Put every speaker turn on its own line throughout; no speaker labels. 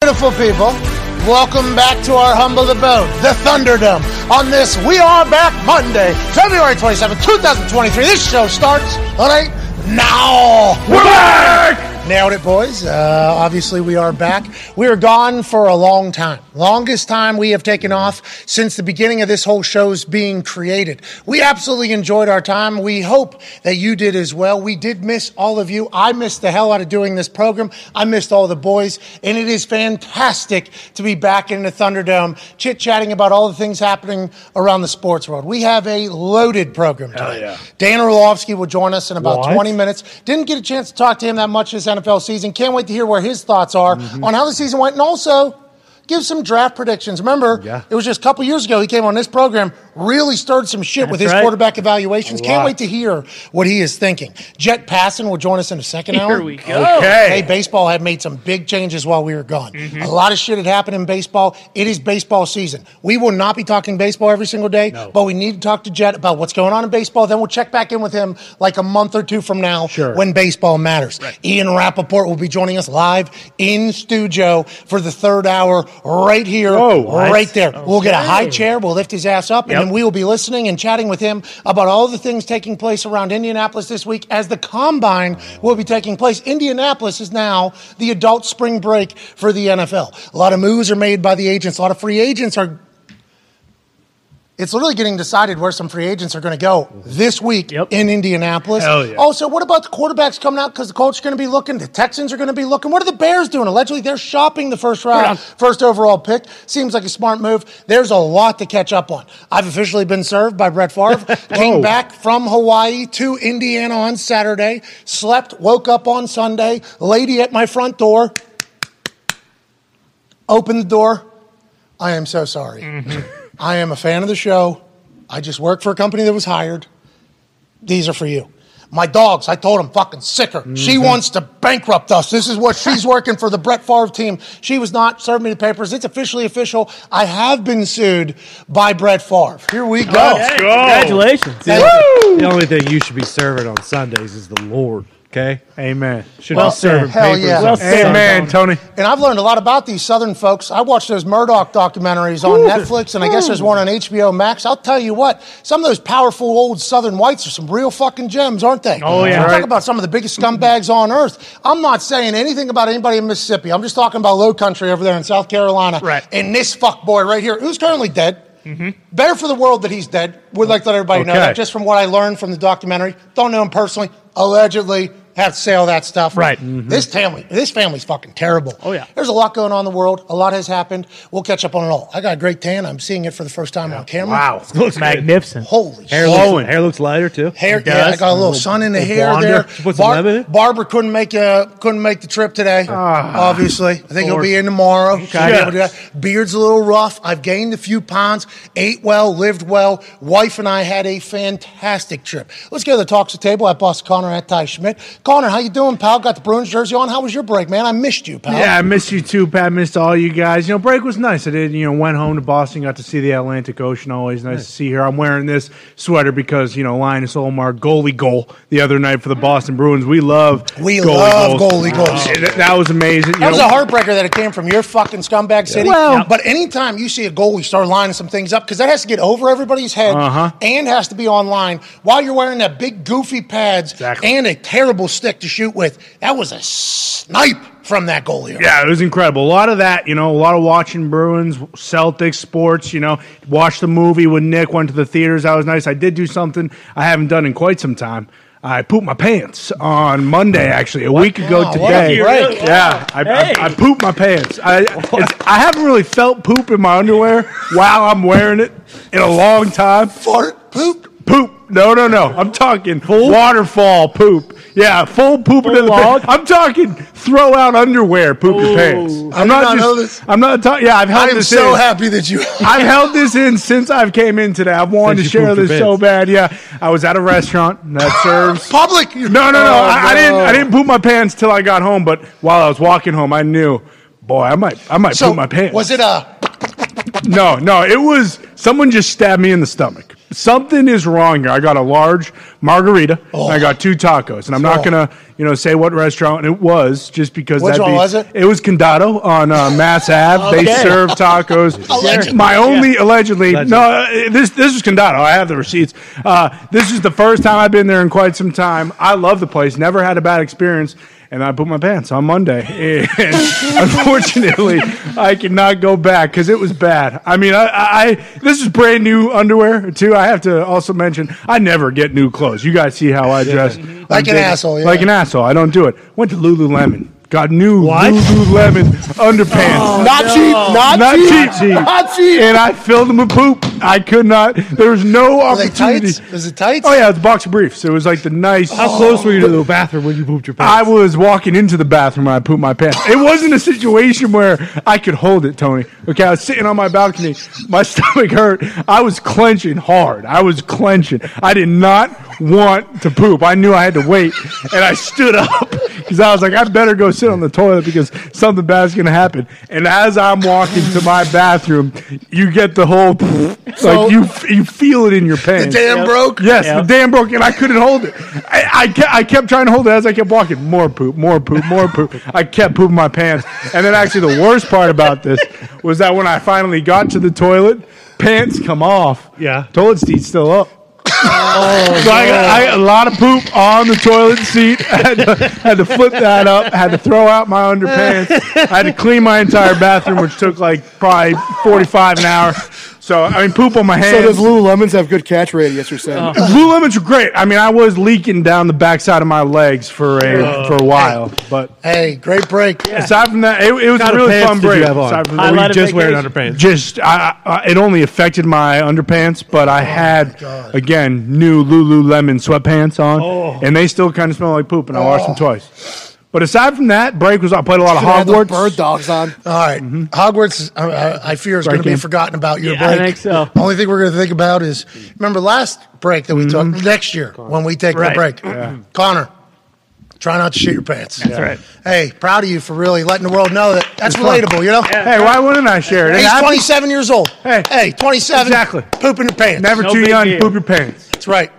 Beautiful people, welcome back to our humble abode, the Thunderdome. On this, we are back Monday, February 27th, 2023. This show starts right now. We're back! Nailed it, boys. Uh, obviously, we are back. We are gone for a long time. Longest time we have taken off since the beginning of this whole show's being created. We absolutely enjoyed our time. We hope that you did as well. We did miss all of you. I missed the hell out of doing this program. I missed all the boys, and it is fantastic to be back in the Thunderdome, chit chatting about all the things happening around the sports world. We have a loaded program today.
yeah.
Dan Orlovsky will join us in about
What?
20 minutes. Didn't get a chance to talk to him that much this NFL season. Can't wait to hear where his thoughts are
Mm-hmm.
on how the season went and also give some draft predictions. Remember,
Yeah.
it was just a couple years ago he came on this program, really stirred some shit with
That's
his
right.
quarterback evaluations.
A
Can't
lot.
wait to hear what he is thinking. Jet Passon will join us in the second hour.
Here we go.
Hey,
Okay.
baseball had made some big changes while we were gone. A lot of shit had happened in baseball. It is baseball season. We will not be talking baseball every single day, but we need to talk to Jet about what's going on in baseball. Then we'll check back in with him like a month or two from now
Sure.
when baseball matters. Ian Rappaport will be joining us live in studio for the third hour right here,
Whoa, what?
right there. We'll get a high chair, we'll lift his ass up,
Yep.
and then we will be listening and chatting with him about all the things taking place around Indianapolis this week as the combine will be taking place. Indianapolis is now the adult spring break for the NFL. A lot of moves are made by the agents, a lot of free agents are. It's literally getting decided where some free agents are going to go this week
Yep.
in Indianapolis.
Hell yeah.
Also, what about the quarterbacks coming out? Because the Colts are going to be looking, the Texans are going to be looking. What are the Bears doing? Allegedly, they're shopping the first round, first overall pick. Seems like a smart move. There's a lot to catch up on. I've officially been served by Brett Favre. Came
Whoa.
back from Hawaii to Indiana on Saturday. Slept, woke up on Sunday. Lady at my front door opened the door. I am so sorry.
Mm-hmm.
I am a fan of the show. I just work for a company that was hired. These are for you. My dogs, I told them, fucking sick her.
Mm-hmm.
She wants to bankrupt us. This is what she's working for the Brett Favre team. She was not serving me the papers. It's officially official. I have been sued by Brett Favre. Here we go.
Let's go.
Oh.
Congratulations.
Thank
dude.
you.
The only thing you should be serving on Sundays is the Lord. Okay,
Amen.
should
Well
be serving
said. Hell
papers.
yeah.
on
Well said.
Sunday.
Amen, Tony.
And I've learned a lot about these Southern folks. I watched those Murdoch documentaries on Netflix, and I guess there's one on HBO Max. I'll tell you what, some of those powerful old Southern whites are some real fucking gems, aren't they?
Oh, yeah.
Talk
Right.
about some of the biggest scumbags on earth. I'm not saying anything about anybody in Mississippi. I'm just talking about low country over there in South Carolina.
Right. Mm-hmm.
And this fuckboy right here, who's currently dead. Better for the world that he's dead. Would like to let everybody know
Okay.
that just from what I learned from the documentary. Don't know him personally. Allegedly, have to say all that stuff.
Right.
This family, this family's fucking terrible.
Oh, yeah.
There's a lot going on in the world. A lot has happened. We'll catch up on it all. I got a great tan. I'm seeing it for the first time on camera.
Wow.
Looks good.
Magnificent.
Holy
Hair
shit.
looks, hair looks lighter too.
Hair,
It
yeah, I
does.
got a little
A little-
sun in the
little
hair
blonder.
there.
Should put some lemon in it?
Barber couldn't make uh, couldn't make the trip today.
Ah.
obviously, Oh, I think he'll be in tomorrow. Should be able to do that. Beard's a little rough. I've gained a few pounds. Ate well, lived well. Wife and I had a fantastic trip. Let's go to the talks of table at Boss Connor at Ty Schmidt. Connor, how you doing, pal? Got the Bruins jersey on. How was your break, man? I missed you, pal.
Yeah, I missed you too, Pat. Missed all you guys. You know, break was nice. I did. You know, went home to Boston, got to see the Atlantic Ocean. Always nice, to see here. I'm wearing this sweater because you know Linus Olmar goalie goal the other night for the Boston Bruins. We love
We
goalie
love
goals.
goalie goals.
Yeah, that, that was amazing. You
That was a
know,
heartbreaker that it came from your fucking scumbag city.
Well-
but anytime you see a goalie start lining some things up, because that has to get over everybody's head
Uh-huh.
and has to be online while you're wearing that big goofy pads
Exactly.
and a terrible stick to shoot with. That was a snipe from that goalie.
Yeah, it was incredible. A lot of that, you know, a lot of watching Bruins, Celtics, sports, you know, watched the movie with Nick, went to the theaters. That was nice. I did do something I haven't done in quite some time. I pooped my pants on Monday, actually, a week ago
Wow, what a
today.
break.
Yeah, I,
Hey.
I, I pooped my pants. I, it's, I haven't really felt poop in my underwear while I'm wearing it in a long time.
Fart poop.
Poop. No, no, no. I'm talking waterfall poop. Yeah, full poop into the
log?
pants. I'm talking throw out underwear, poop your pants. I'm
I did not know this.
I'm not talking. Yeah, I've held
I am
this
so
in.
happy that you.
I've held this in since I've came in today. I've wanted
Since
to
you
share
pooped your
this so
pants.
bad. Yeah, I was at a restaurant that serves.
Public. No,
No, no, no.
Oh,
I, I didn't.
no.
I didn't poop my pants till I got home. But while I was walking home, I knew. Boy, I might. I might
So
poop my pants.
was it a?
No, no, it was someone just stabbed me in the stomach. Something is wrong here. I got a large margarita and I got two tacos, and I'm not
Oh.
gonna you know, say what restaurant it was, just because
Which
that'd
one
be-
was it?
It was Condado on uh, Mass Ave. They
Okay.
serve tacos.
Allegedly.
My only allegedly,
Allegedly.
no, uh, this this was Condado. I have the receipts. Uh, this is the first time I've been there in quite some time. I love the place. Never had a bad experience. And I put my pants on Monday, and unfortunately, I cannot go back because it was bad. I mean, I, I I- this is brand new underwear too. I have to also mention I never get new clothes. You guys see how I dress,
Like
I'm
an
big-
asshole, yeah.
Like an asshole. I don't do it. Went to Lululemon. Got new
What?
Lululemon underpants.
Oh, Not cheap. Not,
Not
cheap.
cheap, cheap.
Not cheap.
and I filled them with poop. I could not. There was no
Are they
opportunity.
tights? Is it tights?
Oh yeah, it's boxer briefs. It was like the nice.
How close were you to the bathroom when you pooped your
I
pants?
was walking into the bathroom when I pooped my pants. It wasn't a situation where I could hold it, Tony. Okay, I was sitting on my balcony. My stomach hurt. I was clenching hard. I was clenching. I did not want to poop. I knew I had to wait, and I stood up because I was like, I better go sit on the toilet because something bad's gonna happen. And as I'm walking to my bathroom, you get the whole like you you feel it in your pants.
The dam broke.
Yes, the dam broke, and I couldn't hold it. I, I, kept, I kept trying to hold it as I kept walking. More poop, more poop, more poop. I kept pooping my pants. And then, actually, the worst part about this was that when I finally got to the toilet, pants come off.
Yeah.
Toilet seat's still up. so I got, I got a lot of poop on the toilet seat. Had to, had to flip that up. Had to throw out my underpants. I had to clean my entire bathroom, which took like probably 45 an hour. So, I mean, poop on my hands.
So does Lululemon's have good catch radius? You're saying?
Blue lemons were great. I mean, I was leaking down the backside of my legs for a for a while, but
Hey, great break.
aside from that, it, it was a
What kind of
really
pants
fun
did you
break.
have on?
Aside from
Or
that, we
were you
Highlight of
just wearing
vacation.
underpants.
just I, I, it only affected my underpants, but I had again new Lululemon sweatpants on, and they still kind of smell like poop, and I washed them twice. But aside from that, break was I played a lot of
Should I have the
Hogwarts. Mm-hmm.
bird dogs on.
All right. Hogwarts, I, I, I fear, is going to be
Breaking.
forgotten about your
Yeah, I
break.
think so.
Only thing we're going to think about is remember last break that we
Mm-hmm.
took next year when we take the
Right.
break. Connor, try not to shit your pants. That's
right.
Hey, proud of you for really letting the world know that that's relatable, you know?
Hey, why wouldn't I share it? It
He's
happened.
27 years old.
Hey.
27.
Exactly.
Pooping your pants.
Never
No
too
big
young to
deal.
poop your pants.
That's right.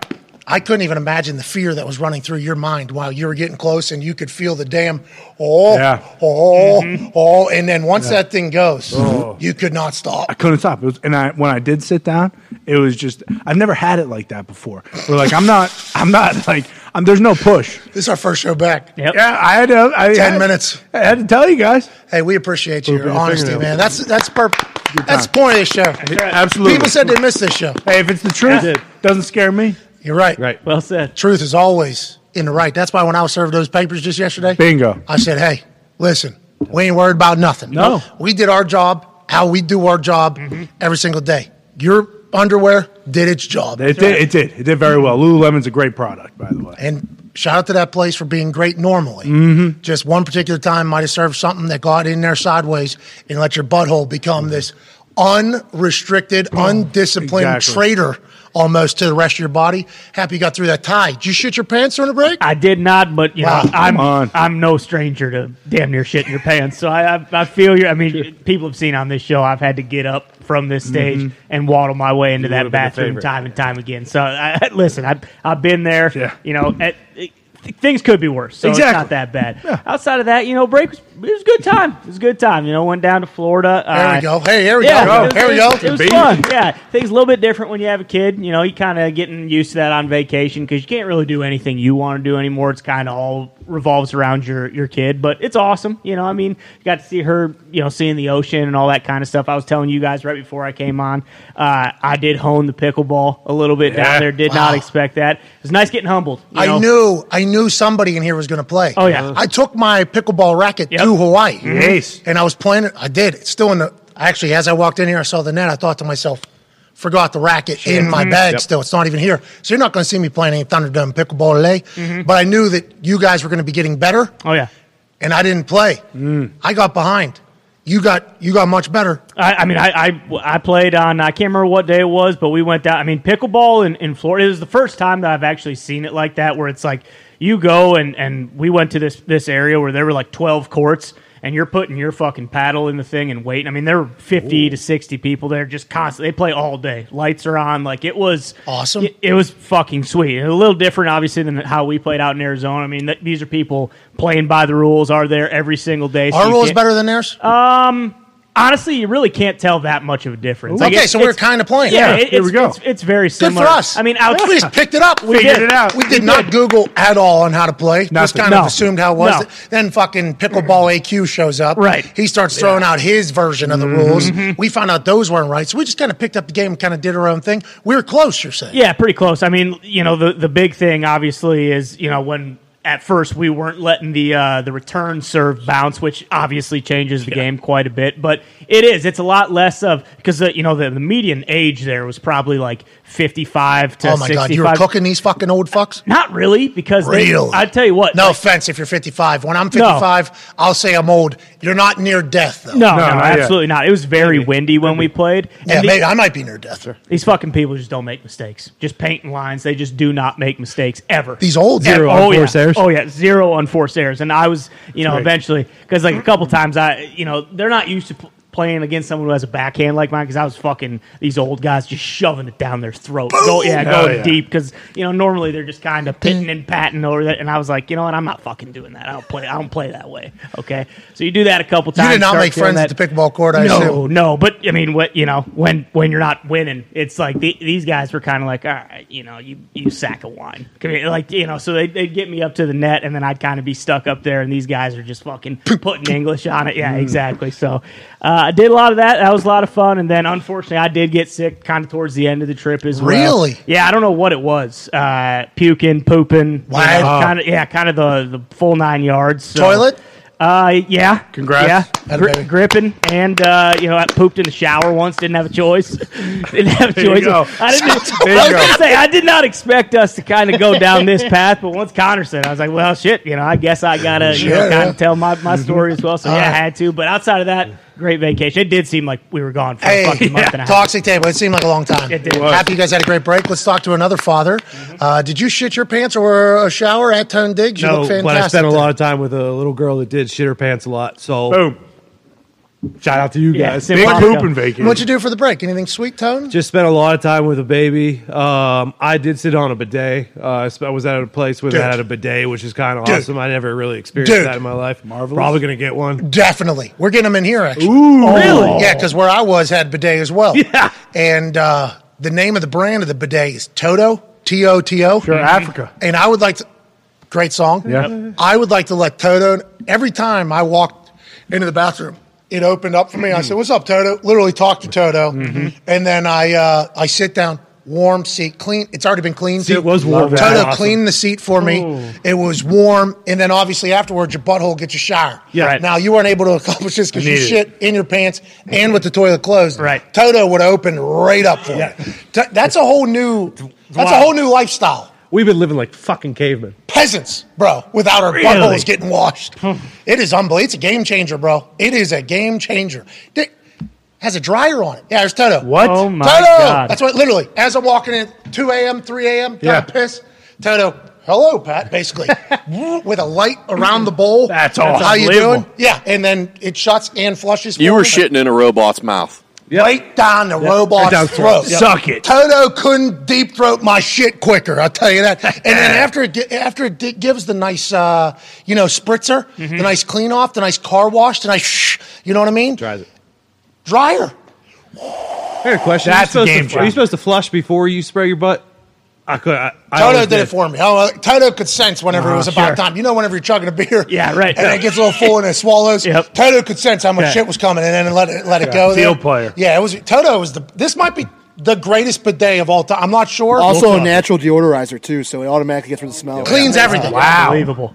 I couldn't even imagine the fear that was running through your mind while you were getting close and you could feel the damn, oh,
Yeah.
oh, oh. And then once that thing goes, Mm-hmm.
Oh.
you could not stop.
I couldn't stop. It was, and I when I did sit down, it was just I've never had it like that before. We're like I'm not I'm not like I'm, there's no push.
This is our first show back.
Yep.
Yeah, I had to. I
10
had-
minutes.
I had to tell you guys.
Hey, we appreciate your
your
honesty,
fingernails.
man. That's that's perp- that's the point of this show.
Absolutely.
People said they missed this show.
hey, if it's the truth,
did.
doesn't scare me.
You're right.
Right.
Well said.
Truth is always in the right. That's why when I was served those papers just yesterday,
Bingo.
I said, "Hey, listen, we ain't worried about nothing.
No.
we did our job, how we do our job
Mm-hmm.
every single day. Your underwear did its job,
It did. It did. It did very well. Lululemon's a great product, by the way.
and shout out to that place for being great normally. Just one particular time might have served something that got in there sideways and let your butthole become this unrestricted, undisciplined
Exactly.
traitor almost to the rest of your body. Happy you got through that tie. Did you shit your pants during the break?
I did not, but you
Wow,
know,
come
I'm
on.
I'm no stranger to damn near shit in your pants. So I I, I feel you. I mean, people have seen on this show. I've had to get up from this
Mm-hmm.
stage and waddle my way into that
would've been a
bathroom
favorite.
time and time again. So I, listen, I've I've been there.
Yeah.
You know, at, it, th- things could be worse. So it's
Exactly.
not that bad. Outside of that, you know, break was, it was a good time. It was a good time. You know, went down to Florida.
There
uh,
we go. Hey, here we
Yeah,
go.
it was-
Here we
it
go.
was- It was
Baby.
fun. Yeah, things a little bit different when you have a kid. You know, you kind of getting used to that on vacation because you can't really do anything you want to do anymore. It's kind of all revolves around your your kid, but it's awesome. You know, I mean, you got to see her, you know, seeing the ocean and all that kind of stuff. I was telling you guys right before I came on, uh, I did hone the pickleball a little bit
Yeah.
down there. Did
Wow.
not expect that. It was nice getting humbled. you
I
know?
knew I knew somebody in here was going to play.
Oh, yeah.
I took my pickleball racket
Yep.
to Hawaii.
Yes.
And I was playing it. I did. It's still in the actually as I walked in here I saw the net. I thought to myself, forgot the racket in my bag still. It's not even here. So you're not going to see me playing any Thunderdome pickleball today. But I knew that you guys were going to be getting better
Oh yeah.
and I didn't play. I got behind. You got you got much better.
I, I mean, I, I I played on. I can't remember what day it was, but we went down. I mean, pickleball in, in Florida it was the first time that I've actually seen it like that, where it's like you go and and we went to this this area where there were like twelve courts, and you're putting your fucking paddle in the thing and waiting. I mean, there were 50 to 60 people there just constantly. They play all day. Lights are on. Like it was
Awesome.
It, it was fucking sweet. A little different, obviously, than how we played out in Arizona. I mean, th- these are people playing by the rules, are there every single day. so
Our
you
rules
can't-
better than theirs.
Um, Honestly, you really can't tell that much of a difference.
okay, so we're kind of playing.
Yeah, it,
here
it's,
we go.
It's, it's very
Good
similar.
for us.
I mean,
at
out,
least picked it up. We
Figured
did
it out.
We did not Google at all on how to play. Just
Nothing.
kind of
No.
assumed how it was.
No.
Then fucking pickleball AQ shows up.
Right. Mm-hmm.
He starts throwing out his version of the rules. We found out those weren't right, so we just kind of picked up the game and kind of did our own thing. We were close. You're saying?
Yeah, pretty close. I mean, you know, the the big thing obviously is you know when at first we weren't letting the uh, the return serve bounce, which obviously changes the game quite a bit. But it is it's a lot less of because you know the, the median age there was probably like fifty five to
Oh my god, you were
65.
cooking these fucking old fucks.
Not really, because they-
Really?
I tell you what,
No
like,
offense if you're 55. When I'm 55, I'll say I'm old. You're not near death though.
No,
no, no,
not yet.
absolutely not. It was very windy when we played. And
Yeah,
the-
maybe I might be near death.
These fucking people just don't make mistakes. Just painting lines. They just do not make mistakes ever.
These old
Zero.
oh,
unforced
yeah.
errors?
Oh yeah, zero unforced errors. And I was, you know,
great.
eventually because like a couple times I, you know, they're not used to pl- playing against someone who has a backhand like mine because I was fucking these old guys just shoving it down their throat. Go, yeah,
Hell
going
yeah.
deep because you know normally they're just kind of pitting and patting over that. And I was like, you know what, I'm not fucking doing that. I don't play. I don't play that way. Okay, so you do that a couple
You
times.
did not
start
make
feeling that,
friends at the pickleball court. I
no,
assume.
no, but I mean, what you know, when when you're not winning, it's like the, these guys were kind of like, all right, you know, you you sack of wine, Come here," like you know, so they they'd get me up to the net, and then I'd kind of be stuck up there, and these guys are just fucking putting English on it.
Mm.
Yeah, exactly. So uh, I did a lot of that. That was a lot of fun, and then unfortunately, I did get sick kind of towards the end of the trip as well.
Really?
Yeah, I don't know what it was. Uh, puking, pooping,
Wow.
kind of yeah, kind of the the full nine yards. so-
Toilet?
uh, yeah.
Congrats.
Yeah,
Atta baby.
Gri- gripping, and uh, you know, I pooped in the shower once. Didn't have a choice. didn't have a
you
choice.
go.
I didn't.
There
I
you
was
go.
gonna say I did not expect us to kind of go down this path, but once Connor said, I was like, well, shit. You know, I guess I gotta you know,
Yeah, Uh-huh.
kind
yeah.
of tell my, my story as well. So yeah, I
right.
had to. But outside of that, great vacation. It did seem like we were gone for a
Hey,
fucking month and a half.
toxic table. It seemed like a long time.
It did. Mm-hmm. It was.
Happy you guys had a great break. Let's talk to another father. Uh, did you shit your pants or a shower at Tone Diggs? You
No,
look fantastic.
but I spent a lot of time with a little girl that did shit her pants a lot. So
Boom.
shout out to you
Yeah,
guys.
Sim-
Big
Monica.
pooping vacation.
What'd you do for the break? Anything sweet, Tone?
Just spent a lot of time with a baby. Um, I did sit on a bidet. Uh, I sp- I was at a place where
Dude.
they had a bidet, which is kind of
Dude.
awesome. I never really experienced
Dude.
that in my life. Marvelous. Probably gonna get one.
Definitely. We're getting them in here, actually. Oh.
Really?
Yeah, because where I was had bidet as well. Yeah. And uh, the name of the brand of the bidet is Toto, T O T O. Mm-hmm.
Sure, Africa.
And I would like to, great song.
Yeah.
I would like to let Toto, every time I walked into the bathroom, it opened up for me. I said, What's up, Toto? Literally talked to Toto.
Mm-hmm.
And then I, uh, I sit down, warm seat, clean. It's already been cleaned.
Seat
too.
was warm.
Toto
Awesome.
cleaned the seat for me. It was warm. And then obviously afterwards, your butthole gets a shower.
Yeah. Right.
Now you weren't able to accomplish this because you
Needed.
shit in your pants and with the toilet closed.
Right.
Toto would open right up for you. T- That's a whole new. That's a whole new lifestyle
We've been living like fucking cavemen.
peasants, bro, without our buttholes getting washed. it is unbelievable. It's a game changer, bro. It is a game changer. Dick has a dryer on it. Yeah, there's Toto.
What?
Oh my
Toto!
god.
That's what literally, as I'm walking in, 2 a.m., 3 a.m., gotta
Yeah.
piss. Toto, hello, Pat, basically. with a light around the bowl.
That's awesome.
How you
Unbelievable.
doing? Yeah, and then it shuts and flushes.
You
for
were
me.
shitting in a robot's mouth.
Right down the robot's
Right down
throat.
throat.
Suck it.
Toto couldn't deep throat my shit quicker. I'll tell you that. And then after it, gi- after it di- gives the nice, uh, you know, spritzer, the nice clean off, the nice car wash, the nice, shh, you know what I mean?
Tries it.
Dryer.
I got a question.
That's a
are, you
game
supposed to, are
changer.
you supposed to flush before you spray your butt? I could. I, I
Toto
always
did it for me. Oh, uh, Toto could sense whenever it was about
sure.
time. You know, whenever you're chugging a beer,
Yeah, right.
and it gets a little full and it swallows.
Yep.
Toto could sense how much
Yeah.
shit was coming, and then let it let it go.
Field
there.
player.
Yeah, it was. Toto was the. This might be the greatest bidet of all time. I'm not sure.
Also, a natural deodorizer too, so it automatically gets rid of the smell.
cleans everything.
Unbelievable.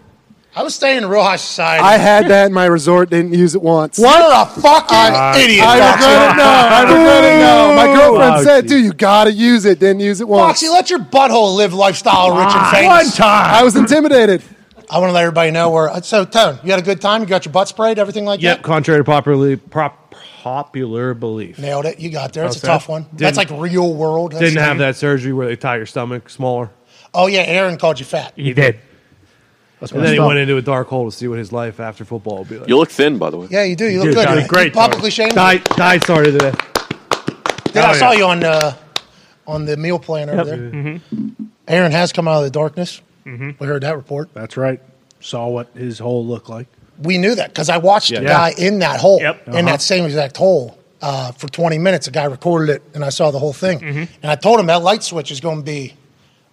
I was staying in real high society.
I had that in my resort. Didn't use it once.
What a fucking
Uh,
idiot!
I regret it now. I regret it now. My
Oh,
girlfriend said, "Dude, you gotta use it." Didn't use it once.
Foxy, let your butthole live lifestyle rich and
One
famous.
time.
I was intimidated.
I want to let everybody know where. uh, So, Tone, you had a good time. You got your butt sprayed, everything like
Yep.
that.
Contrary to popular prop, popular belief,
Nailed it. You got there. It's a
Okay.
tough one. That's like
Didn't-
real world. That's
didn't
the
have
thing.
that surgery where they tie your stomach smaller.
Oh yeah, Aaron called you fat.
You did.
and then he went into a dark hole to see what his life after football would be like.
You look thin, by the way.
Yeah, you do. You look
do,
good.
Johnny.
You
Great,
Publicly shamed.
died, died sorry today.
Dude, I
Oh,
saw
yeah.
you on uh, on the meal plan over there.
Mm-hmm.
Aaron has come out of the darkness. We heard that report.
That's right. Saw what his hole looked like.
We knew that because I watched the
Yeah.
guy in that hole,
Yep.
in
Uh-huh.
that same exact hole, uh, for 20 minutes. A guy recorded it, and I saw the whole thing.
Mm-hmm.
And I told him that light switch is going to be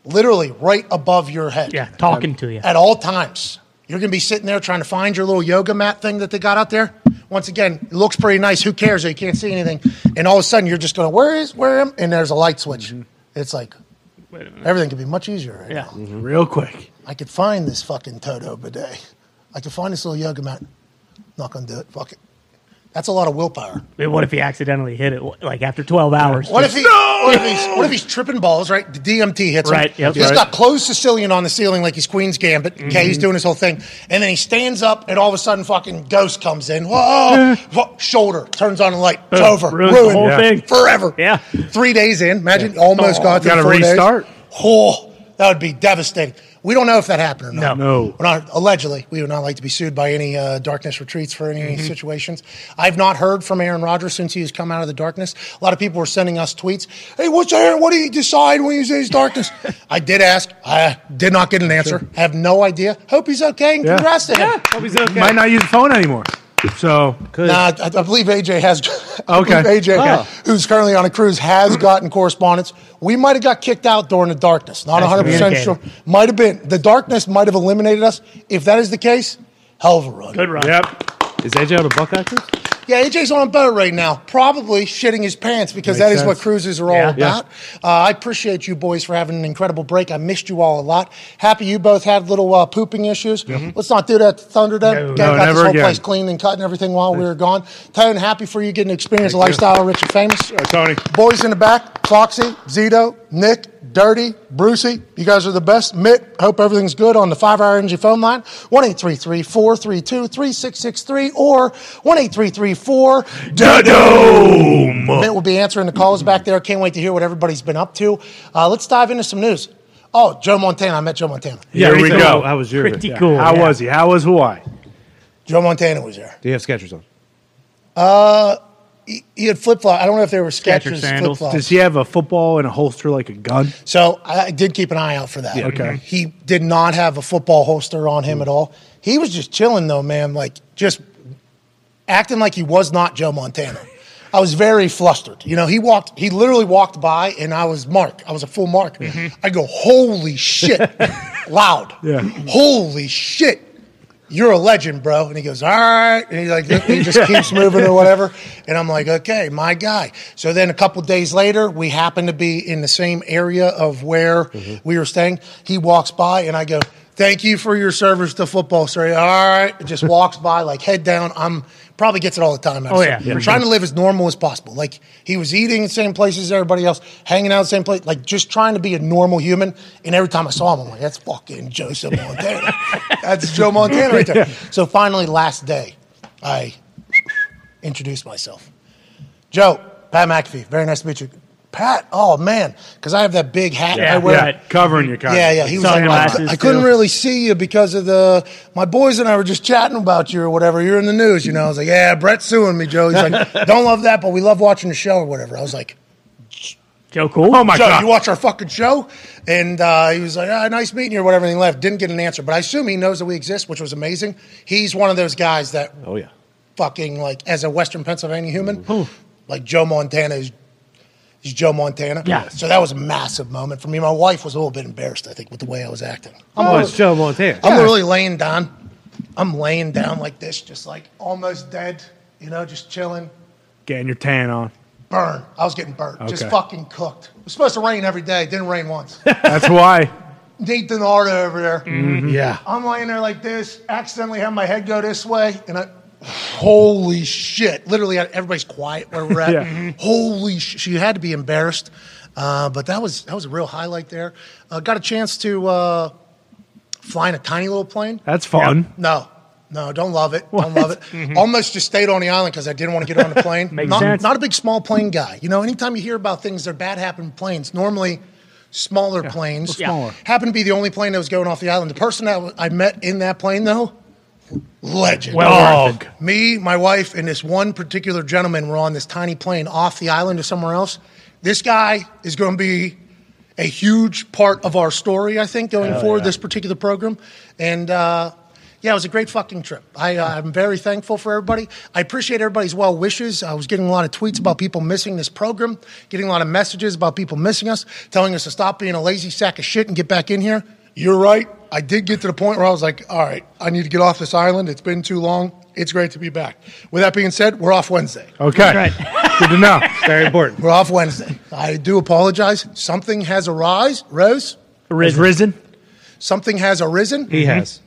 literally right above your head.
Yeah, talking to you.
at all times. You're going to be sitting there trying to find your little yoga mat thing that they got out there. Once again, it looks pretty nice. Who cares? You can't see anything. And all of a sudden, you're just going, where is, where am? And there's a light switch.
Mm-hmm.
It's like, everything could be much easier right
Yeah. Mm-hmm.
now.
Real quick.
I could find this fucking Toto bidet. I could find this little yoga mat. Not going to do it. Fuck it. That's a lot of willpower.
I mean, what if he accidentally hit it like after 12 hours?
What if, he, what, if he's, what if he's tripping balls, right? The DMT hits him.
Right, yep,
He's
right. Mm-hmm.
got closed Sicilian on the ceiling like he's Queen's Gambit. Okay, he's doing his whole thing. And then he stands up, and all of a sudden, fucking ghost comes in. Whoa! Whoa! Shoulder turns on the light. It's over.
ruins
Ruined.
the whole thing.
Forever.
Yeah.
Three days in. Imagine almost
Oh,
got to
gotta
four days.
restart.
Oh, that would be devastating. We don't know if that happened or not.
No. No.
We're not allegedly. We would not like to be sued by any uh, darkness retreats for any
Mm-hmm.
situations. I've not heard from Aaron Rodgers since he has come out of the darkness. A lot of people were sending us tweets. Hey, what's Aaron? What do you decide when you say he's darkness? I did ask. I did not get an answer. I have no idea. Hope he's okay. And
Yeah.
Congrats to him.
Hope he's okay.
Might not use the phone anymore. So
Nah, I, I believe AJ has. I
Okay.
believe
Oh.
AJ,
Ah.
who's currently on a cruise, has gotten correspondence. We might have got kicked out during the darkness. Not 100 percent sure.
communicated.
Might have been the darkness. Might have eliminated us. If that is the case, hell of a run.
Good run.
Yep.
Is AJ on a Buckeye cruise?
Yeah, AJ's on a boat right now, probably shitting his pants because that is
sense.
what cruises are all
Yeah.
about. Uh, I appreciate you boys for having an incredible break. I missed you all a lot. Happy you both had little uh, pooping issues. Let's not do that to Thunder Dome.
No. No,
Gang got this
never
whole
again.
place clean and cut and everything while we were gone. Tone, happy for you getting to experience a lifestyle rich and famous.
Tony.
Boys in the back, Foxy, Zito, Nick, Dirty, Brucey, you guys are the best. Mitt, hope everything's good on the 5 Hour Energy phone line, 1 432 3663 or 1 Mitt will be answering the calls back there. Can't wait to hear what everybody's been up to. Uh, let's dive into some news. Oh, Joe Montana. I met Joe Montana.
Here we go.
How was your?
Pretty
Yeah.
cool.
How
yeah.
was he? How was Hawaii?
Joe Montana was there.
Do you have Skechers on?
Uh, He, he had flip flop. I don't know if they were
Skechers
Skechers flip
sandals.
flops.
Does he have a football and a holster like a gun?
So I I did keep an eye out for that.
okay.
He did not have a football holster on him at all. He was just chilling though, man. Like just acting like he was not Joe Montana. I was very flustered. You know, he walked. He literally walked by, and I was Mark. I was a full Mark. I go, holy shit, loud.
Yeah.
Holy shit. You're a legend, bro. And he goes, all right. And he like he just keeps moving or whatever. And I'm like, okay, my guy. So then a couple days later, we happen to be in the same area of where we were staying. He walks by and I go, thank you for your service to football, sir. All right. Just walks by, like head down. I'm probably gets it all the time.
Oh, yeah, for
Trying to live as normal as possible. Like he was eating in the same place as everybody else, hanging out in the same place, like just trying to be a normal human. And every time I saw him, I'm like, that's fucking Joseph Montana. that's Joe Montana right there. So finally, last day, I introduced myself. Joe, Pat McAfee, very nice to meet you. Pat, oh man, because I have that big hat
Yeah,
I wear.
yeah.
Covering your kind.
Yeah, yeah. He was like,
Sunglasses,
I, I couldn't
too.
really see you because of the. My boys and I were just chatting about you or whatever. You're in the news, you know. I was like, yeah, Brett's suing me, Joe. He's like, don't love that, but we love watching the show or whatever. I was like,
Joe Cool?
Oh my
Joe,
god.
you watch our fucking show? And uh, he was like, ah, nice meeting you or whatever. And he left. Didn't get an answer, but I assume he knows that we exist, which was amazing. He's one of those guys that
Oh yeah.
fucking like as a Western Pennsylvania human, like Joe Montana is. He's Joe Montana.
Yeah.
So that was a massive moment for me. My wife was a little bit embarrassed, I think, with the way I was acting.
Oh, it's Joe Montana.
I'm literally laying down. I'm laying down like this, just like almost dead, you know, just chilling.
Getting your tan on.
Burn. I was getting burnt. Just
Okay.
fucking cooked. It was supposed to rain every day. It didn't rain once.
That's why.
Nate Donardo over there.
Yeah.
I'm laying there like this, accidentally have my head go this way, and I, holy shit! Literally, everybody's quiet where we're at.
Yeah. Mhm.
Holy, sh- she had to be embarrassed, uh, but that was that was a real highlight there. Uh, got a chance to uh, fly in a tiny little plane.
That's fun. Mm-hmm.
No, no, don't love it. Don't love it. Almost just stayed on the island because I didn't want to get on the plane.
Makes
not,
sense.
not a big small plane guy. You know, anytime you hear about things that are bad happen in planes, normally smaller planes.
Yeah. smaller.
Happened to be the only plane that was going off the island. The person that w- I met in that plane, though, legend.
Well worth it. Dog.
Me, my wife, and this one particular gentleman were on this tiny plane off the island to somewhere else. This guy is going to be a huge part of our story, I think, going forward, this particular program. And, uh, yeah, it was a great fucking trip. I, uh, I'm very thankful for everybody. I appreciate everybody's well wishes. I was getting a lot of tweets about people missing this program, getting a lot of messages about people missing us, telling us to stop being a lazy sack of shit and get back in here. You're right. I did get to the point where I was like, all right, I need to get off this island. It's been too long. It's great to be back. With that being said, we're off Wednesday.
Okay. Good to know.
Very important.
We're off Wednesday. I do apologize. Something has arise, rose.
Has risen.
Something has arisen.
He has.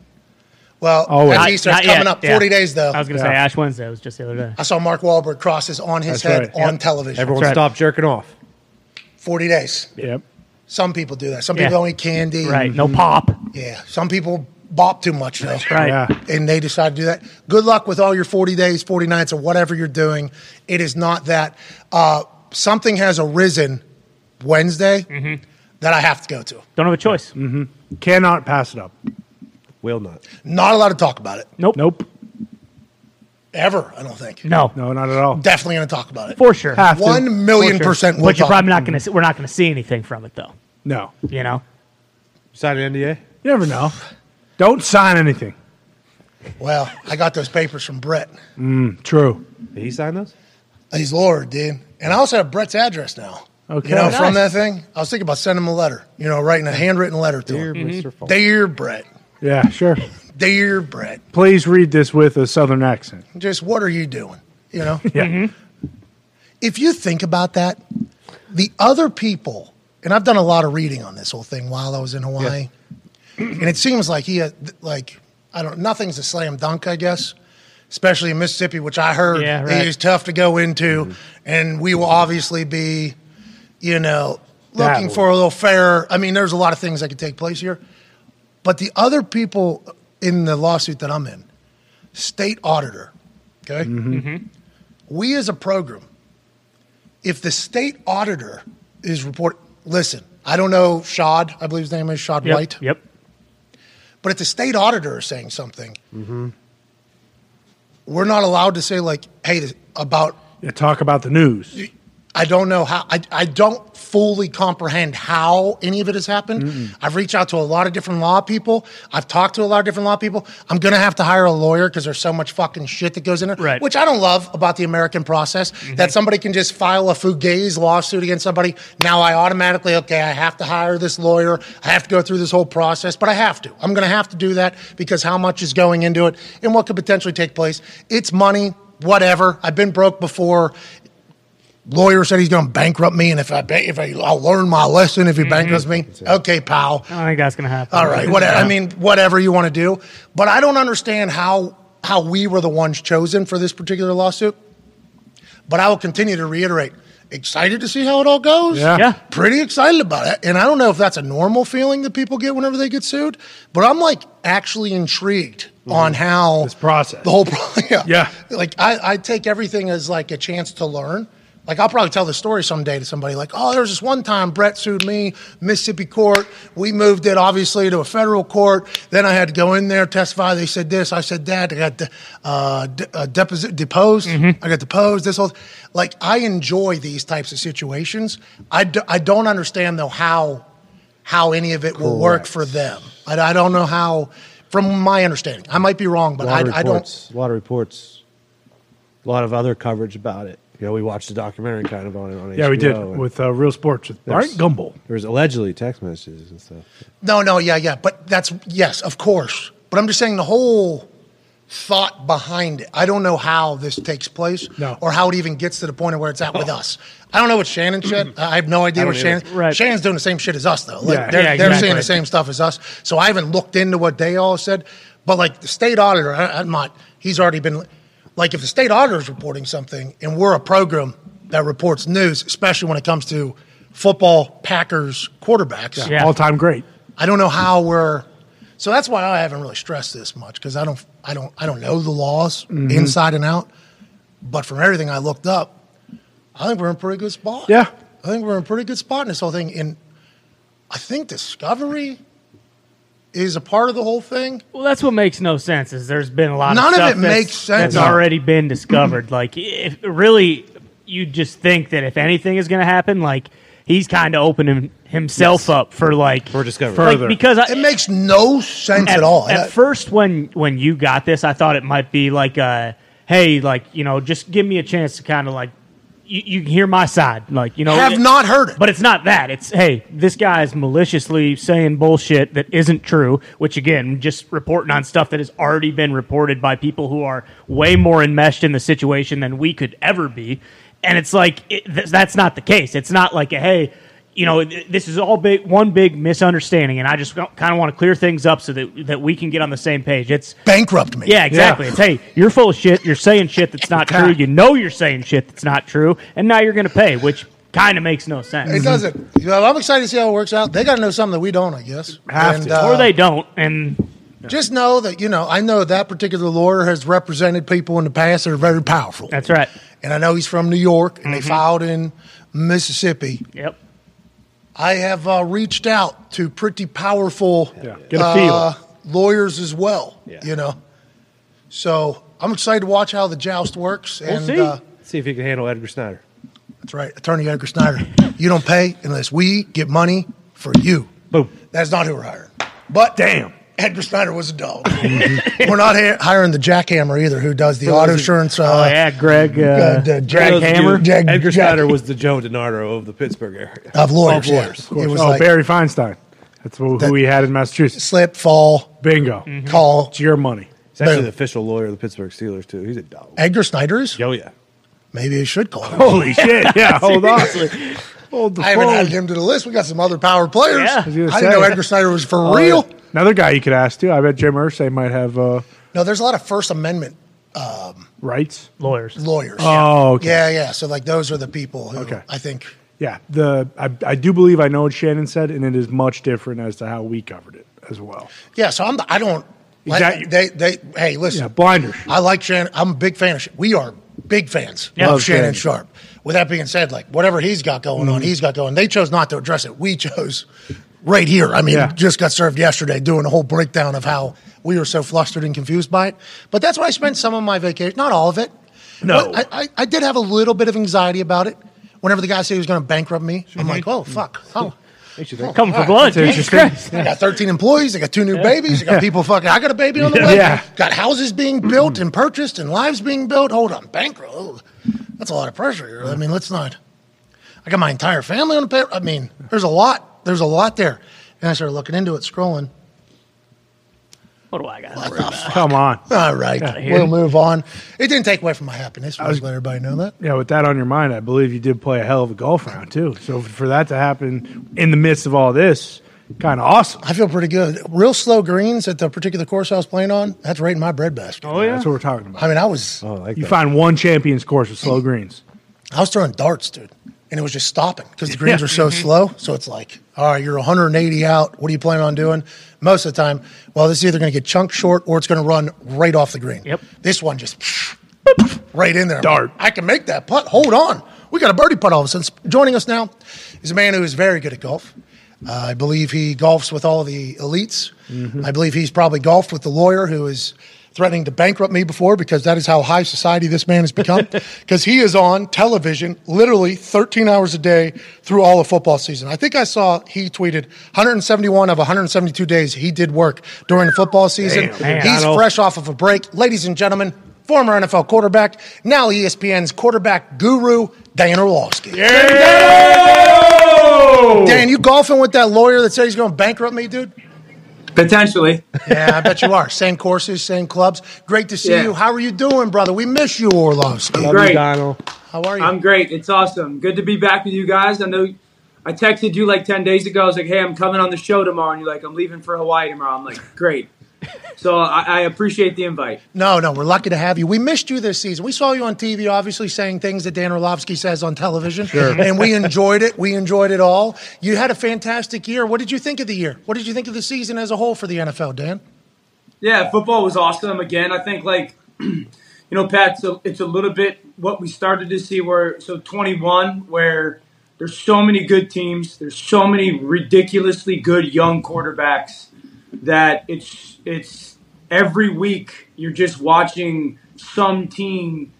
Well,
Always.
that's
Not-
Easter's
Not
coming
yet,
up.
yeah.
40 days, though.
I was going to say Ash Wednesday was just the other day.
I saw Mark Wahlberg crosses on his
That's
head
right.
on television.
Everyone
That's right.
stop jerking off.
40 days.
Yep.
Some people do that. Some
Yeah.
people don't eat candy.
Right. No pop.
Yeah. Some people bop too much, though.
Right.
Yeah.
And they decide to do that. Good luck with all your 40 days, 40 nights, or whatever you're doing. It is not that. Uh, something has arisen Wednesday
Mm-hmm.
that I have to go to.
Don't have a choice.
Mm-hmm. Cannot pass it up.
Will not.
Not allowed to talk about it.
Nope.
Nope.
Ever, I don't think.
No.
No, not at all.
Definitely going to talk about it.
For sure.
Have to.
One million
For sure.
percent. We'll
But you're
talk.
probably not going to. We're not going to see anything from it though.
No. You
You know.
Sign an NDA.
never know. Don't sign anything.
Well, I got those papers from Brett.
Mm, True.
Did he sign those?
He's Lord, dude. And I also have Brett's address now.
Okay.
You know,
Nice.
from that thing, I was thinking about sending him a letter, you know, writing a handwritten letter to
Dear
him. Mm-hmm.
Mr. Falk.
Dear Brett,
Yeah, sure.
dear Brett,
Please read this with a southern accent.
just what are you doing? You know,
Yeah.
if you think about that, the other people, and I've done a lot of reading on this whole thing while I was in Hawaii, and it seems like he, had, like, I don't, nothing's a slam dunk, I guess, especially in Mississippi, which I heard
Yeah, right.
is tough to go into, and we will obviously be, you know,
That
looking
one.
for a little fairer. I mean, there's a lot of things that could take place here, but the other people in the lawsuit that I'm in, state auditor, okay,
Mm-hmm.
we as a program if the state auditor is report, listen, I don't know Shad, I believe his name is Shad
Yep.
White,
Yep.
but if the state auditor is saying something,
Mm-hmm.
we're not allowed to say like, hey, this- about
Yeah, talk about the news.
I don't know how, I, I don't fully comprehend how any of it has happened. I've reached out to a lot of different law people. I've talked to a lot of different law people. I'm going to have to hire a lawyer because there's so much fucking shit that goes in there,
Right.
which I don't love about the American process that somebody can just file a fugazi lawsuit against somebody. Now I automatically, okay, I have to hire this lawyer. I have to go through this whole process, but I have to. I'm going to have to do that because how much is going into it and what could potentially take place. It's money, whatever. I've been broke before lawyer said he's going to bankrupt me, and if I ba- if I, I'll learn my lesson if he bankrupts me, okay, pal.
I don't think that's going to happen.
All right, whatever. I mean, whatever you want to do, but I don't understand how how we were the ones chosen for this particular lawsuit. But I will continue to reiterate. Excited to see how it all goes.
Yeah.
Yeah.
Pretty excited about it. And I don't know if that's a normal feeling that people get whenever they get sued, but I'm like actually intrigued on how
This process.
the whole pro- yeah.
Yeah.
Like I, I take everything as like a chance to learn. Like I'll probably tell the story someday to somebody. Like, oh, there was this one time Brett sued me, Mississippi court. We moved it obviously to a federal court. Then I had to go in there testify. They said this, I said that. I got de- uh, de- uh, deposit deposed. I got deposed. This whole like I enjoy these types of situations. I d- I don't understand though how how any of it will work for them. I, I don't know how. From my understanding, I might be wrong, but
A lot of
I, I don't.
reports. A lot of reports. A lot of other coverage about it. You know, we watched a documentary kind of on it on
Yeah, we did
HBO, and
with uh, Real Sports with Bart
there's-
Gumbel.
There was allegedly text messages and stuff.
No, no, yeah, yeah. But that's, yes, of course. But I'm just saying the whole thought behind it. I don't know how this takes place
No.
or how it even gets to the point of where it's at with us. I don't know what Shannon said. I have no idea what
either.
Shannon.
Right.
Shannon's doing the same shit as us, though. Like,
Yeah.
they're,
Yeah,
they're saying
exactly.
the same stuff as us. So I haven't looked into what they all said. But like the state auditor, I, I'm not, he's already been, like if the state auditor is reporting something and we're a program that reports news, especially when it comes to football, Packers, quarterbacks.
Yeah.
All time great.
I don't know how we're. So that's why I haven't really stressed this much because I don't, I don't, I don't know the laws
Mm-hmm.
inside and out. But from everything I looked up, I think we're in a pretty good spot.
Yeah.
I think we're in a pretty good spot in this whole thing. And I think Discovery is a part of the whole thing.
Well, that's what makes no sense. Is there's been a lot
None of
of stuff
it
that's-
makes sense.
that's already been discovered. like, if really, you just think that if anything is going to happen, like he's kind of opening himself up for like
For discovery.
like,
Further.
because I,
It makes no sense at, all.
At first, when when you got this, I thought it might be like, uh, hey, like you know, just give me a chance to kind of like you, you can hear my side, like you know,
I have
it-
not heard it.
But it's not that. It's hey, this guy is maliciously saying bullshit that isn't true. Which again, just reporting on stuff that has already been reported by people who are way more enmeshed in the situation than we could ever be. And it's like it, th- that's not the case. It's not like a hey, you know, th- this is all big one big misunderstanding, and I just kind of want to clear things up so that that we can get on the same page. It's
Bankrupt me.
yeah, exactly. It's hey, you're full of shit. You're saying shit that's not true. You know you're saying shit that's not true, and now you're gonna pay, which kind of makes no sense.
Mm-hmm.
It doesn't. You know, I'm excited to see how it works out. They got to know something that we don't, I guess.
Have to.
or they don't, and
Just know that, you know, I know that particular lawyer has represented people in the past that are very powerful.
that's right. Mm-hmm.
And I know he's from New York and they filed in Mississippi.
Yep.
I have uh, reached out to pretty powerful
Get a feel.
uh, lawyers as well, you know. So I'm excited to watch how the joust works. and
see.
Uh,
See if you can handle Edgar Snyder.
that's right, Attorney Edgar Snyder. you don't pay unless we get money for you.
Boom.
That's not who we're hiring. But damn, Edgar Snyder was a dog. we're not hi- hiring the jackhammer either, who does the auto insurance. Uh,
Oh yeah, Greg. Uh,
the
Greg
Jack-
Hammer.
Jack- Jag-
Edgar
Jag-
Snyder was the Joe DiNardo of the Pittsburgh area.
Of lawyers, yeah.
lawyers, of
It was
oh,
like
Barry Feinstein. That's who, who we had in Massachusetts.
slip, fall, Mm-hmm.
Bingo.
call.
It's your money.
He's actually
Boom.
the official lawyer of the Pittsburgh Steelers too. He's a dog.
Edgar Snyder's?
Yo, yeah.
Maybe I should call him.
Holy shit! Yeah, hold on. Hold the
I haven't
phone.
added him to the list. We got some other power players.
Yeah.
I
I was
gonna
didn't know
say.
Edgar Snyder was for
Oh,
real.
yeah. Another guy you could ask too. I bet Jim Irsay might have uh,
No, there's a lot of First Amendment
rights.
Lawyers.
lawyers.
Oh, okay.
Yeah, yeah. So like those are the people who
Okay.
I think
Yeah, the I, I do believe I know what Shannon said, and it is much different as to how we covered it as well.
Yeah, so I'm I don't
Exactly.
they they hey listen.
Yeah, blinders.
I like Shannon. I'm a big fan of. Sh- We are big fans
Yeah.
of
Love
Shannon
Shannon.
Sharp. With that being said, like whatever he's got going
Mm-hmm.
on, he's got going. They chose not to address it. We chose right here. I mean,
Yeah.
just got served yesterday doing a whole breakdown of how we were so flustered and confused by it. But that's why I spent some of my vacation, not all of it.
No.
But I, I, I did have a little bit of anxiety about it. Whenever the guy said he was going to bankrupt me, I'm like, oh fuck,
Mm.
oh.
Coming for blood. Jesus
interesting.
Christ.
I got 13 employees. I got two new babies. I got people fucking. I got a baby on the way.
Yeah.
Got houses being built and purchased and lives being built. Hold on, bankrupt. Oh, That's a lot of pressure. here. I mean, let's not. I got my entire family on the payroll. I mean, there's a lot. There's a lot there. And I started looking into it, scrolling.
What do I got?
Come on.
All right, we'll move on. It didn't take away from my happiness. I was let everybody know that.
Yeah, with that on your mind, I believe you did play a hell of a golf round too. So for that to happen in the midst of all this, kind of awesome.
I feel pretty good. Real slow greens at the particular course I was playing on. That's right in my breadbasket.
Oh yeah.
That's what we're talking about.
I mean, I was
Oh, I like
You
that.
find one champions course with slow greens.
I was throwing darts, dude, and it was just stopping because the greens were so slow. So it's like, all right, you're 180 out. What are you planning on doing? Most of the time, well, this is either going to get chunked short or it's going to run right off the green.
Yep.
This one just right in there. I'm
Dart.
like, I can make that putt. Hold on. We got a birdie putt all of a sudden. Joining us now is a man who is very good at golf. Uh, I believe he golfs with all the elites.
Mm-hmm.
Mm-hmm. I believe he's probably golfed with the lawyer who is threatening to bankrupt me before because that is how high society this man has become. Because he is on television literally 13 hours a day through all of football season. I think I saw he tweeted 171 of 172 days he did work during the football season.
man.
he's
Donald.
fresh off of a break. Ladies and gentlemen, former NFL quarterback, now E ESPN's quarterback guru, Dan Orlovsky. Dan, you golfing with that lawyer that said he's going to bankrupt me, dude?
Potentially.
Yeah, I bet you are. Same courses, same clubs. Great to see
Yeah.
you. How are you doing, brother? We miss you, Orlovsky.
Love you,
Great.
Donald.
How are you?
I'm great. It's awesome. Good to be back with you guys. I know I texted you like 10 days ago. I was like, hey, I'm coming on the show tomorrow. And you're like, I'm leaving for Hawaii tomorrow. I'm like, great. So I, I appreciate the invite.
No, no, we're lucky to have you. We missed you this season. We saw you on TV, obviously saying things that Dan Orlovsky says on television, and we enjoyed it. We enjoyed it all. You had a fantastic year. What did you think of the year? What did you think of the season as a whole for the NFL, Dan?
Yeah, football was awesome. Again, I think like you know, Pat, so it's a little bit what we started to see where so 21 where There's so many good teams. There's so many ridiculously good young quarterbacks that it's it's every week you're just watching some team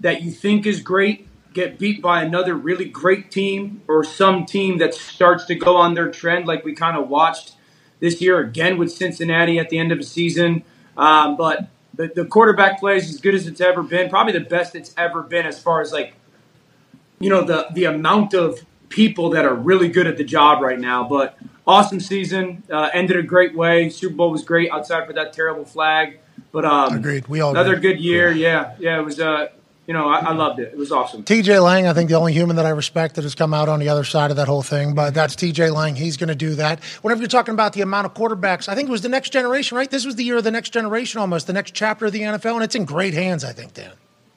that you think is great get beat by another really great team or some team that starts to go on their trend like we kind of watched this year again with Cincinnati at the end of the season. Um, but the, the quarterback play is as good as it's ever been, probably the best it's ever been as far as like you know the the amount of people that are really good at the job right now. But awesome season, uh, ended a great way. Super Bowl was great outside for that terrible flag, but um,
Agreed. We all
another
agree.
good year. Yeah, yeah, it was. Uh, you know, I, I loved it. It was awesome.
TJ Lang, I think the only human that I respect that has come out on the other side of that whole thing, but that's TJ Lang. He's going to do that. Whenever you're talking about the amount of quarterbacks, I think it was the next generation, right? This was the year of the next generation almost, the next chapter of the NFL, and it's in great hands, I think, Dan.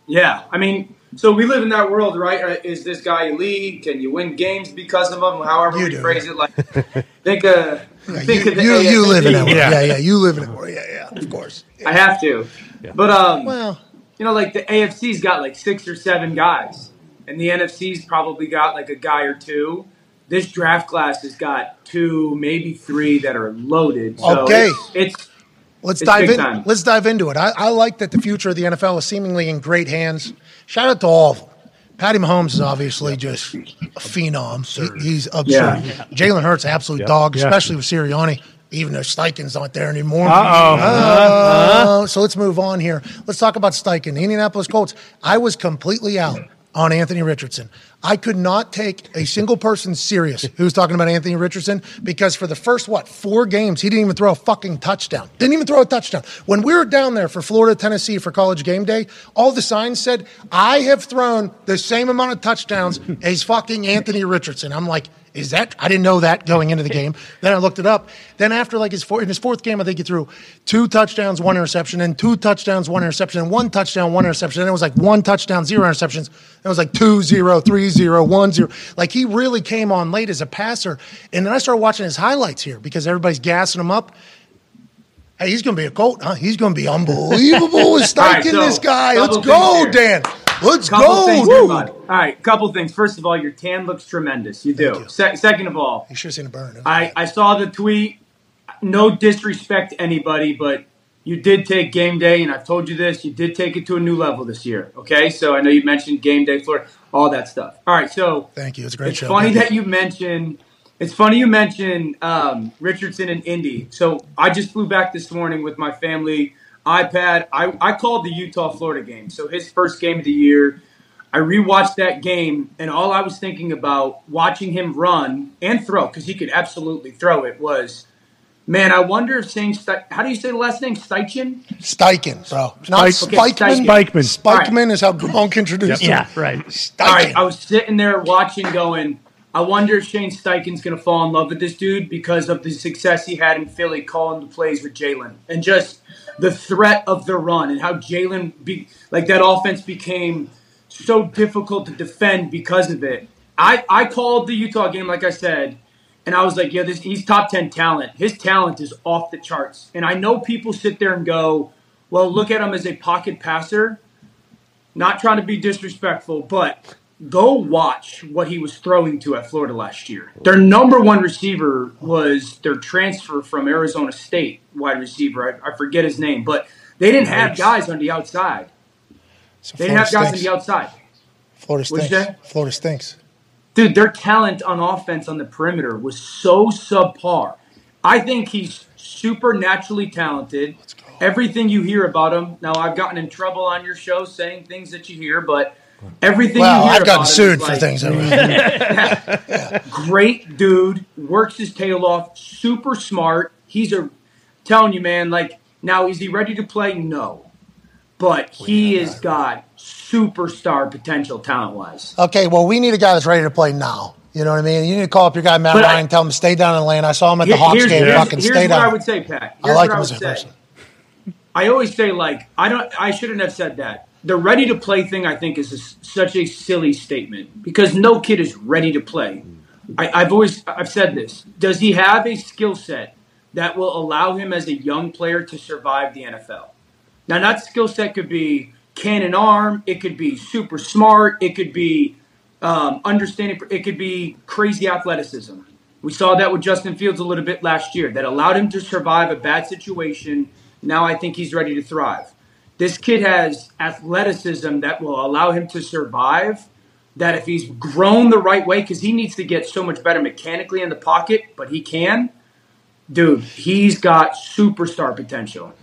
Yeah, I mean, so we live in that world, right? Uh, Is this guy elite? Can you win games because of him? However
You
we
do,
phrase it, like think uh, think
You,
of the
you, you
AFC.
live in that world.
Yeah.
Yeah, yeah, you live in that world. Yeah, yeah, of course.
E. I have to, but um,
Well,
you know, like the AFC's got like six or seven guys, and the NFC's probably got like a guy or two. This draft class has got two, maybe three that are loaded. So
Okay.
it's, it's
Let's
It's
dive
big
in.
time.
Let's dive into it. I, I like that the future of the NFL is seemingly in great hands. Shout out to all of them. Patty Mahomes is obviously just a phenom. He- he's absurd.
Yeah.
Jalen Hurts, absolute dog,
Yeah.
especially with Sirianni. Even though Steichen's not there anymore.
Uh oh.
Uh, so let's move on here. Let's talk about Steichen, the Indianapolis Colts. I was completely out on Anthony Richardson. I could not take a single person serious who was talking about Anthony Richardson because for the first what four games he didn't even throw a fucking touchdown. Didn't even throw a touchdown. When we were down there for Florida Tennessee for college game day, all the signs said I have thrown the same amount of touchdowns as fucking Anthony Richardson. I'm like, is that I didn't know that going into the game. then I looked it up. Then after like his four, in his fourth game, I think he threw two touchdowns, one interception, and two touchdowns, one interception, and one touchdown, one interception. And it was like one touchdown, zero interceptions. And it was like two zero, three zero, one zero. Like he really came on late as a passer. And then I started watching his highlights here because everybody's gassing him up. Hey, he's gonna be a Colt, huh? He's gonna be unbelievable. It's
All right,
stinking
so,
this guy. Let's
couple
go,
things
Dan.
here.
Let's
couple
go.
things. here,
dude.
bud. All right, couple things. First of all, your tan looks tremendous. You do.
you.
Se- second of all,
You should have seen a burn.
I, I saw the tweet. No disrespect to anybody, but you did take game day, and I've told you this. You did take it to a new level this year. Okay, so I know you mentioned game day, Florida, all that stuff. All right, so
Thank you. It's a great
it's
show.
funny
man.
that you mention. It's funny you mention um, Richardson and Indy. So I just flew back this morning with my family iPad. I, I called the Utah Florida game. So his first game of the year. I rewatched that game, and all I was thinking about watching him run and throw because he could absolutely throw it was, man, I wonder if saying Ste- how do you say the last name Steichen?
Steichen, bro. Not
Okay,
Spikeman.
Spikeman.
Spikeman is how Gronk introduced him.
Yeah, right.
All
Steichen.
right, I was sitting there watching, going, I wonder if Shane Steichen's going to fall in love with this dude because of the success he had in Philly calling the plays with Jalen and just the threat of the run and how Jalen, be, like that offense became so difficult to defend because of it. I, I called the Utah game, like I said, and I was like, yeah, this, he's top 10 talent. His talent is off the charts. And I know people sit there and go, well, look at him as a pocket passer. Not trying to be disrespectful, but go watch what he was throwing to at Florida last year. Their number one receiver was their transfer from Arizona State wide receiver. I, I forget his name, but they didn't have guys on the outside.
So
They didn't
Florida
have guys on
stinks.
the outside.
Florida
What'd you
stinks. Florida stinks.
Dude, their talent on offense on the perimeter was so subpar. I think he's supernaturally talented. Everything you hear about him. Now, I've gotten in trouble on your show saying things that you hear, but everything
Wow,
you hear
I've gotten
about him
sued
is
for
like,
things. That
great dude, works his tail off, super smart. He's a telling you, man, like now is he ready to play? No. But he has got superstar potential talent wise.
were- okay, well, we need a guy that's ready to play now. You know what I mean? You need to call up your guy Matt
But I-
Ryan, tell him to stay down in the lane. I saw him at the Hawks game. Fucking
here's
stay
what I
down.
would say, Pat.
I
Here's
like
what
him
I
as a
would say.
person.
I always say like I don't. I shouldn't have said that. The ready to play thing I think is a s such a silly statement because no kid is ready to play. I, I've always I've said this. Does he have a skill set that will allow him as a young player to survive the NFL? Now, that skill set could be cannon arm. It could be super smart. It could be um, understanding it could be crazy athleticism. We saw that with Justin Fields a little bit last year. That allowed him to survive a bad situation. Now I think he's ready to thrive. This kid has athleticism that will allow him to survive. That if he's grown the right way, because he needs to get so much better mechanically in the pocket, but he can. Dude, he's got superstar potential.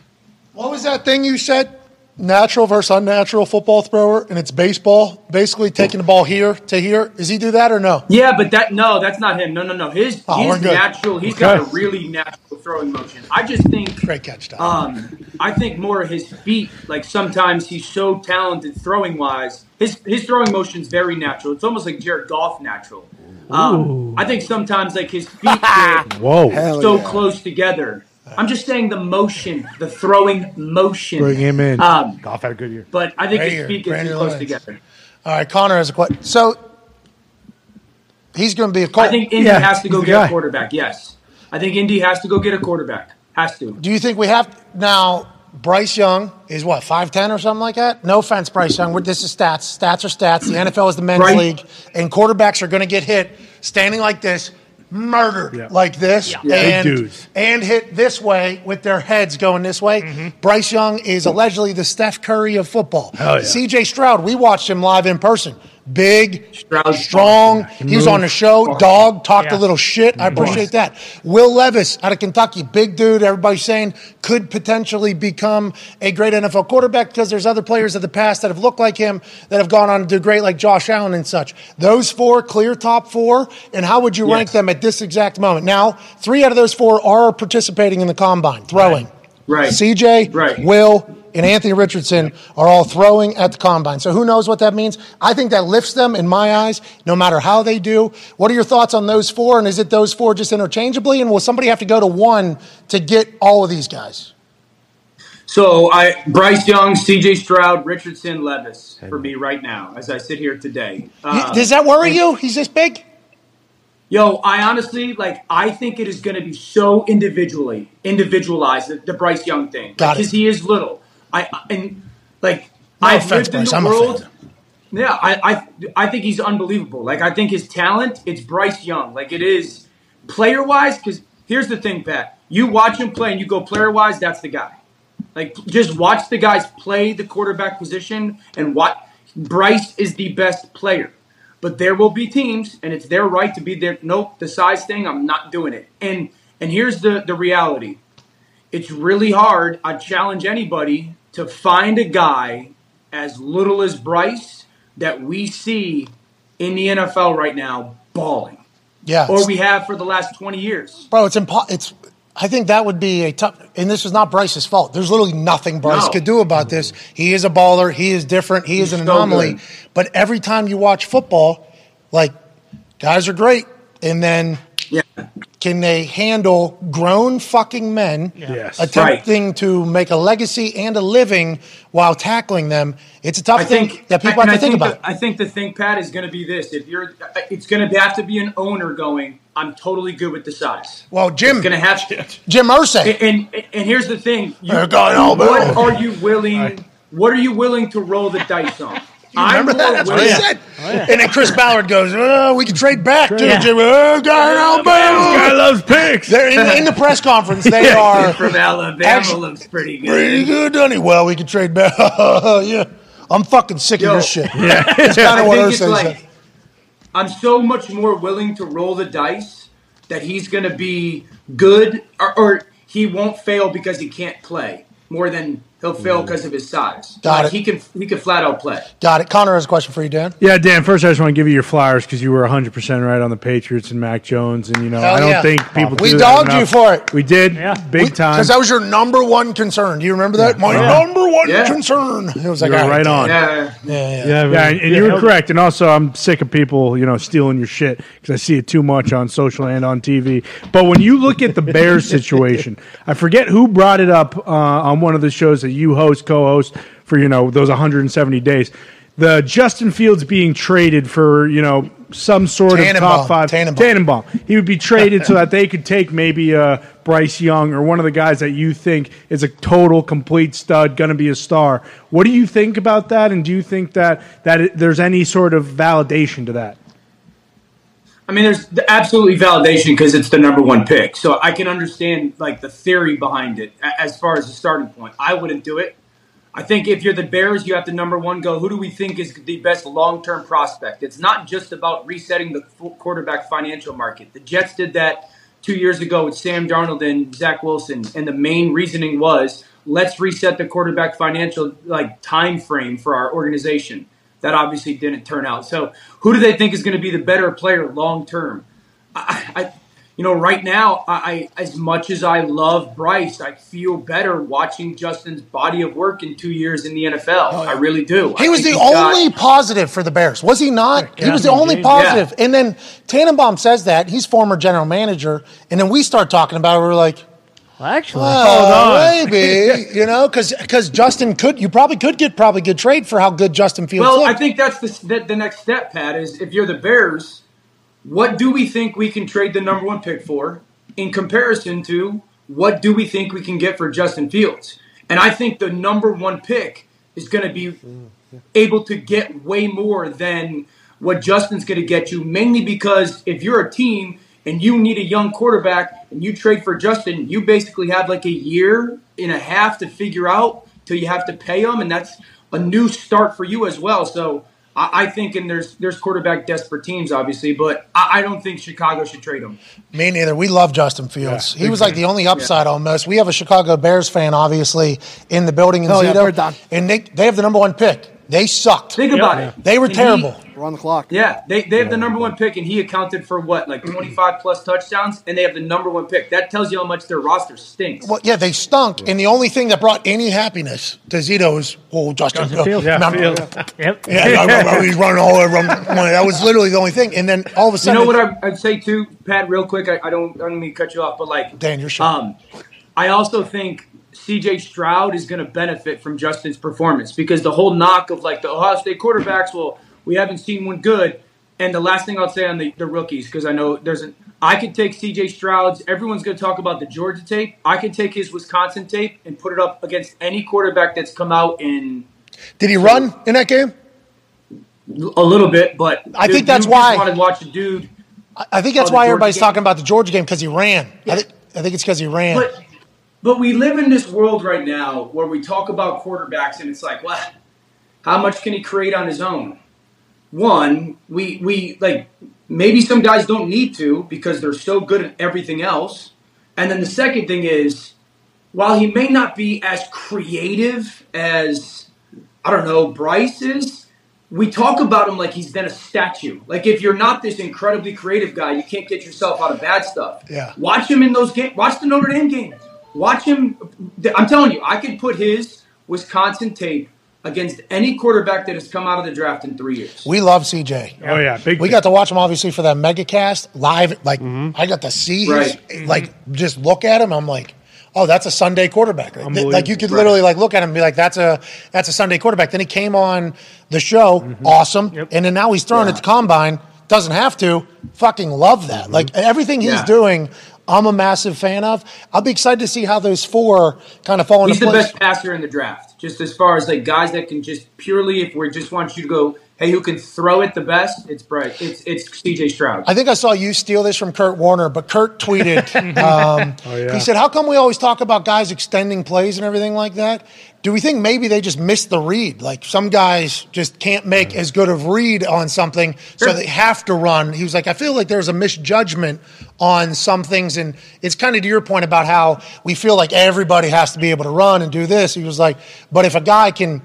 What was that thing you said? Natural versus unnatural football thrower, and it's baseball. Basically, taking the ball here to here. Does he do that or no?
Yeah, but that no, that's not him. No, no, no. His
Oh, we're
his
good.
natural. He's got a really natural throwing motion. I just think
Great catch, Doc.
um, I think more of his feet. Like sometimes he's so talented throwing wise. His his throwing motion's very natural. It's almost like Jared Goff natural. Um, I think sometimes like his feet get
Whoa.
Hell
so
yeah.
close together. I'm just saying the motion, the throwing motion.
Bring him in.
Um,
Goff had a good year.
but I think
Right
his
here,
feet get
Brandon
too close
Lawrence.
together.
All right, Connor has a question. So he's going to be a Colt.
I think Indy
Yeah,
has to go
he's the
get
guy.
a quarterback. Yes, I think Indy has to go get a quarterback. Has to.
Do you think we have now? Bryce Young is what five ten or something like that. No offense, Bryce Young. We're- This is stats. Stats are stats. The NFL is the men's
Right.
league, and quarterbacks are going to get hit standing like this, murdered
Yeah.
like this,
Big
and
dudes.
and hit this way with their heads going this way.
Mm-hmm.
Bryce Young is allegedly the Steph Curry of football.
Hell yeah.
C.J. Stroud. We watched him live in person. Big,
Stroud's
strong. He was on the show. Dog talked a
Yeah.
little shit. I appreciate that. Will Levis out of Kentucky, big dude. Everybody's saying could potentially become a great NFL quarterback because there's other players of the past that have looked like him that have gone on to do great, like Josh Allen and such. Those four, clear top four. And how would you rank
Yes.
them at this exact moment? Now, three out of those four are participating in the combine, throwing.
Right.
CJ,
Right.
Will, and Anthony Richardson are all throwing at the combine. So who knows what that means? I think that lifts them in my eyes, no matter how they do. What are your thoughts on those four? And is it those four just interchangeably? And will somebody have to go to one to get all of these guys?
So I Bryce Young, CJ Stroud, Richardson, Levis for me right now as I sit here today.
Y-
Um,
Does that worry you? He's this big?
yo, I honestly like. I think it is going to be so individually individualized the, the Bryce Young thing
Got it.
because he is little. I and like
No
I've lived
offense,
in
Bryce,
the
I'm a
world.
fan.
Yeah, I, I I think he's unbelievable. Like I think his talent, it's Bryce Young. Like it is player wise. Because here's the thing, Pat. You watch him play, and you go player wise. That's the guy. Like just watch the guys play the quarterback position and what Bryce is the best player. But there will be teams and it's their right to be there. Nope, the size thing, I'm not doing it. And and here's the the reality. It's really hard. I challenge anybody to find a guy as little as Bryce that we see in the NFL right now balling.
Yeah.
Or we have for the last 20 years.
Bro, it's impo- it's I think that would be a tough and this was not Bryce's fault. There's literally nothing Bryce
No.
could do about this. He is a baller, he is different, he is an
so
anomaly.
good.
But every time you watch football, like guys are great and then
Yeah.
can they handle grown fucking men
Yes.
attempting to make a legacy and a living while tackling them? It's a tough
I
thing
think
that people
and
have to
I
think
the-
about.
I think the thing, Pat, is going to be this: if you're, it's going to have to be an owner going. I'm totally good with the size.
well, Jim,
It's going to have to.
Jim Irsay.
And and, and here's the thing: you,
They're going all
what
over.
are you willing? What are you willing to roll the dice on?
Remember
I'm
that?
more
That's what
willing-
he said. And then Chris Ballard goes, oh, "We can trade back to
Yeah.
Jimmy. Oh, God,
This guy
Alabama."
loves picks.
They're in, in the press conference. They
Kid
are
From Alabama
Actually-
looks pretty
pretty
good.
good, Donnie. Well, we can trade back. yeah, I'm fucking sick
Yo.
of this shit. That's kind
I
of what
think it's
Ursay said.
like I'm so much more willing to roll the dice that he's going to be good or, or he won't fail because he can't play more than he'll fail because of his size. Like,
Got it.
He can he can flat out play.
Got it. Connor has a question for you, Dan.
Yeah, Dan, first I just want to give you your flowers because you were 100% right on the Patriots and Mac Jones. And, you know,
Hell
I don't
yeah.
think people.
We
do that
dogged
enough.
you for it.
We did.
Yeah.
Big time.
Because that was your number one concern. Do you remember that? My
Yeah.
number one
Yeah.
concern. It was like,
You were
all
right
Dan.
on.
Yeah.
Yeah, yeah.
Yeah, man.
Yeah, and, and you
Yeah.
were correct. And also, I'm sick of people, you know, stealing your shit because I see it too much on social and on TV. But when you look at the Bears situation, I forget who brought it up uh, on one of the shows that you host, co-host for you know those 170 days. The Justin Fields being traded for you know some sort of
Tannenbaum,
top five
Tannenbaum.
He would be traded so that they could take maybe uh, Bryce Young or one of the guys that you think is a total complete stud, going to be a star. What do you think about that? And do you think that that it, there's any sort of validation to that?
I mean, there's the- absolutely validation because it's the number one pick. So I can understand like the theory behind it a- as far as the starting point. I wouldn't do it. I think if you're the Bears, you have the number one go. Who do we think is the best long term prospect? It's not just about resetting the fu- quarterback financial market. The Jets did that two years ago with Sam Darnold and Zach Wilson, and the main reasoning was let's reset the quarterback financial like time frame for our organization. That obviously didn't turn out. So who do they think is going to be the better player long term? I, I, you know, right now, I, I as much as I love Bryce, I feel better watching Justin's body of work in two years in the NFL. I really do.
Oh, He
I
was the
think he's got-
only positive for the Bears, was he not? He was the only positive. And then Tannenbaum says that he's former general manager, and then we start talking about it. We're like,
Well, actually,
oh, maybe you know, because Justin could, you probably could get probably good trade for how good Justin Fields.
Well, I
looked.
think that's the, the the next step, Pat. Is if you're the Bears, what do we think we can trade the number one pick for in comparison to what do we think we can get for Justin Fields? And I think the number one pick is going to be able to get way more than what Justin's going to get you, mainly because if you're a team and you need a young quarterback and you trade for Justin, you basically have like a year and a half to figure out till you have to pay him, and that's a new start for you as well. So I, I think, and there's there's quarterback desperate teams, obviously, but I, I don't think Chicago should trade him.
Me neither. We love Justin Fields. he was like the only upside almost. We have a Chicago Bears fan, obviously, in the building in
Oh, yeah, we're
Zito,
done.
and they they have the number one pick. They sucked.
Think about it.
They were
And he-
terrible.
We're on the clock.
Yeah, they, they have the number one pick, and he accounted for what, like 25 plus touchdowns, and they have the number one pick. That tells you how much their roster stinks.
Well, yeah, they stunk, and the only thing that brought any happiness to Zito is oh, Justin, Fields.
Yeah,
Remember-
yep.
Yeah, I remember he's running all over. That was literally the only thing. And then all of a
You
sudden,
know what I, I'd say too, Pat, real quick. I, I don't, I don't mean to cut you off, but like,
Dan, you're sure.
um, I also think C.J. Stroud is going to benefit from Justin's performance because the whole knock of like the Ohio State quarterbacks, well, we haven't seen one good. And the last thing I'll say on the, the rookies, because I know there's an, I could take C.J. Stroud's. Everyone's going to talk about the Georgia tape. I could take his Wisconsin tape and put it up against any quarterback that's come out in
did he run in that game?
a little bit. But
I think
dude,
that's
you just
why-
want to watch a dude.
I think that's
Oh, the
why
Georgia
everybody's
game?
talking about the Georgia game because he ran. I, thi- I think it's because he ran.
But but we live in this world right now where we talk about quarterbacks and it's like, well, how much can he create on his own? One, we we like maybe some guys don't need to because they're so good at everything else. And then the second thing is, while he may not be as creative as I don't know, Bryce is, we talk about him like he's then a statue. Like if you're not this incredibly creative guy, you can't get yourself out of bad stuff.
Yeah.
Watch him in those games. Watch the Notre Dame game. Watch him. I'm telling you, I could put his Wisconsin tape against any quarterback that has come out of the draft in three years.
we love CJ.
Oh yeah, big. Mm-hmm.
We got to watch him obviously for that megacast live. Like I got to see his, eh,
Right.
like just look at him. I'm like, oh, that's a Sunday quarterback. Like, th- like you could literally like look at him and be like, that's a that's a Sunday quarterback. Then he came on the show,
Mm-hmm.
awesome, and then now he's throwing at the combine. Doesn't have to. Fucking love
Mm-hmm.
that. Like everything he's
Yeah.
doing, I'm a massive fan of. I'll be excited to see how those four kind of fall into
He's the
place.
best passer in the draft, just as far as like guys that can just purely, if we just want you to go, hey, who can throw it the best? It's Bryce. It's it's CJ Stroud.
I think I saw you steal this from Kurt Warner, but Kurt tweeted, um, he said, How come we always talk about guys extending plays and everything like that? Do we think maybe they just missed the read? Like some guys just can't make as good of read on something, so
Sure.
they have to run. He was like, I feel like there's a misjudgment on some things. And it's kind of to your point about how we feel like everybody has to be able to run and do this. He was like, But if a guy can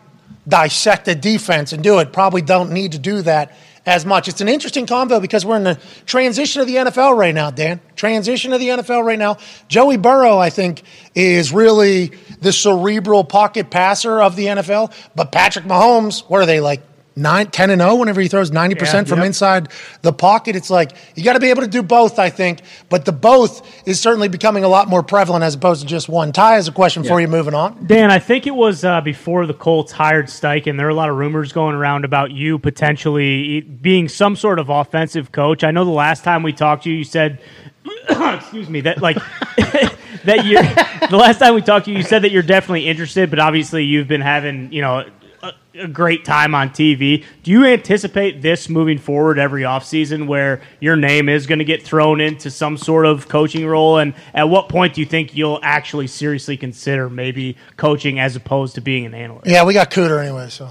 dissect a defense and do it. Probably don't need to do that as much. It's an interesting convo because we're in the transition of the NFL right now, Dan. Transition of the NFL right now. Joey Burrow, I think, is really the cerebral pocket passer of the NFL. But Patrick Mahomes, what are they like? nine, 10 and 0 whenever he throws 90% from
yep.
inside the pocket. It's like you got to be able to do both, I think. But the both is certainly becoming a lot more prevalent as opposed to just one. Ty has a question for you moving on.
Dan, I think it was uh, before the Colts hired Steichen. There were a lot of rumors going around about you potentially e, being some sort of offensive coach. I know the last time we talked to you, you said, excuse me, that like that you. The last time we talked to you, you said that you're definitely interested, but obviously you've been having you know a, a great time on TV. Do you anticipate this moving forward every offseason where your name is going to get thrown into some sort of coaching role? And at what point do you think you'll actually seriously consider maybe coaching as opposed to being an analyst?
Yeah, we got Cooter anyway, so.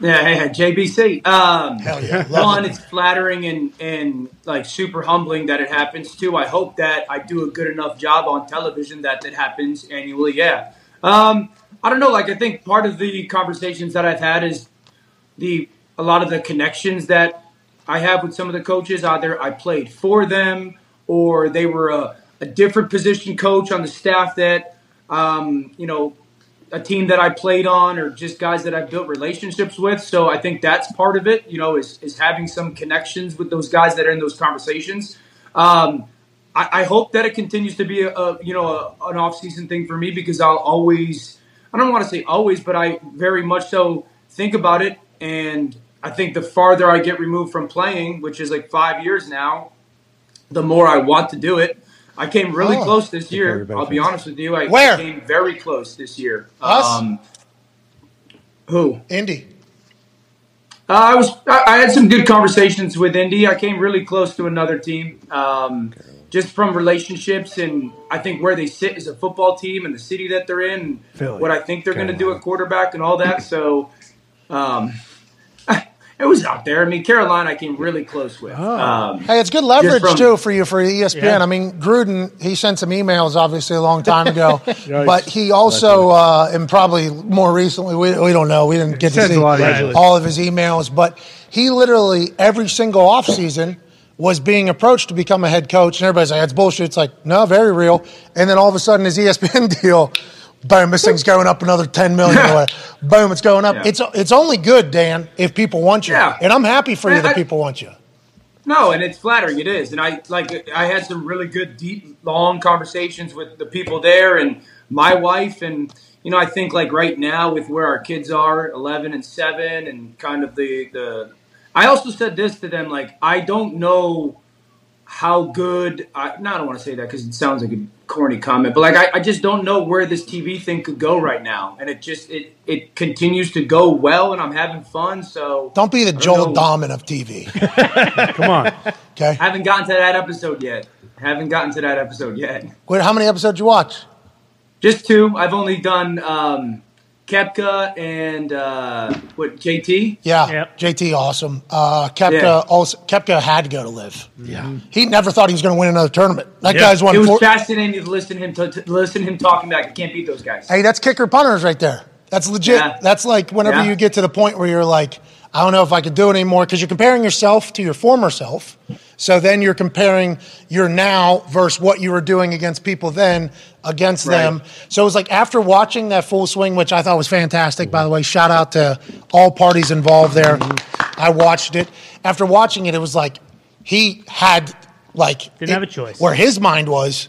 Yeah, yeah, JBC. Um,
Hell yeah.
one, it's flattering and, and like super humbling that it happens. Two, I hope that I do a good enough job on television that that happens annually. Yeah. Um, I don't know. Like, I think part of the conversations that I've had is the a lot of the connections that I have with some of the coaches. Either I played for them or they were a, a different position coach on the staff that, um, you know, a team that I played on or just guys that I've built relationships with. So I think that's part of it, you know, is, is having some connections with those guys that are in those conversations. Um, I, I hope that it continues to be a, a you know, a, an off-season thing for me because I'll always, I don't want to say always, but I very much so think about it. And I think the farther I get removed from playing, which is like five years now, the more I want to do it. I came really
Oh.
close this year.
everybody
I'll be
thinks-
honest with you. I
Where?
came very close this year. Um,
Us?
who?
Indy.
Uh, I was. I, I had some good conversations with Indy. I came really close to another team, um, just from relationships and I think where they sit as a football team and the city that they're in, and
Philly,
what I think they're going to do
Carolina.
at quarterback and all that. So, um, it was out there. I mean, Carolina, I came really close with. Um,
Oh. Hey, it's good leverage
from-
too for E you for ESPN. I mean, Gruden, he sent some emails obviously a long time ago, but he also uh, and probably more recently we, we don't know we didn't get to
sends
see
a lot of emails.
all of his emails, but he literally every single offseason was being approached to become a head coach, and everybody's like, "That's bullshit." It's like, no, very real. And then all of a sudden, his E ESPN deal. Boom! This thing's going up another ten million. or whatever. Boom! It's going up.
Yeah.
It's it's only good, Dan, if people want you,
Yeah.
and I'm happy for you
Man,
that
I-
people want you.
No, and it's flattering. It is, and I like. I had some really good, deep, long conversations with the people there and my wife, and you know, I think like right now with where our kids are, eleven and seven, and kind of the the. I also said this to them, like I don't know how good. I, no, I don't want to say that because it sounds like a corny comment, but like I, I just don't know where this TV thing could go right now, and it just it it continues to go well, and I'm having fun. So
Don't be the
don't
Joel
know.
Dahman of TV.
Come on.
Okay.
Haven't gotten to that episode yet. Haven't gotten to that episode yet.
Wait, how many episodes you watch?
Just two. I've only done um, Kepka and uh, what JT.
Yeah.
Yep.
JT, awesome. Uh, Kepka,
Yeah.
also, Kepka had to go to live. Yeah. He never thought he was going to win another tournament. That guy's
It
won
was
four.
fascinating to listen to him to, to listen to him talking back. I can't beat those guys.
hey, that's kicker punters right there. That's legit.
Yeah.
That's like whenever
Yeah.
you get to the point where you're like, I don't know if I could do it anymore because you're comparing yourself to your former self. So then you're comparing your now versus what you were doing against people then against
Right.
them. So it was like after watching that full swing, which I thought was fantastic, by the way, shout out to all parties involved there. I watched it. After watching it, it was like he had, like,
Didn't
it-
have a choice.
Where his mind was,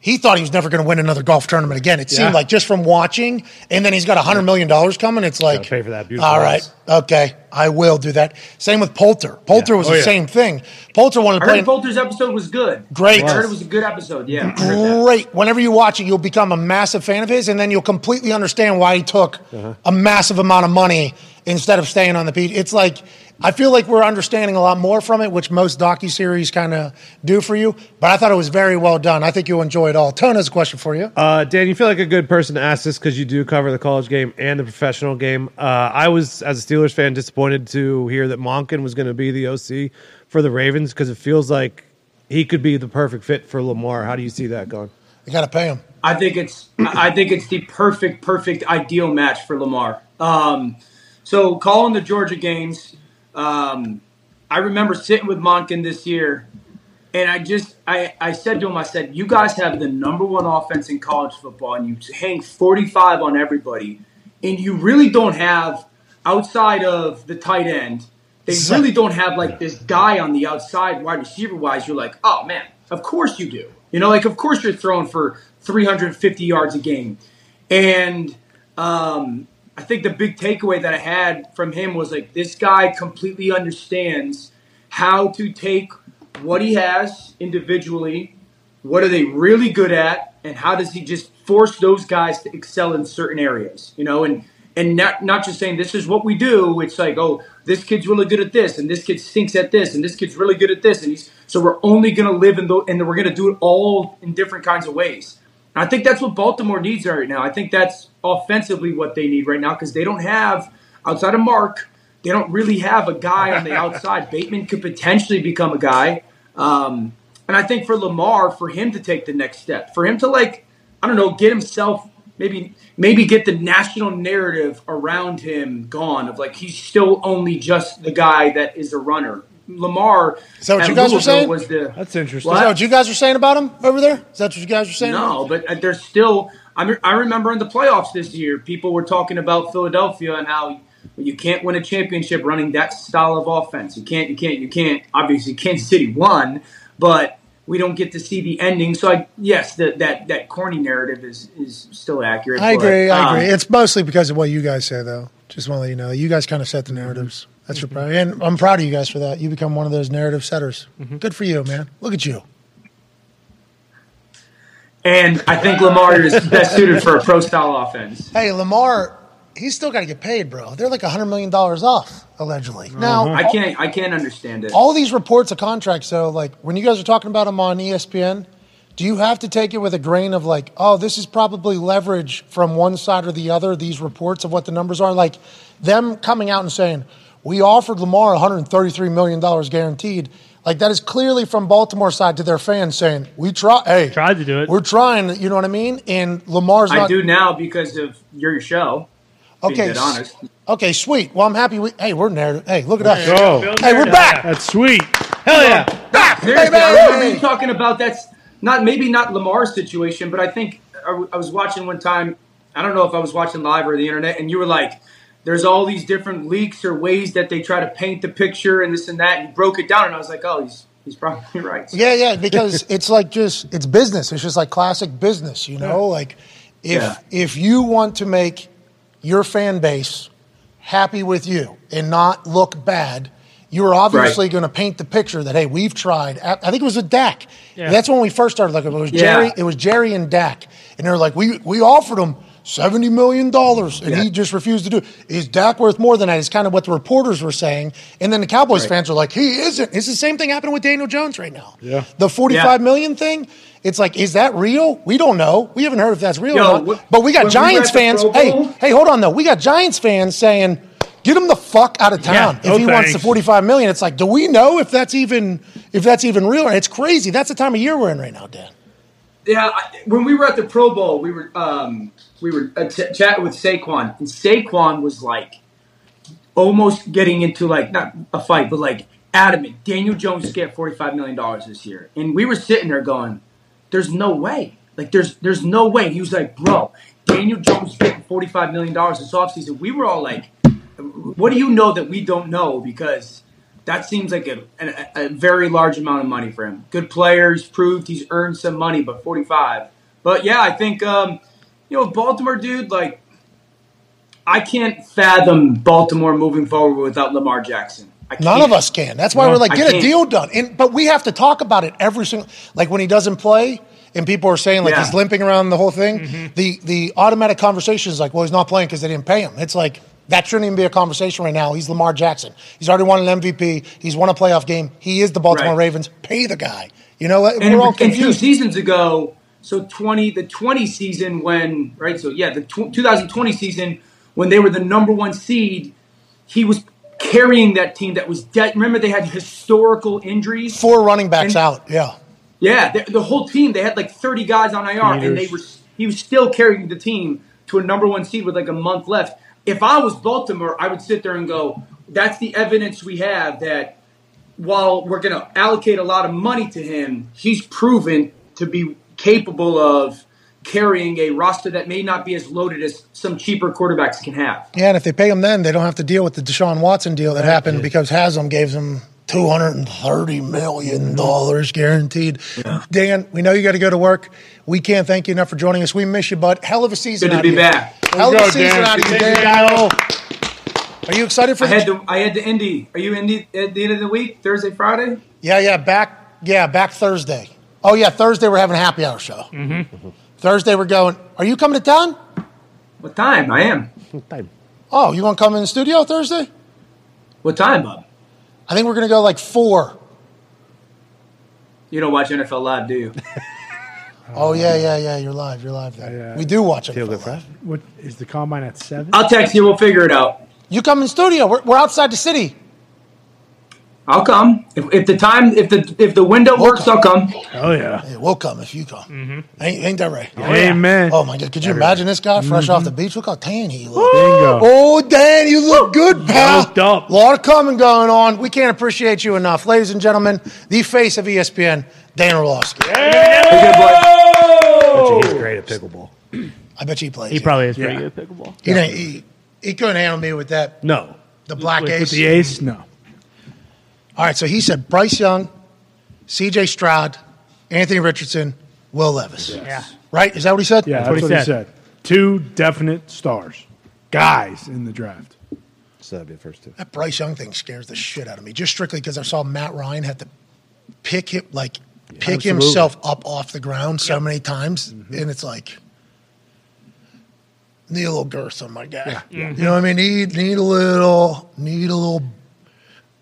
he thought he was never going to win another golf tournament again. It seemed
Yeah.
like just from watching, and then he's got $100 million coming. It's like,
pay for that beautiful
all right,
house."
okay, I will do that. Same with Poulter. Poulter was
Oh,
the
yeah.
same thing. Poulter wanted to
I
play.
heard Bolter's episode was good.
Great.
I heard it was a good episode. Yeah. I heard that.
great. Whenever you watch it, you'll become a massive fan of his, and then you'll completely understand why he took
Uh-huh.
a massive amount of money instead of staying on the beach. It's like I feel like we're understanding a lot more from it, which most docu series kind of do for you. But I thought it was very well done. I think you'll enjoy it all. Tone has a question for you.
Uh, Dan, you feel like a good person to ask this because you do cover the college game and the professional game. Uh, I was, as a Steelers fan, disappointed to hear that Monken was going to be the OC for the Ravens because it feels like he could be the perfect fit for Lamar. How do you see that going?
you got to pay him.
I think it's I think it's the perfect, perfect ideal match for Lamar. Um, so calling the Georgia games, um, I remember sitting with Monken this year, and I just I, I said to him, I said, You guys have the number one offense in college football and you hang forty five on everybody, and you really don't have outside of the tight end, they
Zach.
really don't have like this guy on the outside wide receiver wise. You're like, oh man, of course you do. You know, like of course you're throwing for 350 yards a game. And um, I think the big takeaway that I had from him was like this guy completely understands how to take what he has individually, what are they really good at, and how does he just force those guys to excel in certain areas, you know, and and not not just saying this is what we do. It's like oh, this kid's really good at this, and this kid stinks at this, and this kid's really good at this, and he's so we're only gonna live in the and we're gonna do it all in different kinds of ways. And I think that's what Baltimore needs right now. I think that's offensively what they need right now because they don't have outside of Mark, they don't really have a guy on the outside. Bateman could potentially become a guy. Um, and I think for Lamar, for him to take the next step, for him to like, I don't know, get himself maybe maybe get the national narrative around him gone of like he's still only just the guy that is a runner. Lamar
Is that what
at
you guys were
Louisville
saying?
was the
That's interesting.
Is that what you guys were saying about him over there? Is that what you guys were saying?
no, but uh, there's still. I mean, I remember in the playoffs this year, people were talking about Philadelphia and how you can't win a championship running that style of offense. You can't. You can't. You can't. Obviously, Kansas City won, but we don't get to see the ending. So, I, yes, that that that corny narrative is is still accurate.
I
but,
agree. I agree.
um,
It's mostly because of what you guys say, though. Just want to let you know, you guys kind of set
Mm-hmm.
the narratives. That's your problem, and I'm proud of you guys for that. You become one of those narrative setters.
Mm-hmm.
Good for you, man. Look at you.
and I think Lamar is best suited for a pro style offense.
Hey, Lamar, he's still got to get paid, bro. They're like hundred million dollars off allegedly. Now,
Mm-hmm. I can't. I can't understand it.
all these reports of contracts, though, like when you guys are talking about them on E ESPN, do you have to take it with a grain of like, oh, this is probably leverage from one side or the other, these reports of what the numbers are? Like them coming out and saying, we offered Lamar $133 million guaranteed. Like that is clearly from Baltimore side to their fans saying, we try, hey,
Tried to do it.
We're trying, you know what I mean? And Lamar's
I
not.
do now because of your show. being
okay,
dead
s-
honest.
okay, sweet. Well, I'm happy. We, hey, we're narrative. Hey, look at us.
Go.
Hey, we're back.
That's sweet.
Hell yeah.
Seriously,
Hey, man,
I remember
hey.
you talking about that's not maybe not Lamar's situation, but I think I, w- I was watching one time. I don't know if I was watching live or the internet, and you were like, "There's all these different leaks or ways that they try to paint the picture and this and that." And you broke it down, and I was like, "Oh, he's he's probably right."
Yeah, yeah, because it's like just it's business. It's just like classic business, you know? Like if
Yeah.
if you want to make your fan base happy with you and not look bad, you're obviously
Right.
going to paint the picture that hey, we've tried. I I think it was with Dak. That's when we first started looking. It was
Yeah.
Jerry. It was Jerry and Dak, and they're like, we we offered him seventy million dollars, and he
Yeah.
just refused to do. it. Is Dak worth more than that? Is kind of what the reporters were saying, and then the Cowboys fans were like, he isn't. It's the same thing happening with Daniel Jones right now. Yeah, the forty-five
Yeah.
million thing. It's like, is that real? We don't know. We haven't heard if that's real
Yo,
or not.
wh-
But
when
we got
we
Giants
were at
fans.
the Pro Bowl-
Hey, hey, hold on though. We got Giants fans saying, "Get him the fuck out of town
no
if he wants the
thanks.
45 million." It's like, do we know if that's even if that's even real? It's crazy. That's the time of year we're in right now, Dan.
Yeah, I- when we were at the Pro Bowl, we were um, we were uh, t- chatting with Saquon, and Saquon was like almost getting into like not a fight, but like adamant. Daniel Jones is get forty five million dollars this year, and we were sitting there going, "There's no way! Like there's there's no way." He was like, "Bro, Daniel Jones is getting forty five million dollars this offseason." We were all like, "What do you know that we don't know?" Because that seems like a, a, a very large amount of money for him. Good players proved he's earned some money, but 45. But yeah, I think um, you know Baltimore, dude. Like, I can't fathom Baltimore moving forward without Lamar Jackson. I
None
can't.
of us can. That's why we're like,
I
get a
can't.
deal done. And but we have to talk about it every single. Like when he doesn't play, and people are saying like
Yeah. Mm-hmm.
he's limping around the whole thing. The the automatic conversation is like, well, he's not playing because they didn't pay him. It's like that shouldn't even be a conversation right now. He's Lamar Jackson. He's already won an MVP. He's won a playoff game. He is the Baltimore
Right.
Ravens. Pay the guy. You know what?
and,
we're all
and two
confused.
seasons ago, so twenty the twenty season when right, so yeah, the tw- 2020 season when they were the number one seed, he was carrying that team that was dead. Remember they had historical injuries.
Four running backs
and-
out. Yeah.
Yeah, the, the whole team they had like 30 guys on IR, and they were he was still carrying the team to a number one seed with like a month left. If I was Baltimore, I would sit there and go, "That's the evidence we have that while we're going to allocate a lot of money to him, he's proven to be capable of carrying a roster that may not be as loaded as some cheaper quarterbacks can have.
Yeah, and if they pay him then, they don't have to deal with the Deshaun Watson deal that happened because Haslam gave him two hundred and thirty million dollars guaranteed. Dan, we know you got to go to work. We can't thank you enough for joining us. We miss you, but hell of a season.
Good to
out
be
of you.
back.
Hell of
Go,
a season
Dan.
out of you,
Continue,
Dan. Are you excited for
I had
this?
to I had to Indy. Are you Indy at the end of the week, Thursday, Friday?
Yeah, yeah, back. Yeah, back Thursday. Oh yeah, Thursday we're having a happy hour show. Thursday we're going. Are you coming to town?
What time? I am.
Oh, you want to come in the studio Thursday?
What time, Bob?
I think we're gonna go like four.
You don't watch NFL live, do you?
Oh yeah, yeah, yeah. You're live. You're live there. We do watch it.
good, Fred.
What is the combine at seven?
I'll text you. We'll figure it out.
You come in studio. We're, we're outside the city.
I'll come if, if the time if the if the window works. I'll come.
Oh yeah.
Yeah, we'll come if you come. Ain't, ain't that right?
Amen. Mm-hmm.
Oh my God! Could you imagine this guy fresh off the beach? Look how tan he looks.
Bingo.
Oh, Dan, you look good, pal.
Doped up.
A lot of coming going on. We can't appreciate you enough, ladies and gentlemen. The face of E ESPN, Dan Orlovsky.
Good boy.
He's great at pickleball.
I bet you he plays.
He
it.
probably is pretty good at pickleball.
He, didn't- he, he couldn't handle me with that.
No.
The black
With
ace.
the ace, no.
All right, so he said Bryce Young, C.J. Stroud, Anthony Richardson, Will Levis.
Yeah.
Right? Is that what he said?
Yeah, that's, what, he, said. Two definite stars, guys in the draft.
So that'd be the first two.
That Bryce Young thing scares the shit out of me, just strictly because I saw Matt Ryan had to pick him, like pick
Absolutely. Mm-hmm.
himself up off the ground so many times, and it's like need a little girth on my guy. You know what I mean? Need need a little need a little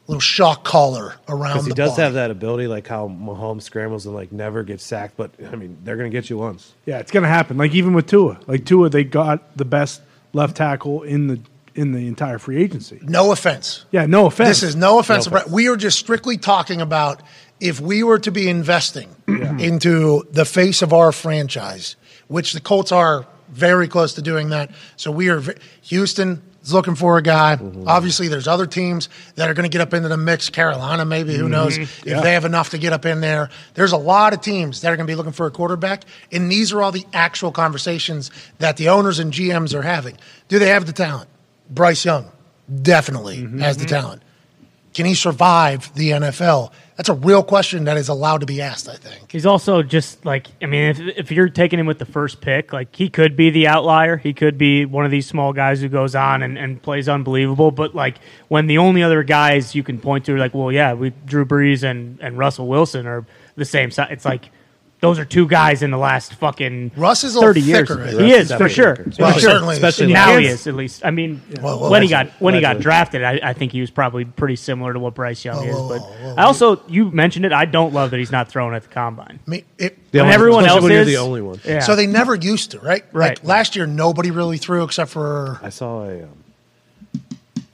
little shock collar around.
Because he
the
does
body.
have that ability, like how Mahomes scrambles and like never gets sacked. But I mean, they're gonna get you once.
Yeah, it's gonna happen. Like even with Tua, like Tua, they got the best left tackle in the in the entire free agency.
No offense.
Yeah, no offense.
This is no offense.
No offense.
We are just strictly talking about if we were to be investing Mm-hmm. into the face of our franchise, which the Colts are very close to doing that. So we are. ve- Houston is looking for a guy. Obviously, there's other teams that are going to get up into the mix. Carolina, maybe. Who knows if they have enough to get up in there? There's a lot of teams that are going to be looking for a quarterback, and these are all the actual conversations that the owners and GMs are having. Do they have the talent? Bryce Young definitely has the talent. Can he survive the NFL? That's a real question that is allowed to be asked, I think.
He's also just like I mean, if if you're taking him with the first pick, like he could be the outlier. He could be one of these small guys who goes on and, and plays unbelievable. But like when the only other guys you can point to are like, well, yeah, we Drew Brees and, and Russell Wilson are the same size. It's like those are two guys in the last fucking
Russ is a little
thirty years.
thicker, I
He
think.
is for sure.
Definitely
For
Well,
sure.
certainly is.
Especially
now he
last-
is at least. I mean,
Well, well,
when he
that's-
got when he got
allegedly.
drafted, I, I think he was probably pretty similar to what Bryce Young
Whoa,
is.
whoa,
But
whoa, whoa,
Oh, I also you mentioned it. I don't love that he's not throwing at the combine.
I mean, it-
The
When
only-
everyone
especially
else
when
is
you're the only one.
Yeah.
So they never used to, right?
Right.
Like last year, nobody really threw except for,
I saw a. Um,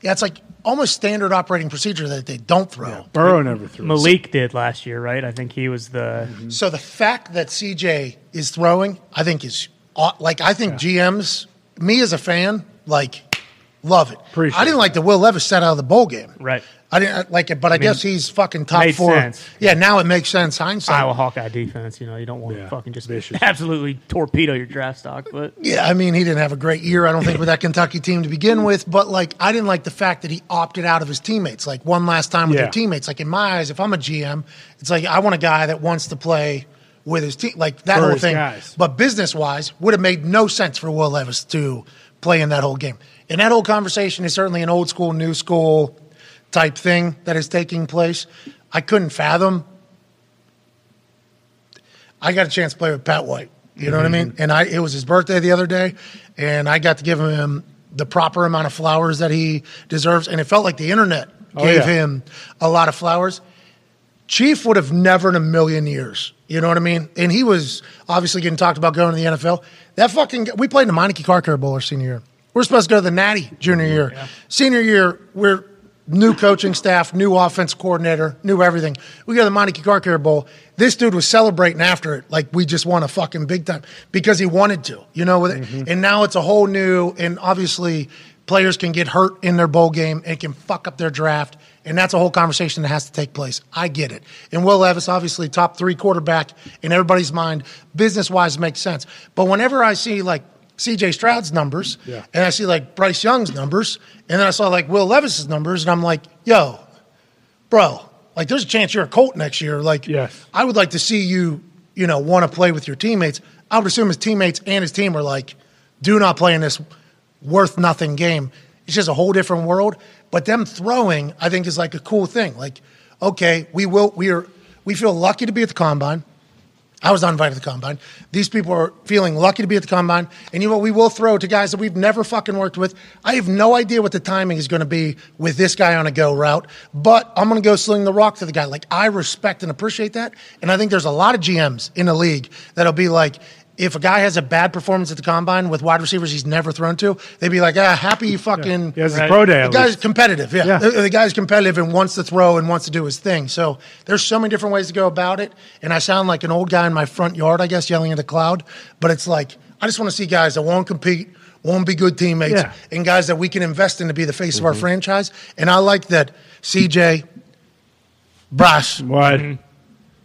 yeah, it's like almost standard operating procedure that they don't throw.
Burrow never threw. it.
Malik did last year, right? I think he was the
So the fact that CJ is throwing, I think is aw- like I think GMs, me as a fan, like love it.
Appreciate
I didn't like the Will Levis set out of the bowl game.
Right.
I didn't like it, but I, guess he's fucking top
made
four.
sense.
Yeah, now it makes sense hindsight.
Iowa Hawkeye defense. You know, you don't want
Yeah.
to fucking just
Vicious.
absolutely torpedo your draft stock. But
Yeah, I mean, he didn't have a great year, I don't think, with that Kentucky team to begin with. But, like, I didn't like the fact that he opted out of his teammates, like, one last time with
Yeah.
their teammates. Like, in my eyes, if I'm a GM, it's like, I want a guy that wants to play with his team, like, that
For
whole
his
thing.
guys.
But business wise, would have made no sense for Will Levis to play in that whole game. And that whole conversation is certainly an old school, new school type thing that is taking place. I couldn't fathom I got a chance to play with Pat White. You
Mm-hmm.
know what I mean? And I it was his birthday the other day, and I got to give him the proper amount of flowers that he deserves. And it felt like the internet gave
yeah.
him a lot of flowers. Chief would have never in a million years. You know what I mean? And he was obviously getting talked about going to the NFL. That fucking g- we played in the Monarchy Car Care Bowl our senior year. We're supposed to go to the Natty junior year. Senior year, we're new coaching staff, new offense coordinator, new everything. We go to the Monarchy Car Care Bowl. This dude was celebrating after it like we just won a fucking big time because he wanted to. You know, with it. and now it's a whole new and obviously players can get hurt in their bowl game and can fuck up their draft And that's a whole conversation that has to take place. I get it. And Will Levis, obviously, top three quarterback in everybody's mind, business wise, makes sense. But whenever I see like CJ Stroud's numbers, and I see like Bryce Young's numbers, and then I saw like Will Levis's numbers, and I'm like, yo, bro, like there's a chance you're a Colt next year. Like,
Yes.
I would like to see you, you know, want to play with your teammates. I would assume his teammates and his team are like, do not play in this worth nothing game. It's just a whole different world. But them throwing, I think, is like a cool thing. Like, okay, we will, we are, we feel lucky to be at the combine. I was not invited to the combine. These people are feeling lucky to be at the combine. And you know what? We will throw to guys that we've never fucking worked with. I have no idea what the timing is going to be with this guy on a go route, but I'm going to go sling the rock to the guy. Like, I respect and appreciate that. And I think there's a lot of GMs in the league that'll be like, if a guy has a bad performance at the combine with wide receivers he's never thrown to, they'd be like, ah, happy you fucking.
He has his pro day.
The
At
guy's
least.
competitive, yeah.
Yeah.
The, the guy's competitive and wants to throw and wants to do his thing. So there's so many different ways to go about it. And I sound like an old guy in my front yard, I guess, yelling at the cloud. But it's like, I just want to see guys that won't compete, won't be good teammates,
Yeah. Mm-hmm.
and guys that we can invest in to be the face of our franchise. And I like that CJ, Bryce,
What?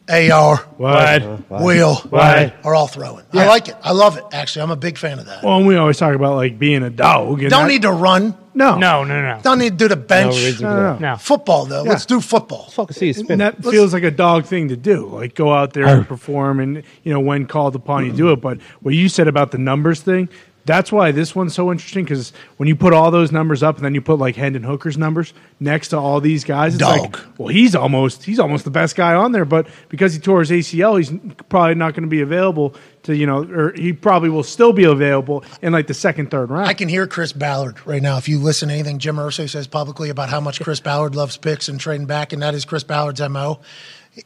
AR,
What?
Will
Why?
are all throwing. I like it. I love it, actually. I'm a big fan of that.
Well, and we always talk about like being a dog. and
Don't
that-
need to run.
no,
No, no, no.
Don't need to do the bench.
reason
no, no. no.
No.
Football, though. Uh, Let's do football.
Fuck, see, spin.
And that feels like a dog thing to do. Like go out there
Oh.
and perform, and you know when called upon, you do it. But what you said about the numbers thing, that's why this one's so interesting because when you put all those numbers up, and then you put like Hendon Hooker's numbers next to all these guys, it's
Dog.
like, well, he's almost he's almost the best guy on there. But because he tore his ACL, he's probably not going to be available to you know, or he probably will still be available in like the second, third round.
I can hear Chris Ballard right now. If you listen to anything Jim Irsay says publicly about how much Chris Ballard loves picks and trading back, and that is Chris Ballard's MO,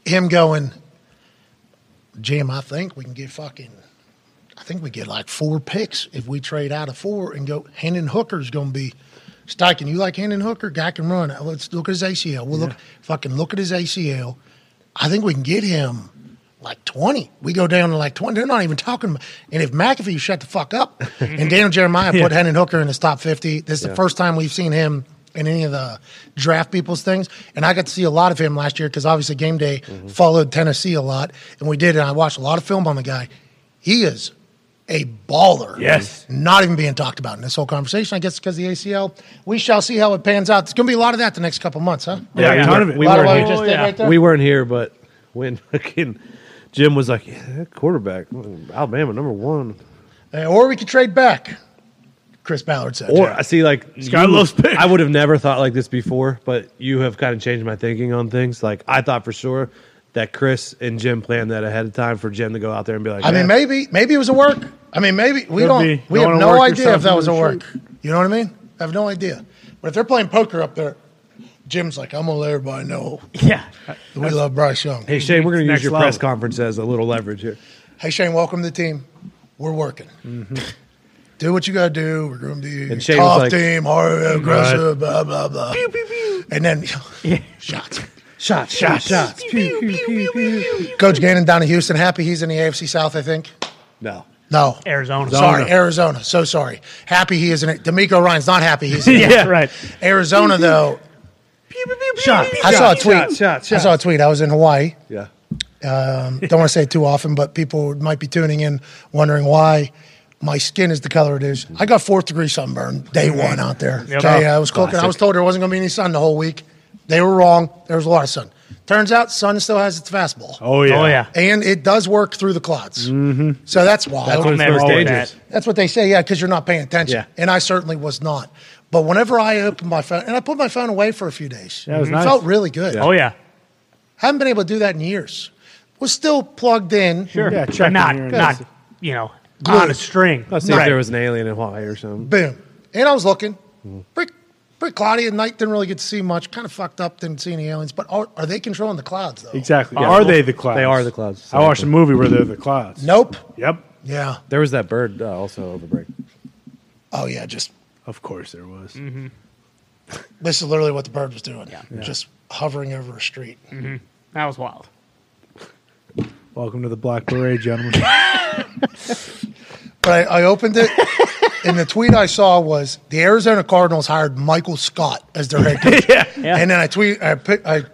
him going, Jim, I think we can get fucking, I think we get like four picks if we trade out of four and go, Hendon Hooker's going to be. Steichen, you like Hendon Hooker? Guy can run. Let's look at his ACL. We'll look, fucking look at his ACL. I think we can get him like 20. We go down to like 20. They're not even talking. about- And if McAfee shut the fuck up and Daniel Jeremiah put Hendon Hooker in his top 50, this is the first time we've seen him in any of the draft people's things. And I got to see a lot of him last year because obviously game day followed Tennessee a lot. And we did. And I watched a lot of film on the guy. He is a baller.
Yes.
Not even being talked about in this whole conversation, I guess, because the ACL. We shall see how it pans out. There's going to be a lot of that the next couple months, huh?
yeah, a ton of it.
We
a lot of
weren't
what
here.
we just
Oh,
did
yeah.
right there.
We weren't here, but when fucking Jim was like, yeah, that quarterback, mm, Alabama number one.
Uh, or we could trade back, Chris Ballard said.
Or I see like
Scott loves pig.
I would have never thought like this before, but you have kind of changed my thinking on things. Like I thought for sure that Chris and Jim planned that ahead of time for Jim to go out there and be like,
I mean,
"Yeah,
maybe maybe it was a work. I mean, maybe we
Could
don't.
be.
We
Don't
have
wanna
no
work
idea if
yourself
that
into
was a
the
work. You know what I mean? I have no idea. But if they're playing poker up there, Jim's like, I'm gonna let everybody know
Yeah.
that we love Bryce Young.
hey Shane, we're going to
Next
use your
level.
press conference as a little leverage here.
Hey Shane, welcome to the team. We're working. Do what you gotta do. We're going to be
Mm-hmm. And Shane
tough
was like-
team, hard, aggressive, blah blah blah. And then shots.
Shots, shots, shots. Pew, pew, pew, pew.
Coach Gannon down in Houston. Happy he's in the AFC South, I think.
No,
No,
Arizona.
Sorry, Arizona. So sorry. Happy he isn't. D'Amico Ryan's not happy. He's in.
Yeah, right.
Arizona though.
shot.
I saw a
shot,
tweet.
Shot, shot,
I
shot.
saw a tweet. I was in Hawaii.
Yeah.
Um, don't want to say it too often, but people might be tuning in wondering why my skin is the color it is. I got fourth degree sunburn day one out there. Okay, I was cooking. I was told there wasn't going to be any sun the whole week. They were wrong. There was a lot of sun. Turns out, sun still has its fastball,
Oh yeah,
Oh, yeah.
and it does work through the clouds. So that's why.
That's when
Don't
it's
ever
most
do
dangerous.
that.
That's what they say, yeah, because you're not paying attention.
Yeah.
And I certainly was not. But whenever I opened my phone, and I put my phone away for a few days,
That was
it
nice.
felt really good.
Oh, yeah.
Haven't been able to do that in years. Was still plugged in,
Sure.
Yeah, check
but not,
in here and
not,
see.
you know, on a string.
Let's see if
Right.
there was an alien in Hawaii or something. Mm.
boom. And I was looking. Pretty, pretty cloudy at night. Didn't really get to see much. Kind of fucked up. Didn't see any aliens. But are, are they controlling the clouds, though?
exactly. are they the clouds?
They are the clouds.
I watched a movie where they're the clouds.
Nope.
Yep.
Yeah.
There was that bird uh, also over break.
Oh, yeah. Just Mm-hmm.
Of course there was.
this is literally what the bird was doing. Just hovering over a street.
Mm-hmm. That was wild.
Welcome to the Black Beret, gentlemen.
But I, I opened it and the tweet I saw was the Arizona Cardinals hired Michael Scott as their head coach.
Yeah.
Yeah.
And then I tweet, I pick, I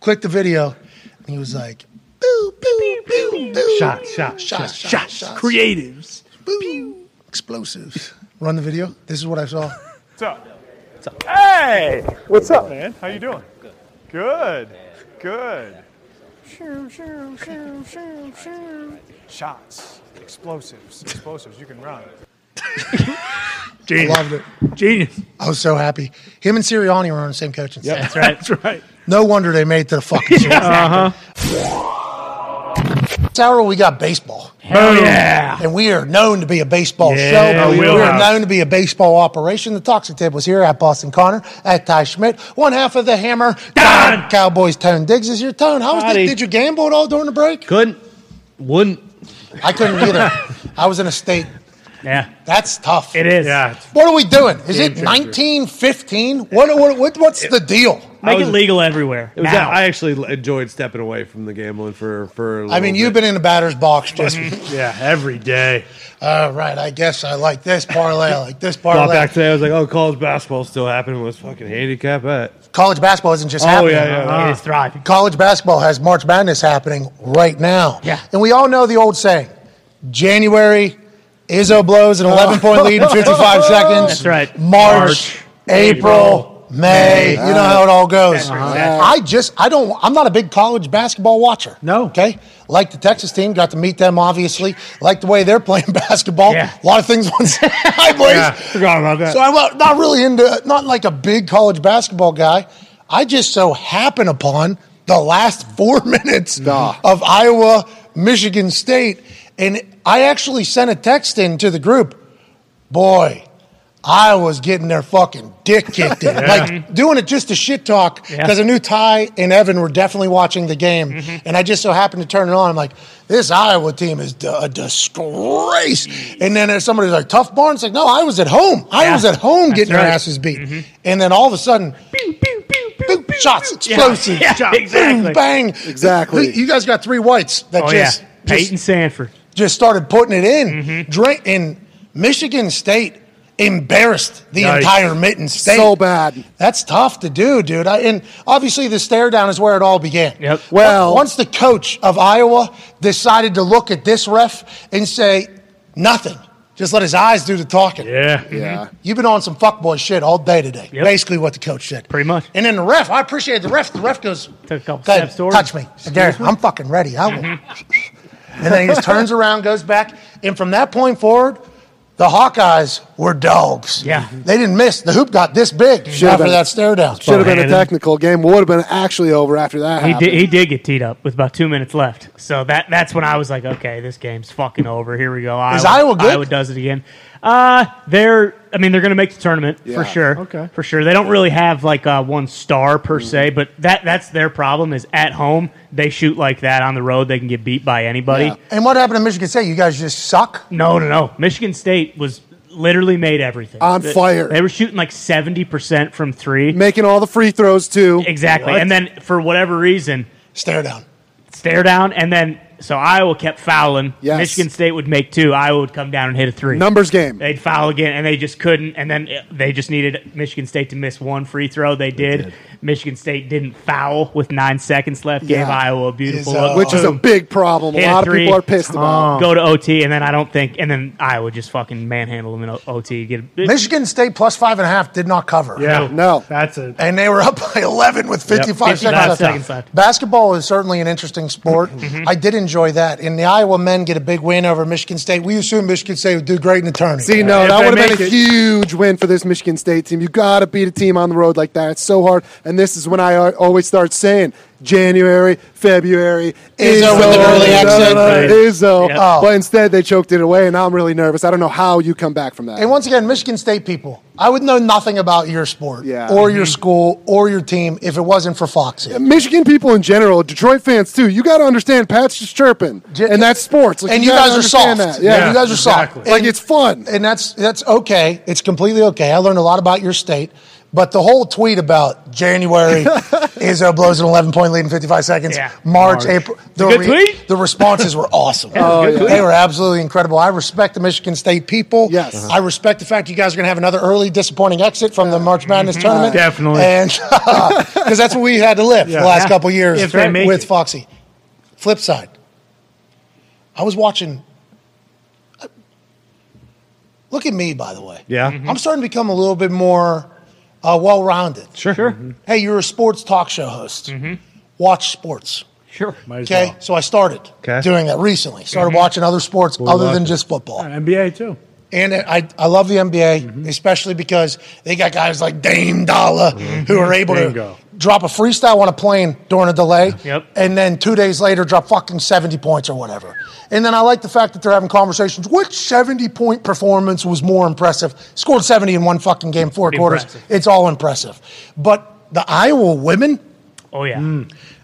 clicked the video, and he was like, "Boo, boo, boo, boo,
Shot, shot, shot, shot,
shot, shot,
creatives.
boo, explosives." Run the video. This is what I saw.
What's up? Hey! What's up, man? How you doing? Good. Good. Good. Shoo, shoo, shoo, shoo, shoo. Shots. Explosives. Explosives. You can run.
Genius.
Loved it.
Genius.
I was so happy. Him and Sirianni were on the same coaching staff.
That's right.
That's right.
No wonder they made it to the fucking Super Bowl. This hour we got baseball,
Hell yeah.
and we are known to be a baseball
Yeah,
show. We are
wheelhouse.
known to be a baseball operation. The Toxic Tip was here at Boston Connor, at Ty Schmidt, one half of the Hammer.
Don!
Cowboys Tone Diggs is your tone. How was that?
Howdy.
Did you gamble at all during the break?
Couldn't, wouldn't.
I couldn't either. I was in a state.
Yeah,
That's tough.
it is.
Yeah.
What are we doing? Is it 1915? What, what, what, what's the deal?
Make
I was-
it legal everywhere.
It was
now.
I actually l- enjoyed stepping away from the gambling for for. a
I
little
mean,
bit.
you've been in the batter's box just.
Yeah. Every day.
All right, I guess I like this parlay. I like this parlay.
Got back today. I was like, oh, college basketball's still happening. Let's fucking handicap it.
College basketball isn't just
Oh
happening.
yeah, yeah.
it is thriving.
College basketball has March Madness happening right now.
Yeah.
And we all know the old saying January, Izzo blows an
Oh.
11 point lead in 55 seconds.
That's right.
March, April, May. Uh-huh. You know how it all goes.
right.
I just, I don't, I'm not a big college basketball watcher.
No.
Okay. Like the Texas team, got to meet them, obviously. Like the way they're playing basketball.
Yeah.
A lot of things went sideways.
Forgot about that.
So I'm not- not really into, not like a big college basketball guy. I just so happen upon the last four minutes of Iowa, Michigan State. And I actually sent a text in to the group. Boy, I was getting their fucking dick kicked in. Like doing it just to shit talk because I knew Ty and Evan were definitely watching the game.
Mm-hmm.
And I just so happened to turn it on. I'm like, this Iowa team is d- a disgrace. And then there's somebody who's like, tough barn. It's like, no, I was at home. I was at home getting our
right. Mm-hmm.
asses beat. And then all of a sudden, boom, shots, explosives,
Yeah,
shot,
exactly.
bang.
Exactly.
You guys got three whites that
Oh
just,
yeah,
just
Peyton Sanford. Mm-hmm.
just started putting it in. Drink in Michigan State embarrassed the
Nice.
entire Mitten State.
So bad.
That's tough to do, dude. I, and obviously, the stare down is where it all began.
Yep.
Well-
once the coach of Iowa decided to look at this ref and say nothing, just let his eyes do the talking.
yeah.
Yeah.
You've been on some fuckboy shit all day today.
Yep.
Basically, what the coach said.
Pretty much.
And then the ref, I appreciate the ref. The ref goes,
Took a couple
"Go ahead,
steps towards
touch
him."
me. There, I'm fucking ready. I will. and then he just turns around, goes back. And from that point forward, the Hawkeyes were dogs. Mm-hmm.
Yeah.
They didn't miss. The hoop got this big after
been.
that stare down.
Should have been a
Brandon.
technical game. Would have been actually over after that.
He
happened.
did, he did get teed up with about two minutes left. So that that's when I was like, okay, this game's fucking over. Here we go. Iowa,
Is Iowa good?
Iowa does it again. Uh, they're. I mean, they're going to make the tournament
Yeah.
for sure.
Okay.
for sure. They don't really have like uh, one star per se, but that that's their problem. Is at home they shoot like that. On the road they can get beat by anybody.
Yeah.
And what happened to Michigan State? You guys just suck.
No, no, no. Michigan State was literally made everything
On
They-
fire.
They were shooting like seventy percent from three.
making all the free throws too.
exactly, and then for whatever reason,
Stare down.
stare down, and then so Iowa kept fouling.
Yes.
Michigan State would make two. Iowa would come down and hit a three.
Numbers game.
They'd foul again, and they just couldn't. And then uh, they just needed Michigan State to miss one free throw. They did. Michigan State didn't foul with nine seconds left. Gave
Yeah.
Iowa a beautiful
Is, uh,
look.
which is a
Boom.
big problem. A
Hit
lot of
three.
people are pissed about.
Go to OT, and then I don't think, and then Iowa just fucking manhandle them in O- OT. Get
Michigan State plus five and a half did not cover.
Yeah.
No.
That's it.
and they were up by 11 with 55
55
seconds, left.
seconds left.
Basketball is certainly an interesting sport.
Mm-hmm.
I did enjoy that. And the Iowa men get a big win over Michigan State. We assume Michigan State would do great in the tournament.
See, no,
If
that
they
would have
make
been a
it-
huge win for this Michigan State team. You got to beat a team on the road like that. It's so hard. And this is when I al- always start saying January, February,
Izzo with an early accent.
Izzo, Izzo.
Yep.
Oh.
But instead, they choked it away, and I'm really nervous. I don't know how you come back from that.
and once again, Michigan State people, I would know nothing about your sport
Yeah.
Mm-hmm.
or your school or your team if it wasn't for Foxy.
Michigan people in general, Detroit fans too. You got to understand. Pat's just chirping,
J-
and that's sports. Like,
and you guys
gotta
are soft.
understand That. Yeah,
And you guys are soft.
exactly.
like
And-
it's fun.
and that's that's okay. It's completely okay. I learned a lot about your state. But the whole tweet about January, Izzo blows an 11 point lead in 55 seconds.
Yeah.
March, April. The,
good tweet?
the responses were awesome. Oh,
Yeah, it's a good
They were absolutely incredible. I respect the Michigan State people.
Yes. Uh-huh.
I respect the fact you guys are going to have another early disappointing exit from the March Madness tournament.
Definitely.
And because that's what we had to live the last
Yeah.
couple years
If they make
with
it.
Foxy. Flip side. I was watching. uh, Look at me, by the way. Mm-hmm.
Yeah.
I'm starting to become a little bit more uh, well rounded.
Sure. Sure.
Mm-hmm.
Hey, you're a sports talk show host. Watch sports.
Sure.
Might as
Okay.
well.
So I started
'Kay.
doing that recently. Started watching other sports other than just football.
NBA too. Mm-hmm.
And I, I love the NBA, especially because they got guys like Dame Dollar
Mm-hmm.
who are able
Bingo.
to drop a freestyle on a plane during a delay.
Yep.
And then two days later, drop fucking 70 points or whatever. And then I like the fact that they're having conversations. Which 70 point performance was more impressive? Scored 70 in one fucking game, four quarters.
Impressive.
It's all impressive. But the Iowa women,
Oh yeah.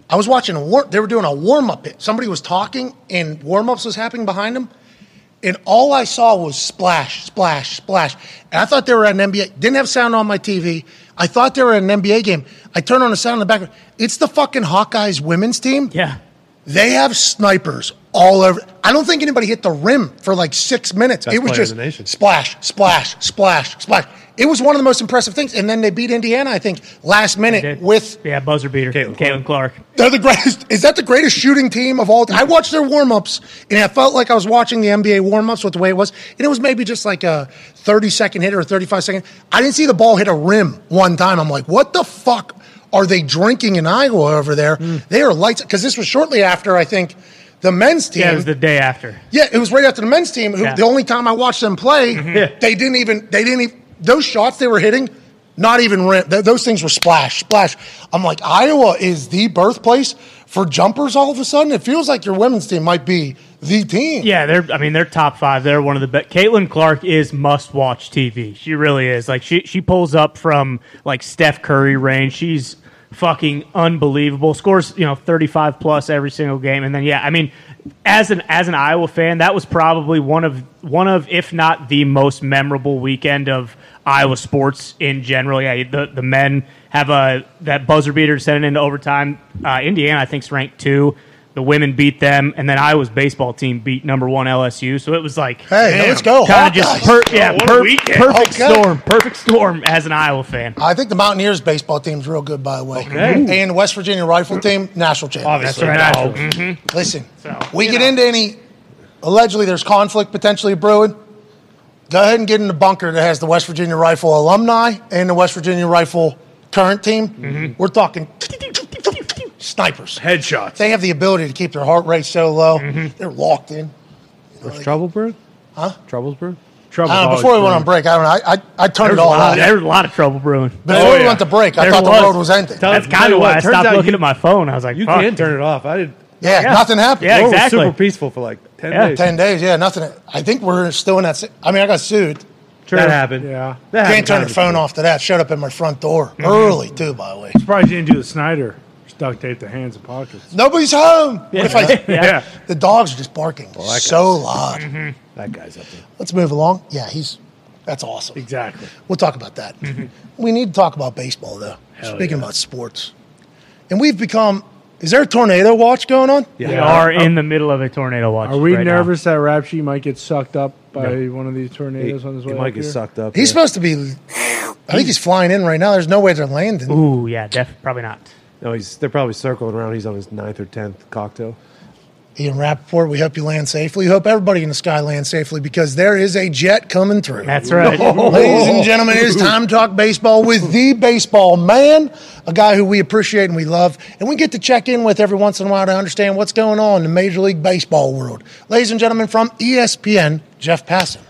I was watching a war. They were doing a warm up. Somebody was talking, and warm ups was happening behind them. And all I saw was splash, splash, splash. And I thought they were at an NBA. Didn't have sound on my TV. I thought they were at an NBA game. I turned on the sound in the background. It's the fucking Hawkeyes women's team.
Yeah.
They have snipers all over. I don't think anybody hit the rim for like six minutes.
Best
it was
player in
just
the nation.
splash, splash, splash, splash. It was one of the most impressive things. And then they beat Indiana, I think, last minute
Did-
with
yeah buzzer beater Caitlin, Clark.
they're the greatest. Is that the greatest shooting team of all? I watched their warm ups, and I felt like I was watching the NBA warm ups with the way it was, and it was maybe just like a thirty second hit or a thirty five second. I didn't see the ball hit a rim one time. I'm like, what the fuck are they drinking in Iowa over there?
Mm.
They are lights because this was shortly after I think the men's team.
Yeah, it was the day after.
Yeah, it was right after the men's team. Who,
Yeah.
The only time I watched them play, they didn't even they didn't even those shots they were hitting, not even rim. Th- those things were splash, splash. I'm like Iowa is the birthplace for jumpers. All of a sudden, it feels like your women's team might be the team.
Yeah, they're. I mean, they're top five. They're one of the best. Caitlin Clark is must-watch TV. She really is. Like she she pulls up from like Steph Curry range. She's fucking unbelievable. Scores you know thirty five plus every single game. And then yeah, I mean, as an as an Iowa fan, that was probably one of one of if not the most memorable weekend of Iowa sports in general. Yeah, the the men have a that buzzer beater to send it into overtime. Uh, Indiana, I think, is ranked two. The women beat them, and then Iowa's baseball team beat number one LSU. So it was like,
Hey, let's go,
kind of
Hawkeyes.
just per, yeah, per, perfect
Okay.
storm, perfect storm as an Iowa fan.
I think the Mountaineers baseball team's real good, by the way. And West Virginia rifle team, national champion.
Obviously.
That's
No.
right.
Listen,
So,
we
you
get
know.
into any allegedly there's conflict potentially brewing. Go ahead and get in the bunker that has the West Virginia Rifle alumni and the West Virginia Rifle current team.
Mm-hmm.
We're talking snipers.
Headshots.
They have the ability to keep their heart rate so low.
Mm-hmm.
They're locked in.
There's trouble brewed? Huh? Trouble's brewed?
Trouble.
I don't know, before we went on break, I don't know. I, I, I turned
There's
it
a
all
lot,
off.
there was a lot of trouble brewing.
Before
Oh,
we
yeah.
went to break, I
There
thought
was.
the road was ending.
Tell- That's
I'll tell
kind
you
of why
what,
I
turns
stopped
out
looking
you-
at my phone. I was like,
You
fuck.
can turn it off. I did.
yeah,
Yeah.
nothing happened.
Yeah,
It was
exactly.
super peaceful for like 10
Yeah.
days.
10 days, yeah, nothing. I think we're still in that. si- I mean, I got sued.
True.
That happened.
Yeah.
That
Can't
happened.
turn your phone off to that. Showed up at my front door
Mm-hmm.
Mm-hmm. early too. By the way,
Surprised you didn't do the Snyder. Just duct tape the hands and pockets.
nobody's home. What if I,
Yeah.
the dogs are just barking so loud.
Mm-hmm.
That guy's up there.
Let's move along. Yeah, he's that's awesome.
Exactly.
We'll talk about that.
Mm-hmm.
We need to talk about baseball though. Speaking about sports, and we've become. Is there a tornado watch going on?
We are in the middle of a tornado watch.
Are we
right now.
nervous that Rap Sheet might get sucked up by one of these tornadoes on his way?
He might
up
get
here?
sucked up.
He's
yeah.
supposed to be. I think he's flying in right now. There's no way they're landing.
Ooh, yeah, def- probably not.
No, he's, they're probably circling around. He's on his ninth or 10th cocktail.
Ian Rappaport, we hope you land safely. We hope everybody in the sky lands safely because there is a jet coming through.
That's right.
Ladies and gentlemen, it is time to talk baseball with the baseball man, a guy who we appreciate and we love, and we get to check in with every once in a while to understand what's going on in the Major League Baseball world. Ladies and gentlemen, from E ESPN, Jeff Passan.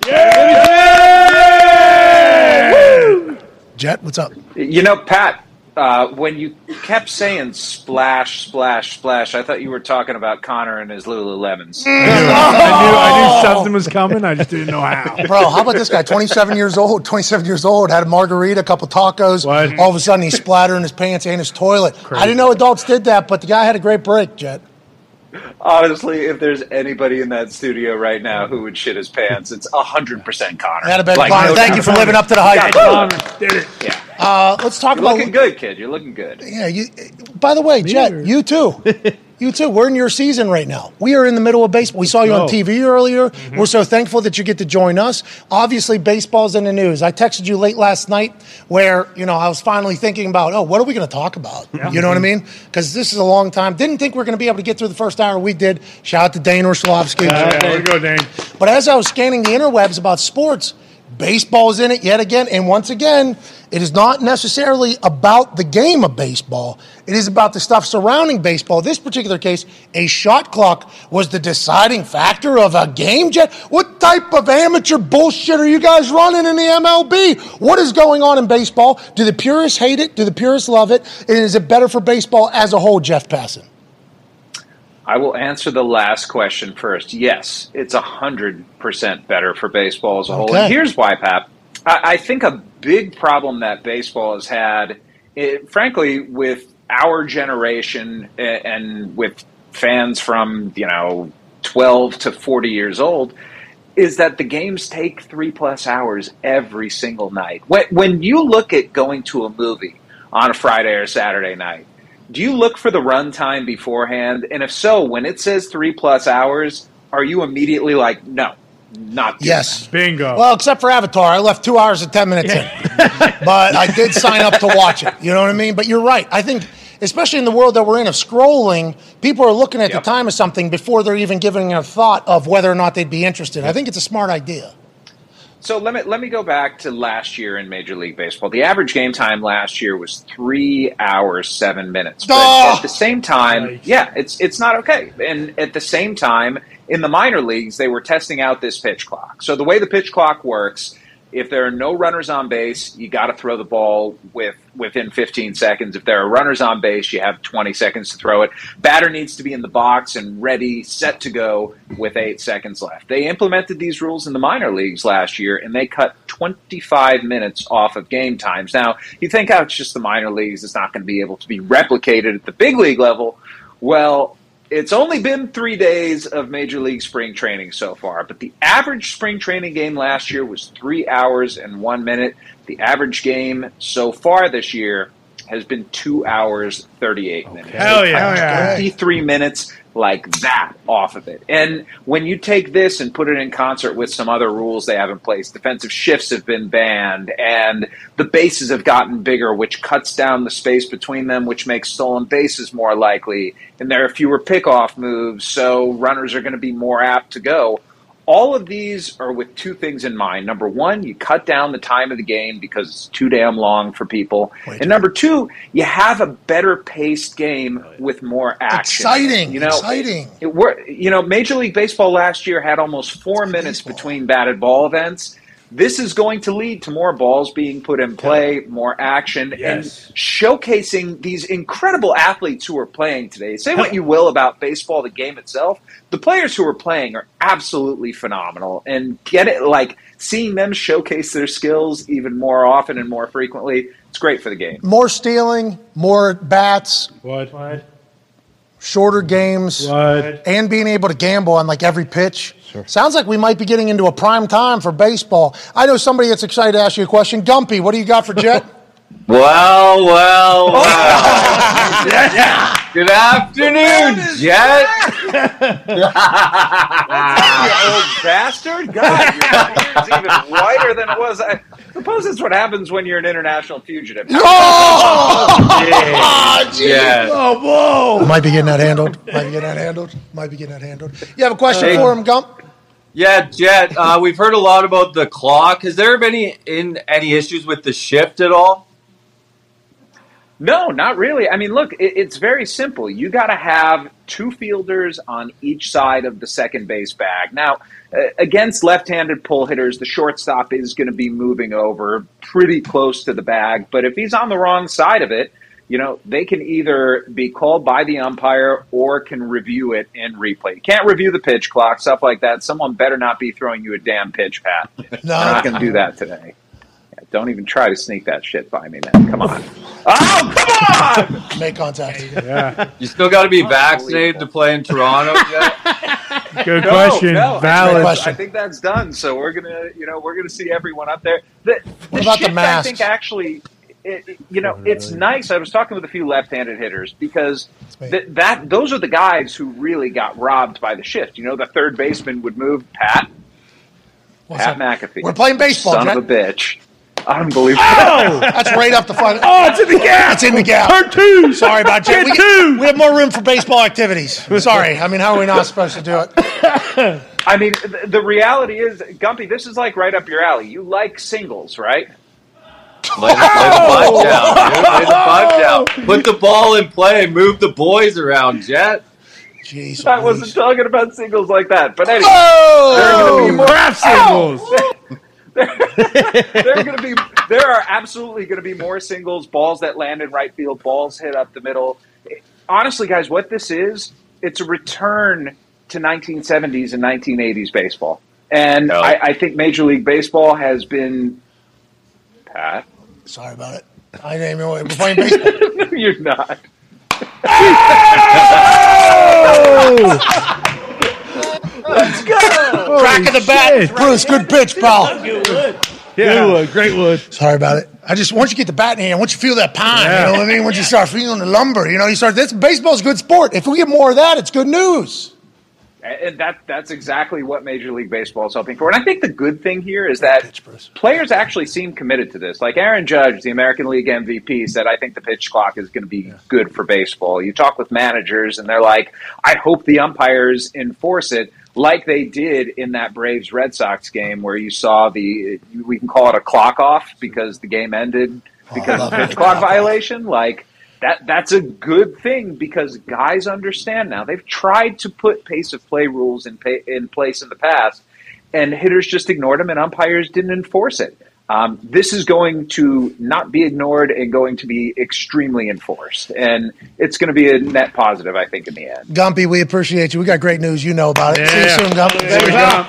Jet, what's up?
You know, Pat, uh, when you kept saying splash, splash, splash, I thought you were talking about Connor and his Lululemons.
I knew, I knew something was coming. I just didn't know how.
Bro, how about this guy? 27 years old, 27 years old, had a margarita, a couple tacos.
What?
All of a sudden, he's splattering his pants and his toilet. I didn't know adults did that, but the guy had a great break, Jet.
honestly, if there's anybody in that studio right now who would shit his pants, it's hundred percent Connor.
That'd have been
Like,
Connor.
no
Thank you for
doubt.
living up to the hype.
Yeah,
Woo!
Connor did it. Yeah.
Uh, let's talk
You're
about.
looking good, kid. You're looking good.
Yeah, you, by the way, Jet, you too. You too. We're in your season right now. We are in the middle of baseball. We saw you
Oh.
on
go.
TV earlier.
Mm-hmm.
We're so thankful that you get to join us. Obviously, baseball's in the news. I texted you late last night where, you know, I was finally thinking about, oh, what are we going to talk about? You know what I mean? Because this is a long time. Didn't think we are going to be able to get through the first hour. We did. Shout out to Dane Orshlovsky.
Yeah, here we go, Dane.
But as I was scanning the interwebs about sports, baseball is in it yet again. And once again, it is not necessarily about the game of baseball, it is about the stuff surrounding baseball. This particular case, a shot clock was the deciding factor of a game jet. What type of amateur bullshit are you guys running in the MLB? What is going on in baseball? Do the purists hate it? Do the purists love it? And is it better for baseball as a whole, Jeff Passan?
I will answer the last question first. Yes, it's hundred percent better for baseball as a whole.
Okay.
And here's why, Pap. I, I think a big problem that baseball has had, it, frankly, with our generation a- and with fans from you know twelve to forty years old, is that the games take three plus hours every single night. When, when you look at going to a movie on a Friday or Saturday night, do you look for the runtime beforehand? And if so, when it says three plus hours, are you immediately like, no, not doing
Yes.
Bingo.
Well, except for Avatar, I left two hours and ten minutes in, but I did sign up to watch it. You know what I mean? But you're right. I think, especially in the world that we're in of scrolling, people are looking at
Yep.
the time of something before they're even giving it a thought of whether or not they'd be interested. I think it's a smart idea.
So let me let me go back to last year in Major League Baseball. The average game time last year was three hours seven minutes. But
Oh.
at the same time, yeah, it's it's not okay. And at the same time, in the minor leagues, they were testing out this pitch clock. So the way the pitch clock works, if there are no runners on base, you got to throw the ball with within 15 seconds. If there are runners on base, you have 20 seconds to throw it. Batter needs to be in the box and ready, set to go with 8 seconds left. They implemented these rules in the minor leagues last year and they cut 25 minutes off of game times. Now, you think, oh, it's just the minor leagues. It's not going to be able to be replicated at the big league level. Well, it's only been three days of Major League Spring Training so far, but the average spring training game last year was three hours and one minute. The average game so far this year has been two hours, 38 minutes.
Hell yeah. Hell yeah.
23 minutes like that off of it. And when you take this and put it in concert with some other rules they have in place, defensive shifts have been banned and the bases have gotten bigger, which cuts down the space between them, which makes stolen bases more likely. And there are fewer pickoff moves, so runners are going to be more apt to go. All of these are with two things in mind. Number one, you cut down the time of the game because it's too damn long for people. and number two, you have a better paced game with more action.
Exciting, exciting.
It, it wor- you know, Major League Baseball last year had almost four minutes between batted ball events. This is going to lead to more balls being put in play, more action,
Yes.
and showcasing these incredible athletes who are playing today. Say what you will about baseball, the game itself, the players who are playing are absolutely phenomenal. And get it like seeing them showcase their skills even more often and more frequently. It's great for the game.
More stealing, more bats,
What?
shorter games,
What?
and being able to gamble on like every pitch. Sounds like we might be getting into a prime time for baseball. I know somebody that's excited to ask you a question. Gumpy, what do you got for Jet?
Well,
Oh.
well, well. Good afternoon, Jet. you old bastard. God, your beard's even whiter than it was. I suppose that's what happens when you're an international fugitive. yeah.
Oh, whoa.
Might be getting that handled. Might be getting that handled. Might be getting that handled. You have a question for him, Gump?
Yeah, Jet. Uh, we've heard a lot about the clock. Has there been any, in any issues with the shift at all?
No, not really. I mean, look, it, it's very simple. You got to have two fielders on each side of the second base bag. Now, uh, against left-handed pull hitters, the shortstop is going to be moving over pretty close to the bag, but if he's on the wrong side of it, you know, they can either be called by the umpire or can review it in replay. You can't review the pitch clock, stuff like that. Someone better not be throwing you a damn pitch, Pat. They're not going to do that today. Don't even try to sneak that shit by me, man. Come on.
Make contact.
You still got to be vaccinated to play in Toronto. Yet?
Good
No,
question.
no, I-
Valid.
I think that's done. So we're gonna, you know, we're gonna see everyone up there. The, the
What about the
shift, I
masks?
think actually, it, it- you know, it's nice. I was talking with a few left-handed hitters because th- that those are the guys who really got robbed by the shift. You know, the third baseman would move Pat
What's
Pat
up?
McAfee.
We're playing baseball,
Son
Jack.
of a bitch. Unbelievable.
That's right up the front. Oh, it's in the gap. It's in the gap.
Turn two.
Sorry about you.
Get
We,
two.
we have more room for baseball activities. Sorry. I mean, how are we not supposed to do it?
I mean, th- the reality is, Gumpy, this is like right up your alley. You like singles, right? Oh!
Lay the, lay the butt
Oh.
down. dude. Lay the butt down. Put the ball in play. Move the boys around, Jet.
Jeez.
I wasn't talking about singles like that. But anyway.
Oh.
Crap singles.
there are going to be there are absolutely going to be more singles, balls that land in right field, balls hit up the middle. Eh, Honestly, guys, what this is, it's a return to 1970s and 1980s baseball, and
Yeah.
I, I think Major League Baseball has been. Pat,
Sorry about it. I didn't even We're playing baseball.
no, you're not.
Crack of the bat. Bruce, good pitch, pal.
Good wood, great wood.
Sorry about it. I just once you get the bat in hand, once you feel that pine, you know what I mean. Once you start feeling the lumber, you know, you start. This baseball's a good sport. If we get more of that, it's good news.
And that that's exactly what Major League Baseball is hoping for. And I think the good thing here is that players actually seem committed to this. Like Aaron Judge, the American League MVP, said, I think the pitch clock is going to be good for baseball. You talk with managers and they're like, I hope the umpires enforce it like they did in that Braves Red Sox game where you saw the we can call it a clock off because the game ended because of pitch clock violation. Like that that's a good thing because guys understand now. They've tried to put pace of play rules in pa- in place in the past and hitters just ignored them and umpires didn't enforce it. Um, this is going to not be ignored and going to be extremely enforced. And it's going to be a net positive, I think, in the end.
Gumpy, we appreciate you. We got great news. You know about it. See you
Yeah.
soon, Gumpy.
There we go.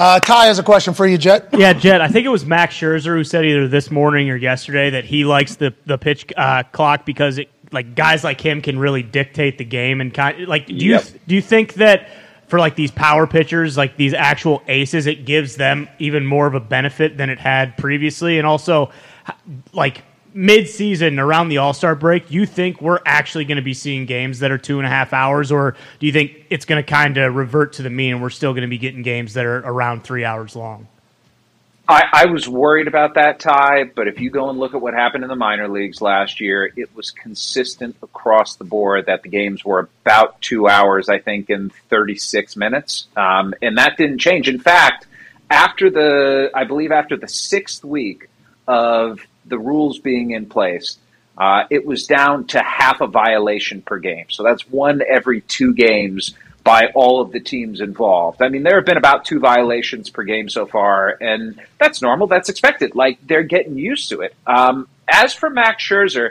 Uh, Ty has a question for you, Jet.
Yeah, Jed, I think it was Max Scherzer who said either this morning or yesterday that he likes the the pitch uh, clock because it like guys like him can really dictate the game and kind like do you
Yep.
do you think that for like these power pitchers, like these actual aces, it gives them even more of a benefit than it had previously and also h- like mid-season around the all-star break you think we're actually going to be seeing games that are two and a half hours or do you think it's going to kind of revert to the mean and we're still going to be getting games that are around three hours long
I, I was worried about that tie, but if you go and look at what happened in the minor leagues last year, it was consistent across the board that the games were about two hours, I think, in 36 minutes. Um, and that didn't change. In fact, after the, I believe after the sixth week of the rules being in place, uh, it was down to half a violation per game. So that's one every two games by all of the teams involved. I mean, there have been about two violations per game so far, and that's normal. That's expected. Like, they're getting used to it. Um, as for Max Scherzer,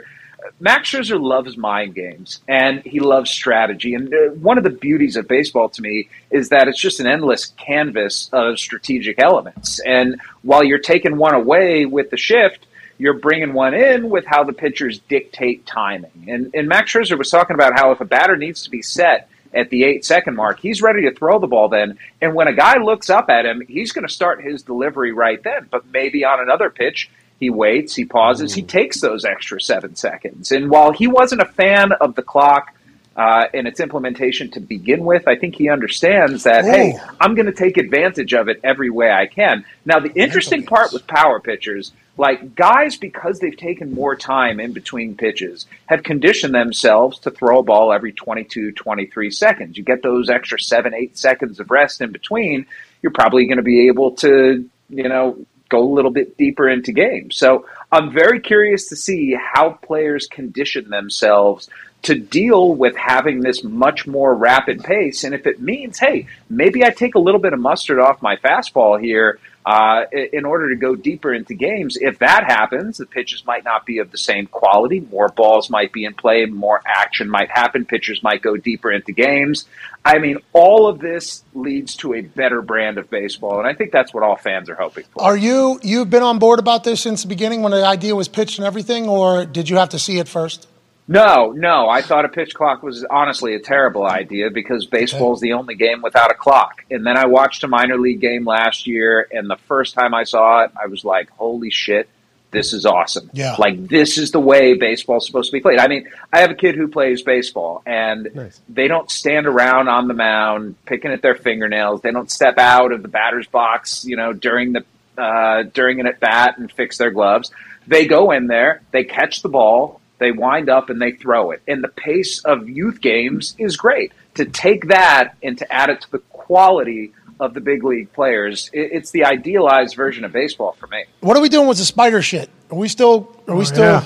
Max Scherzer loves mind games and he loves strategy. And uh, one of the beauties of baseball to me is that it's just an endless canvas of strategic elements. And while you're taking one away with the shift, you're bringing one in with how the pitchers dictate timing. And, and Max Scherzer was talking about how if a batter needs to be set at the eight second mark, he's ready to throw the ball then. And when a guy looks up at him, he's going to start his delivery right then. But maybe on another pitch, he waits, he pauses, he takes those extra seven seconds. And while he wasn't a fan of the clock, uh, and its implementation to begin with, I think he understands that, hey, I'm going to take advantage of it every way I can. Now, the interesting part with power pitchers, like guys, because they've taken more time in between pitches, have conditioned themselves to throw a ball every 22, 23 seconds. You get those extra seven, eight seconds of rest in between, you're probably going to be able to, you know, go a little bit deeper into games. So I'm very curious to see how players condition themselves to deal with having this much more rapid pace. And if it means, hey, maybe I take a little bit of mustard off my fastball here uh, i- in order to go deeper into games, if that happens, the pitches might not be of the same quality. More balls might be in play, more action might happen, pitchers might go deeper into games. I mean, all of this leads to a better brand of baseball. And I think that's what all fans are hoping for.
Are you you've been on board about this since the beginning when the idea was pitched and everything, or did you have to see it first?
No, no. I thought a pitch clock was honestly a terrible idea because baseball's the only game without a clock. And then I watched a minor league game last year, and the first time I saw it, I was like, holy shit, this is awesome.
Yeah.
Like, this is the way baseball's supposed to be played. I mean, I have a kid who plays baseball, and they don't stand around on the mound picking at their fingernails. They don't step out of the batter's box, you know, during the uh, during an at bat and fix their gloves. They go in there, they catch the ball, they wind up and they throw it. And the pace of youth games is great. To take that and to add it to the quality of the big league players, it, it's the idealized version of baseball for me.
What are we doing with the spider shit? Are we still are we still
yeah.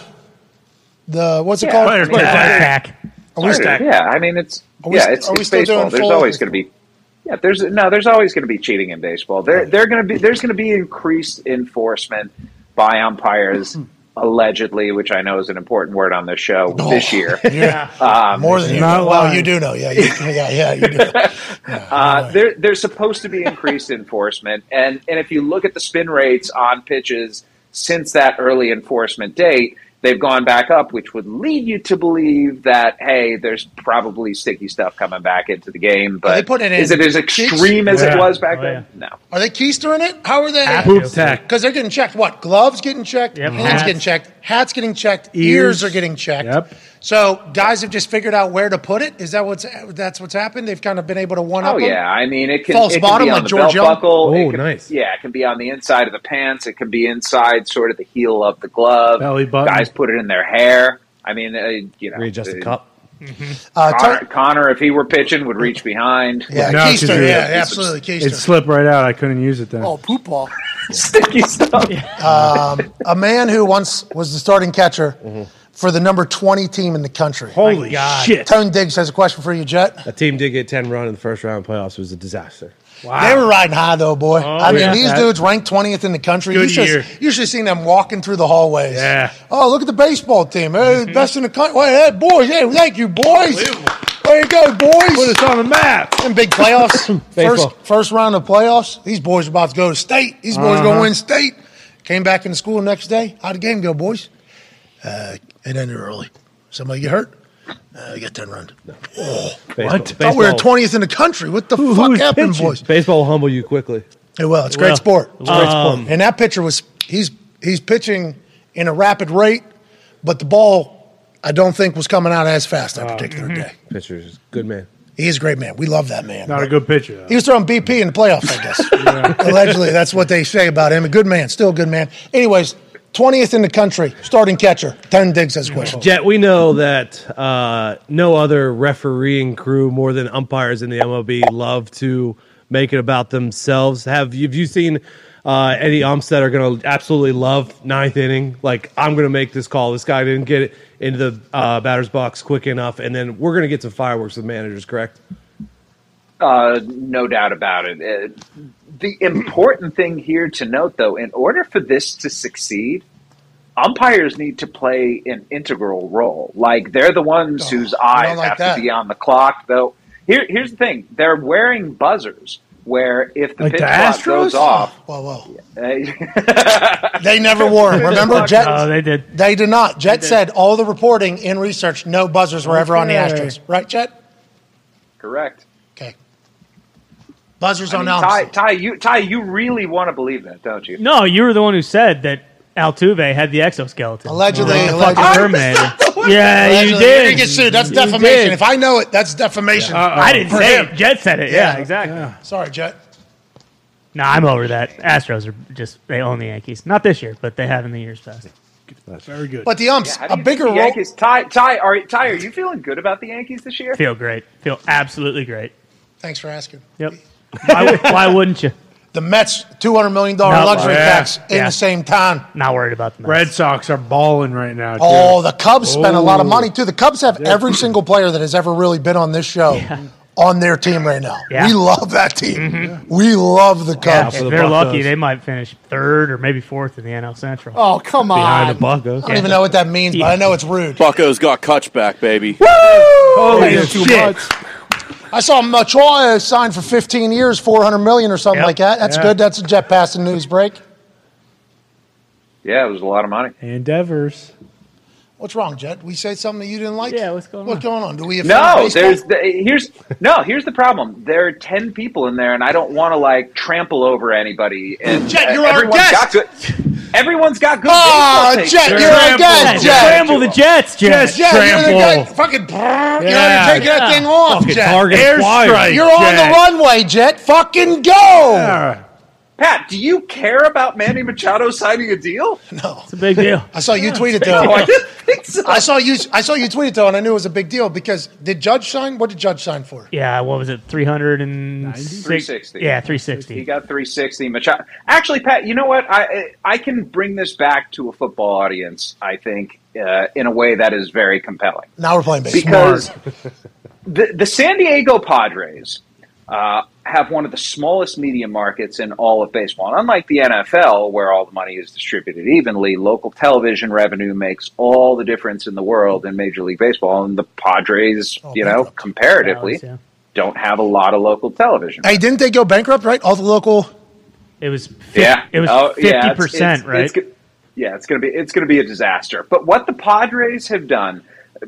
the what's it called? Are we still-
yeah, I mean it's
Are we
yeah,
st-
it's,
are we
it's
still doing
baseball. There's
full-
always going to be yeah, there's no, there's always going to be cheating in baseball. There, they're going to be there's going to be increased enforcement by umpires.
Hmm.
Allegedly, which I know is an important word on this show this year.
Oh. Yeah.
Um,
More than you. Know. Well, you do know. Yeah, you, yeah, yeah. You do.
Uh, there, there's supposed to be increased enforcement, and and if you look at the spin rates on pitches since that early enforcement date, they've gone back up, which would lead you to believe that hey, there's probably sticky stuff coming back into the game. But
they putting it
is
in
it as
kicks?
extreme as
Yeah.
it was back
Oh,
then? No.
Are they keystering it? How are they?
Have to. Boob tech.
Because they're getting checked. What? Gloves getting checked. hands
Hats.
getting checked. Hats getting checked. Ears,
Ears.
are getting checked. Yep. So guys have just figured out where to put it. Is that what's that's what's happened? They've kind of been able to one up.
Oh yeah, I mean it can,
False
it can
bottom,
be on
like
the
George
belt
Young?
buckle.
Oh,
it can, nice. Yeah, it can be on the inside of the pants. It can be inside sort of the heel of the glove. Belly button. Guys put it in their hair. I mean, uh, you know, readjust the cup.
Uh,
Connor, Connor, if he were pitching, would reach behind.
Yeah,
No, 'cause it- It slipped right out. I couldn't use it then.
Oh, poop ball.
Sticky stuff.
um, a man who once was the starting catcher for the number 20 team in the country.
Mm-hmm. Holy God. shit.
Tone Diggs has a question for you, Jet.
That team did get 10 run in the first round of playoffs. It was a disaster.
They were riding high, though, boy. I mean,
Oh, yeah.
these
That-
dudes ranked 20th in the country. You
Good
should,
year.
you should have seen them walking through the hallways.
Yeah.
Oh, look at the baseball team. Hey, best in the country. Hey, hey, boys. Hey, thank you, boys. There you go, boys. Put us
on the map.
Them big playoffs.
Baseball.
first, first round of playoffs. These boys are about to go to state. These boys are going to
Uh-huh.
win state. Came back into school the next day. How'd the game go, boys? Uh, it ended early. Somebody get hurt? Uh, you got 10 runs. Oh,
Baseball.
I thought we were
Baseball.
20th in the country. What the fuck happened, boys?
Baseball will humble you quickly.
It will. It's a
It
great
will.
sport.
It's a great Um, sport.
And that pitcher was he's he's pitching in a rapid rate, but the ball I don't think was coming out as fast that particular day.
Pitchers, good man.
He is a great man. We love that man.
Not a good pitcher. Though.
He was throwing BP in the playoffs, I guess. Allegedly, that's what they say about him. A good man, still a good man. Anyways, twentieth in the country, starting catcher. Ten digs has a question.
Jet, we know that uh, no other refereeing crew more than umpires in the MLB love to make it about themselves. Have you, have you seen uh, any umps that are going to absolutely love ninth inning? Like, I'm going to make this call. This guy didn't get it into the uh, batter's box quick enough, and then we're going to get some fireworks with managers, correct?
Uh, no doubt about it. Uh, the important thing here to note, though, in order for this to succeed, umpires need to play an integral role. Like they're the ones whose eyes
Oh, like
have
that.
to be on the clock. Though here, here's the thing: they're wearing buzzers. Where if the
Like
pitch
the
clock
Astros?
goes off,
Whoa, whoa!
uh,
They never wore them. Remember, Jet?
No,
they did. They did not. Jet said all the reporting and research, no buzzers were ever on the
Okay.
Astros, right, Jet?
correct.
Okay. Buzzers
I
on
mean,
elms.
Ty, Ty, you, Ty, you really want to believe that, don't you?
No, you were the one who said that Altuve had the exoskeleton.
Allegedly,
Like the
allegedly.
fucking
I'm
Terminator. Yeah, you
Allegedly, You're
did.
gonna get sued. That's
You
defamation.
did.
If I know it, that's defamation.
I didn't say it. Jet said it. Yeah, exactly.
Sorry, Jet.
No, I'm over that. Astros are just they own the Yankees. Not this year, but they have in the years past.
That's very good.
But the umps,
How do
a
you
bigger
think the
role.
Yankees, Ty, Ty, are, Ty, are you feeling good about the Yankees this year?
Feel great. Feel absolutely great.
Thanks for asking.
Yep. Why, why wouldn't you?
The Mets, $200 million
Not
luxury
worried.
tax
Yeah,
in
yeah.
the same time.
Not worried about the
Red Sox are balling right now. too.
Oh, the Cubs spent a lot of
Oh.
money too. The Cubs have every single player that has ever really been on this show on their team right now.
Yeah. Mm-hmm.
We love that team. We love the
Yeah,
Cubs.
if they're lucky, they might finish third or maybe fourth in the NL Central.
Oh, come on.
Buckos.
I don't even know what that means, but I know it's rude.
Bucko's got Kutch back, baby.
Holy
That is too
shit.
I saw Machoya signed for 15 years, 400 million or something like that. That's
Yeah.
good. That's a jet passing news break.
Yeah, it was a lot of money.
Endeavors.
What's wrong, Jet? We said something that you didn't like?
Yeah, what's going
What's going on? Do we offend
No,
baseball?
there's the, here's no here's the problem. There are ten people in there, and I don't want to like trample over anybody. And
Jet, you're our
everyone's
guest!
got good. Everyone's got good.
Oh,
baseball takes.
Jet,
They're
you're our
trampled.
guest,
Yeah,
Jet.
Scramble the Jets, Jets.
Yeah, you're the guy.
Trample.
Fucking. You
Yeah.
gotta take that thing off,
Fucking
Jet.
target acquired.
Airstrike.
You're on the
Jet.
runway, Jet. Fucking go.
Oh.
Yeah.
Pat, do you care about Manny Machado signing a deal?
It's a big deal.
I saw you tweet it
No, I
though.
didn't think so.
I saw you. I saw you tweet it though, and I knew it was a big deal because did Judge sign? What did Judge sign for?
Yeah, what was it? 360?
360.
Yeah,
He
360.
got 360. Machado. Actually, Pat, you know what? I I can bring this back to a football audience. I think uh, in a way that is very compelling.
Now we're playing baseball.
because the, the San Diego Padres uh, have one of the smallest media markets in all of baseball. And unlike the NFL, where all the money is distributed evenly, local television revenue makes all the difference in the world in Major League Baseball. And the Padres,
Oh,
you know, comparatively,
Yeah.
don't have a lot of local television.
Hey, didn't they go bankrupt? Right, all the local.
It was fif-
yeah,
It was
Oh,
fifty
yeah, it's- it's-
percent,
it's
right?
go- yeah, it's gonna be it's gonna be a disaster. But what the Padres have done,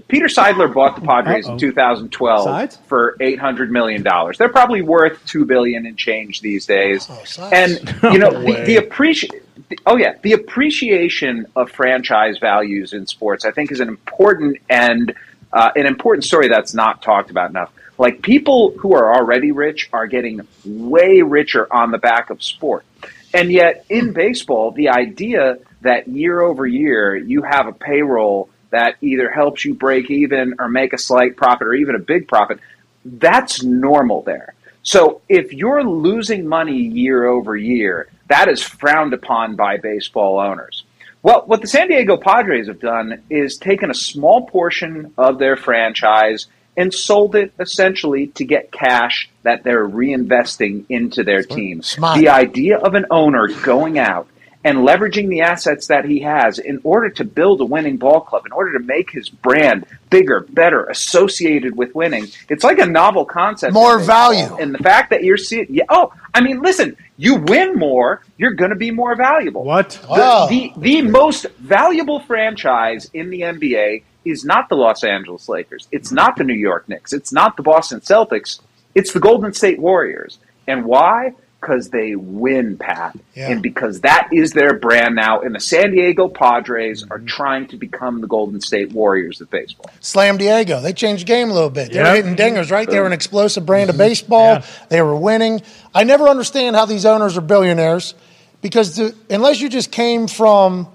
Peter Seidler bought the Padres in 2012
Sides?
for 800 million dollars. They're probably worth two billion in change these days.
sides.
and you know the, the appreciation. Oh yeah, the appreciation of franchise values in sports, I think, is an important and uh, an important story that's not talked about enough. Like people who are already rich are getting way richer on the back of sport. And yet, in baseball, the idea that year over year you have a payroll that either helps you break even or make a slight profit or even a big profit, that's normal there. So if you're losing money year over year, that is frowned upon by baseball owners. Well, what the San Diego Padres have done is taken a small portion of their franchise and sold it essentially to get cash that they're reinvesting into their team.
Smart.
The idea of an owner going out and leveraging the assets that he has in order to build a winning ball club, in order to make his brand bigger, better, associated with winning. It's like a novel concept.
More
in baseball.
value.
And the fact that you're seeing, yeah, oh, I mean, listen, you win more, you're going to be more valuable.
What?
The,
Wow.
the, the most valuable franchise in the NBA is not the Los Angeles Lakers. It's not the New York Knicks. It's not the Boston Celtics. It's the Golden State Warriors. And why? Because they win, Pat.
Yeah.
And because that is their brand now. And the San Diego Padres
Mm-hmm.
are trying to become the Golden State Warriors of baseball.
Slam Diego. They changed game a little bit. They were
Yep.
hitting dingers, right? They were an explosive brand of baseball. They were winning. I never understand how these owners are billionaires because the, unless you just came from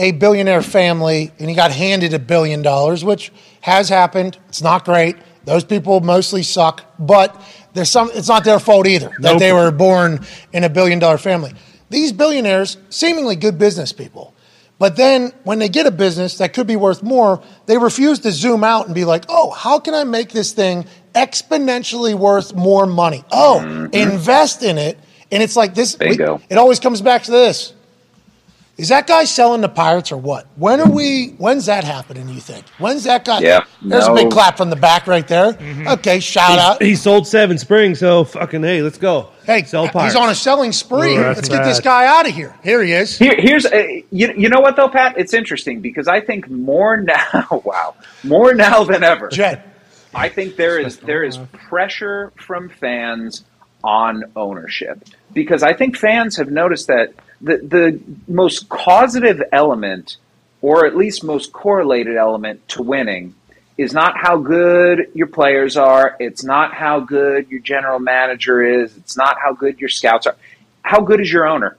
a billionaire family and you got handed a billion dollars, which has happened, it's not great. Those people mostly suck, but there's some. It's not their fault either that
Nope.
they were born in a billion dollar family. These billionaires, seemingly good business people, but then when they get a business that could be worth more, they refuse to zoom out and be like, oh, how can I make this thing exponentially worth more money? Oh, invest in it. And it's like this we-
Mm-hmm. Bingo.
it always comes back to this. Is that guy selling the pirates or what? When are we when's that happening, you think? When's that guy
Yeah,
there's a big
no.
clap from the back right there.
Mm-hmm.
Okay, shout out.
He sold seven springs, so fucking hey, let's go.
Hey,
sell
he's on a selling spree.
Ooh, that's
Let's get this
bad.
guy out of here. Here he is.
Here, here's a, you, you know what though, Pat? It's interesting because I think more now. Wow, more now than ever.
Jet.
I think there is there is pressure from fans on ownership because I think fans have noticed that the the most causative element or at least most correlated element to winning is not how good your players are, it's not how good your general manager is, it's not how good your scouts are. How good is your owner?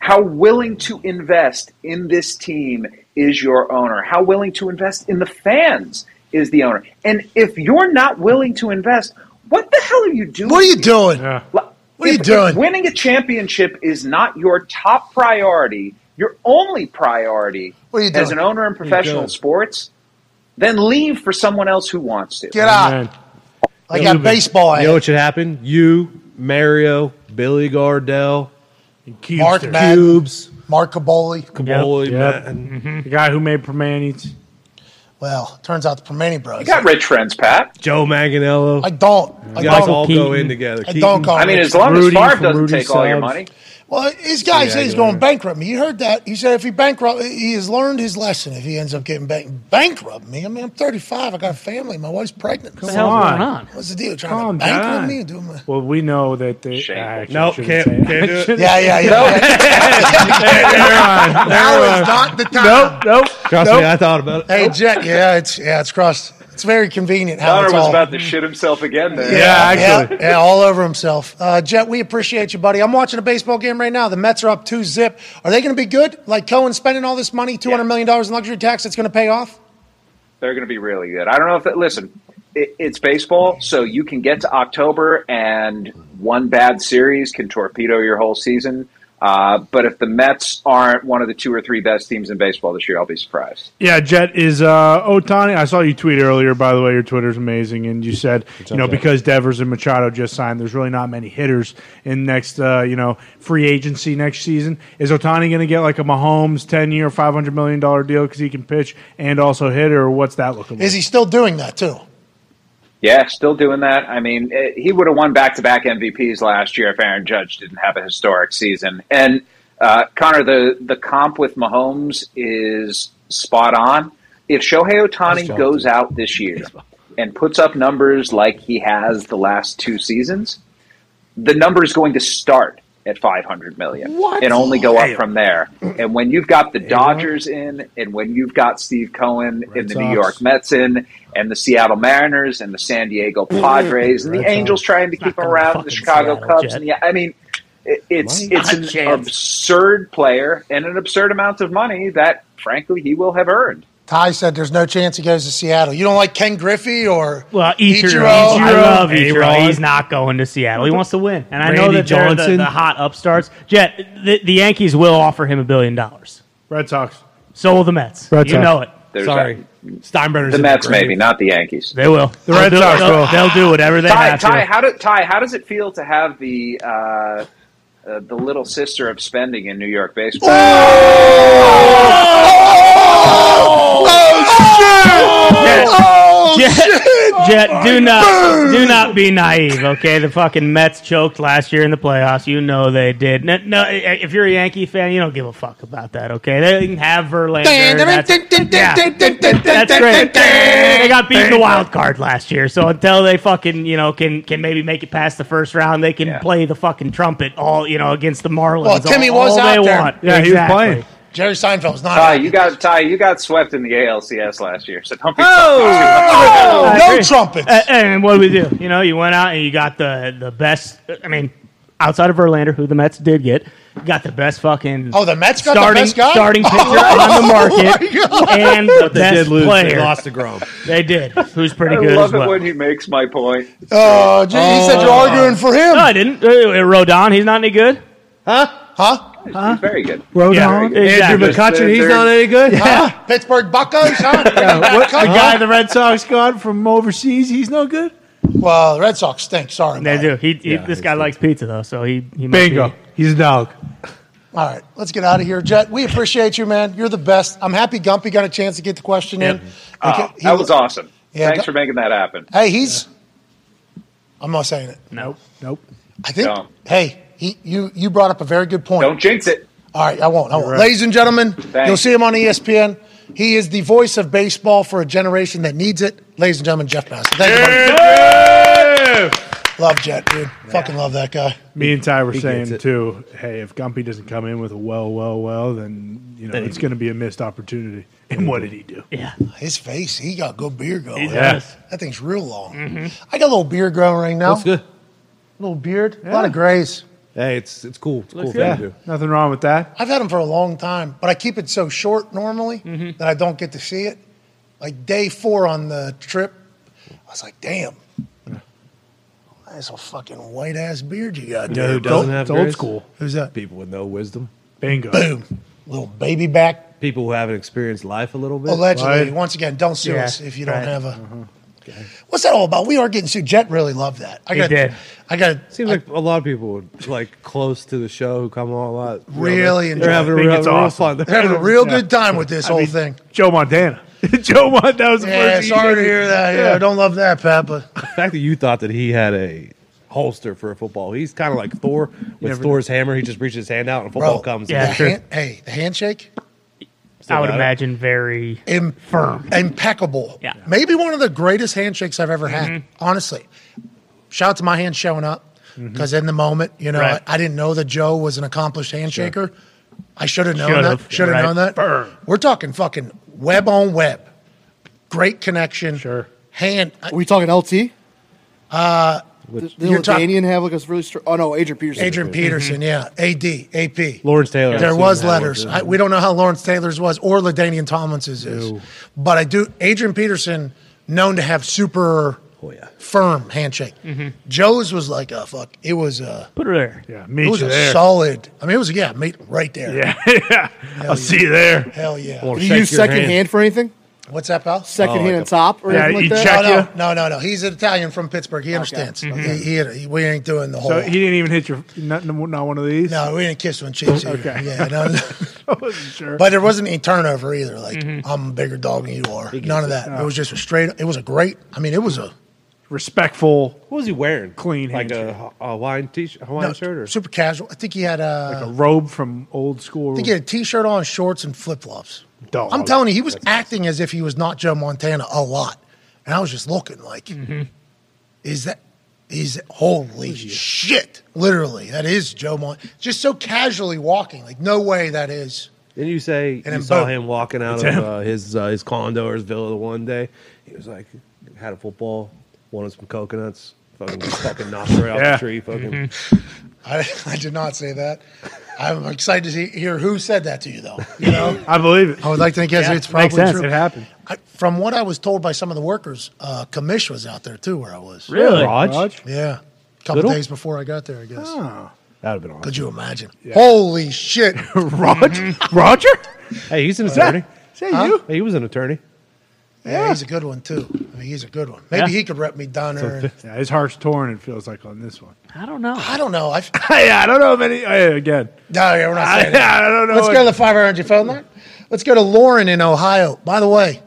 How willing to invest in this team is your owner? How willing to invest in the fans is the owner? And if you're not willing to invest, what the hell are you doing?
What are you doing?
Yeah.
Li-
What are you
If- if
doing?
Winning a championship is not your top priority. Your only priority
What are you
as
doing?
an owner in
What are you
professional
doing?
sports, then leave for someone else who wants to.
Get out. Like that baseball
You know what should happen? You, Mario, Billy Gardell,
Mark Madden.
Cubes,
Mark Caboli.
Caboli,
Yep. Mm-hmm.
Madden.
The guy who made Permanis.
Well, turns out the Permane bros.
You got rich friends, Pat.
Joe Manganello.
I don't. I
You guys
don't.
all go in together.
I don't go.
I mean, as long
Rudy
as Favre
from
doesn't
Rudy
take all your
Subs.
money,
Well, this guy
Yeah,
said he's
I
going bankrupt me. You heard that. He said if he bankrupt, he has learned his lesson. If he ends up getting bank- bankrupt me, I mean, I'm 35. I got a family. My wife's pregnant.
Come hell's on. going on?
What's the deal? Trying
Calm
to bankrupt
down.
me? and Do my-
Well, we know that they. I actually
Nope,
shouldn't
can't-
say it.
can't do it.
I shouldn't-
Yeah, yeah, yeah.
Never mind.
Now
Never
is
mind.
not the time.
Nope, nope.
Trust
nope.
me, I thought about it.
Hey, Jet. Yeah, it's yeah, it's crossed. It's very convenient. How
Connor
it's
was
all.
about to shit himself again. There.
Yeah,
Yeah,
actually.
yeah, all over himself. Uh, Jet, we appreciate you, buddy. I'm watching a baseball game right now. The Mets are up two zip. Are they going to be good? Like Cohen spending all this money, two hundred million dollars in luxury tax, it's going to pay off.
they're going to be really good. I don't know if that, listen, it, it's baseball, so you can get to October and one bad series can torpedo your whole season. Uh, but if the Mets aren't one of the two or three best teams in baseball this year, I'll be surprised.
Yeah, Jet is uh, Otani. I saw you tweet earlier, by the way. Your Twitter's amazing, and you said you know
Jet?
because Devers and Machado just signed, there's really not many hitters in next uh, you know free agency next season. Is Otani going to get like a Mahomes ten year, five hundred million dollar deal because he can pitch and also hit, or what's that looking like?
Is he still doing that too?
Yeah, still doing that. I mean, eh, he would have won back to back MVPs last year if Aaron Judge didn't have a historic season. And uh, Connor, the, the comp with Mahomes is spot on. If Shohei Otani goes out this year and puts up numbers like he has the last two seasons, the number is going to start at 500 million and only go up from there. And when you've got the Dodgers in, and when you've got Steve Cohen in the
Sox.
New York Mets in, and the Seattle Mariners and the San Diego
Mm-hmm.
Padres and the Angels trying to keep him around, and the Chicago
Seattle,
Cubs,
Jed.
and the, I mean, it, it's
Money.
it's
Not
an
a chance.
absurd player and an absurd amount of money that, frankly, he will have earned.
Ty said there's no chance he goes to Seattle. You don't like Ken Griffey or
Well, Ichiro,
Uh, Ichiro.
I love
Ichiro.
Ichiro. He's not going to Seattle. He wants to win, and I know
Randy
that they're the,
Johnson.
the hot upstarts. Jet, the, the Yankees will offer him a billion dollars.
Red Sox.
So will the Mets.
Red
you
Sox.
know it.
There's
Sorry. Steinbrenner's
that. the
in
Mets
the grave.
maybe, not the Yankees.
They will.
The Red
they'll, do-
Sox
they'll,
will.
They'll do whatever they
Ty,
have
Ty,
to.
how do, Ty, how does it feel to have the uh, uh, the little sister of spending in New York baseball?
Oh!
Oh!
Oh,
Oh,
Jet, Jet, do not do not be naive. Okay, the fucking Mets choked last year in the playoffs. You know they did. No, no, if you're a Yankee fan, you don't give a fuck about that. Okay, they can have Verlander. That's, yeah. That's great. They got beat in the wild card last year, so until they fucking you know can can maybe make it past the first round, they can
Yeah.
play the fucking trumpet all you know against the Marlins.
Well, Timmy
all,
was
all they
out there.
want.
Yeah, he was
Exactly.
playing.
Jerry Seinfeld's not.
Ty,
happy.
you got Ty, you got swept in the ALCS last year, so don't be.
I
Oh! no
agree.
trumpets.
Uh, and what do we do? You know, Oh, you went out and you got the the best. I mean, outside of Verlander, who the Mets did get, you got the best fucking.
oh, the Mets got
starting
the best guy. Oh
starting pitcher on the market and the
They
best
did lose.
player.
They lost to Grom.
They did. Who's pretty
I
good
love
as
it
well.
when he makes my point.
Oh, gee, he said you're arguing for him,
no, I didn't. Uh, Rodon, he's not any good.
huh?
He's very good.
Rodon?
Andrew
Exactly.
McCutcheon, he's
They're-
not any good.
Pittsburgh Buckos, huh?
What, the guy the Red Sox got from overseas, he's no good.
Well, the Red Sox stink. Sorry.
They
bud.
do. He, he- this guy likes pizza though, so he he might
Bingo.
be-
He's a dog.
All right, let's get out of here, Jet. We appreciate you, man. You're the best. I'm happy Gumpy got a chance to get the question in. Okay,
Oh, that was awesome.
Yeah,
Thanks
go-
for making that happen.
Hey, he's. I'm not saying it.
Nope.
Nope.
I think.
Don't.
Hey, he, you you brought up a very good point.
Don't jinx it.
All right, I won't. I won't. Ladies and gentlemen, you'll see him on E ESPN. He is the voice of baseball for a generation that needs it. Ladies and gentlemen, Jeff Master. Thank you. buddy. Love Jet, dude. Fucking love that guy.
Me and Ty were
gets
saying
it.
too. Hey, if Gumpy doesn't come in with a well, well, well, then you know it's going to be a missed opportunity. And what did he do?
Yeah.
His face, he got good beard going.
does.
That thing's real long. I got a little beard growing right now.
Looks good.
little beard, a lot of grays.
Hey, it's it's cool. It's a cool
Yeah,
thing to do.
nothing wrong with that.
I've had them for a long time, but I keep it so short normally that I don't get to see it. Like day four on the trip, I was like, damn. That's a fucking white ass beard you got.
You know who
dude.
doesn't have grace?
Who's that?
People with no wisdom.
Bingo.
Boom. Little baby back.
People who haven't experienced life a little bit.
Allegedly, once again, don't sue
Yeah,
us if you don't
right.
have a.
Uh-huh.
What's that all about? We are getting sued. Jet really loved that. I
He
got.
did.
I got.
Seems like a lot of people would like close to the show who come on a lot.
Really
they're having a real, real fun.
They're having a real good time with this whole thing.
Joe Montana. Joe Montana. That was the
Yeah,
first.
sorry to hear that. Yeah, I don't love that, Papa.
The fact that you thought that he had a holster for a football, he's kind of like Thor with
never
Thor's hammer. He just reaches his hand out and a football comes.
the hand- hey, the handshake.
I would
imagine very
firm, impeccable.
Yeah.
Maybe one of the greatest handshakes I've ever had. Honestly, shout out to my hand showing up
Mm-hmm.
because in the moment, you know,
Mm-hmm. Right.
I, I didn't know that Joe was an accomplished handshaker. I should have known
Should've.
that. Should have
Right.
known that. We're talking fucking web on web, great connection. Sure. Hand. Are
we talking LT?
Uh,
Did the
you're talking
Lithuanian have like a really strong? Oh no, Adrian Peterson.
Adrian Peterson, yeah, AD, AP.
Lawrence Taylor.
There
I've
was
seen that one,
letters.
too.
I, we don't know how Lawrence Taylor's was or Ladanian Tomlinson's is, but I do. Adrian Peterson known to have super
Oh,
firm handshake. Joe's was like a fuck. It was a
Mm-hmm. put her there.
Yeah,
it
meet
was
you
a
there.
solid. I mean, it was yeah, meet right there.
Yeah, yeah. I'll see you there.
Hell yeah.
Or Did he shake use your second hand. hand
for anything?
What's that, pal?
Second Oh, hand like on a- top or Yeah, anything like he that? check
no,
you?
no, no, no, no. He's an Italian from Pittsburgh. He understands. He, he- we ain't doing the whole.
Mm-hmm. So he didn't even hit your not, not one of these.
No, we didn't kiss on cheeks. either.
Okay.
Yeah, no, no.
I wasn't sure. Mm-hmm.
But there wasn't any turnover either. Like I'm a bigger dog than you are.
He gets
None of
it.
that.
No.
It was just a straight. It was a great. I mean, it was a
respectful.
What was he wearing?
Clean,
like a, a Hawaiian t-shirt, Hawaiian
no,
shirt, or
super casual. I think he had a.
like a robe from old school.
I think he had a t-shirt on, shorts, and flip flops.
Dog.
I'm telling you, he was acting as if he was not Joe Montana a lot, and I was just looking like,
Mm-hmm.
is that? Is that- holy shit? Literally, that is Joe Montana. Just so casually walking, like no way that is.
Didn't you say
And
you
then
saw
boom.
him walking out
It's
of
him.
uh, his uh, his condo or his villa the one day? He was like, had a football, wanted some coconuts, fucking fucking knocked her out
Yeah. Mm-hmm.
the tree, fucking.
I, I did not say that. I'm excited to see, hear who said that to you, though. You know,
I believe it.
I would like to think yes,
Yeah,
it's
makes
probably
sense.
true.
It happened.
I, from what I was told by some of the workers, uh, Kamish was out there too, where I was.
Really? Raj? Raj?
Yeah, a couple
Little?
days before I got there, I guess.
That would have been awesome.
Could you imagine? Holy shit,
Roger! Roger?
Hey, he's an
Is that-
attorney.
is that Huh? you?
Hey, he was an attorney.
Yeah, he's a good one too. I mean, he's a good one. Maybe
Yeah.
he could rep me down there. and-
yeah, his heart's torn. It feels like on this one.
I don't know.
I don't know. I've,
yeah, I don't know if any. uh, again,
No, yeah, we're not saying
I-
that.
I don't know
Let's
what-
go to the 500 phone line. Let's go to Lauren in Ohio. By the way,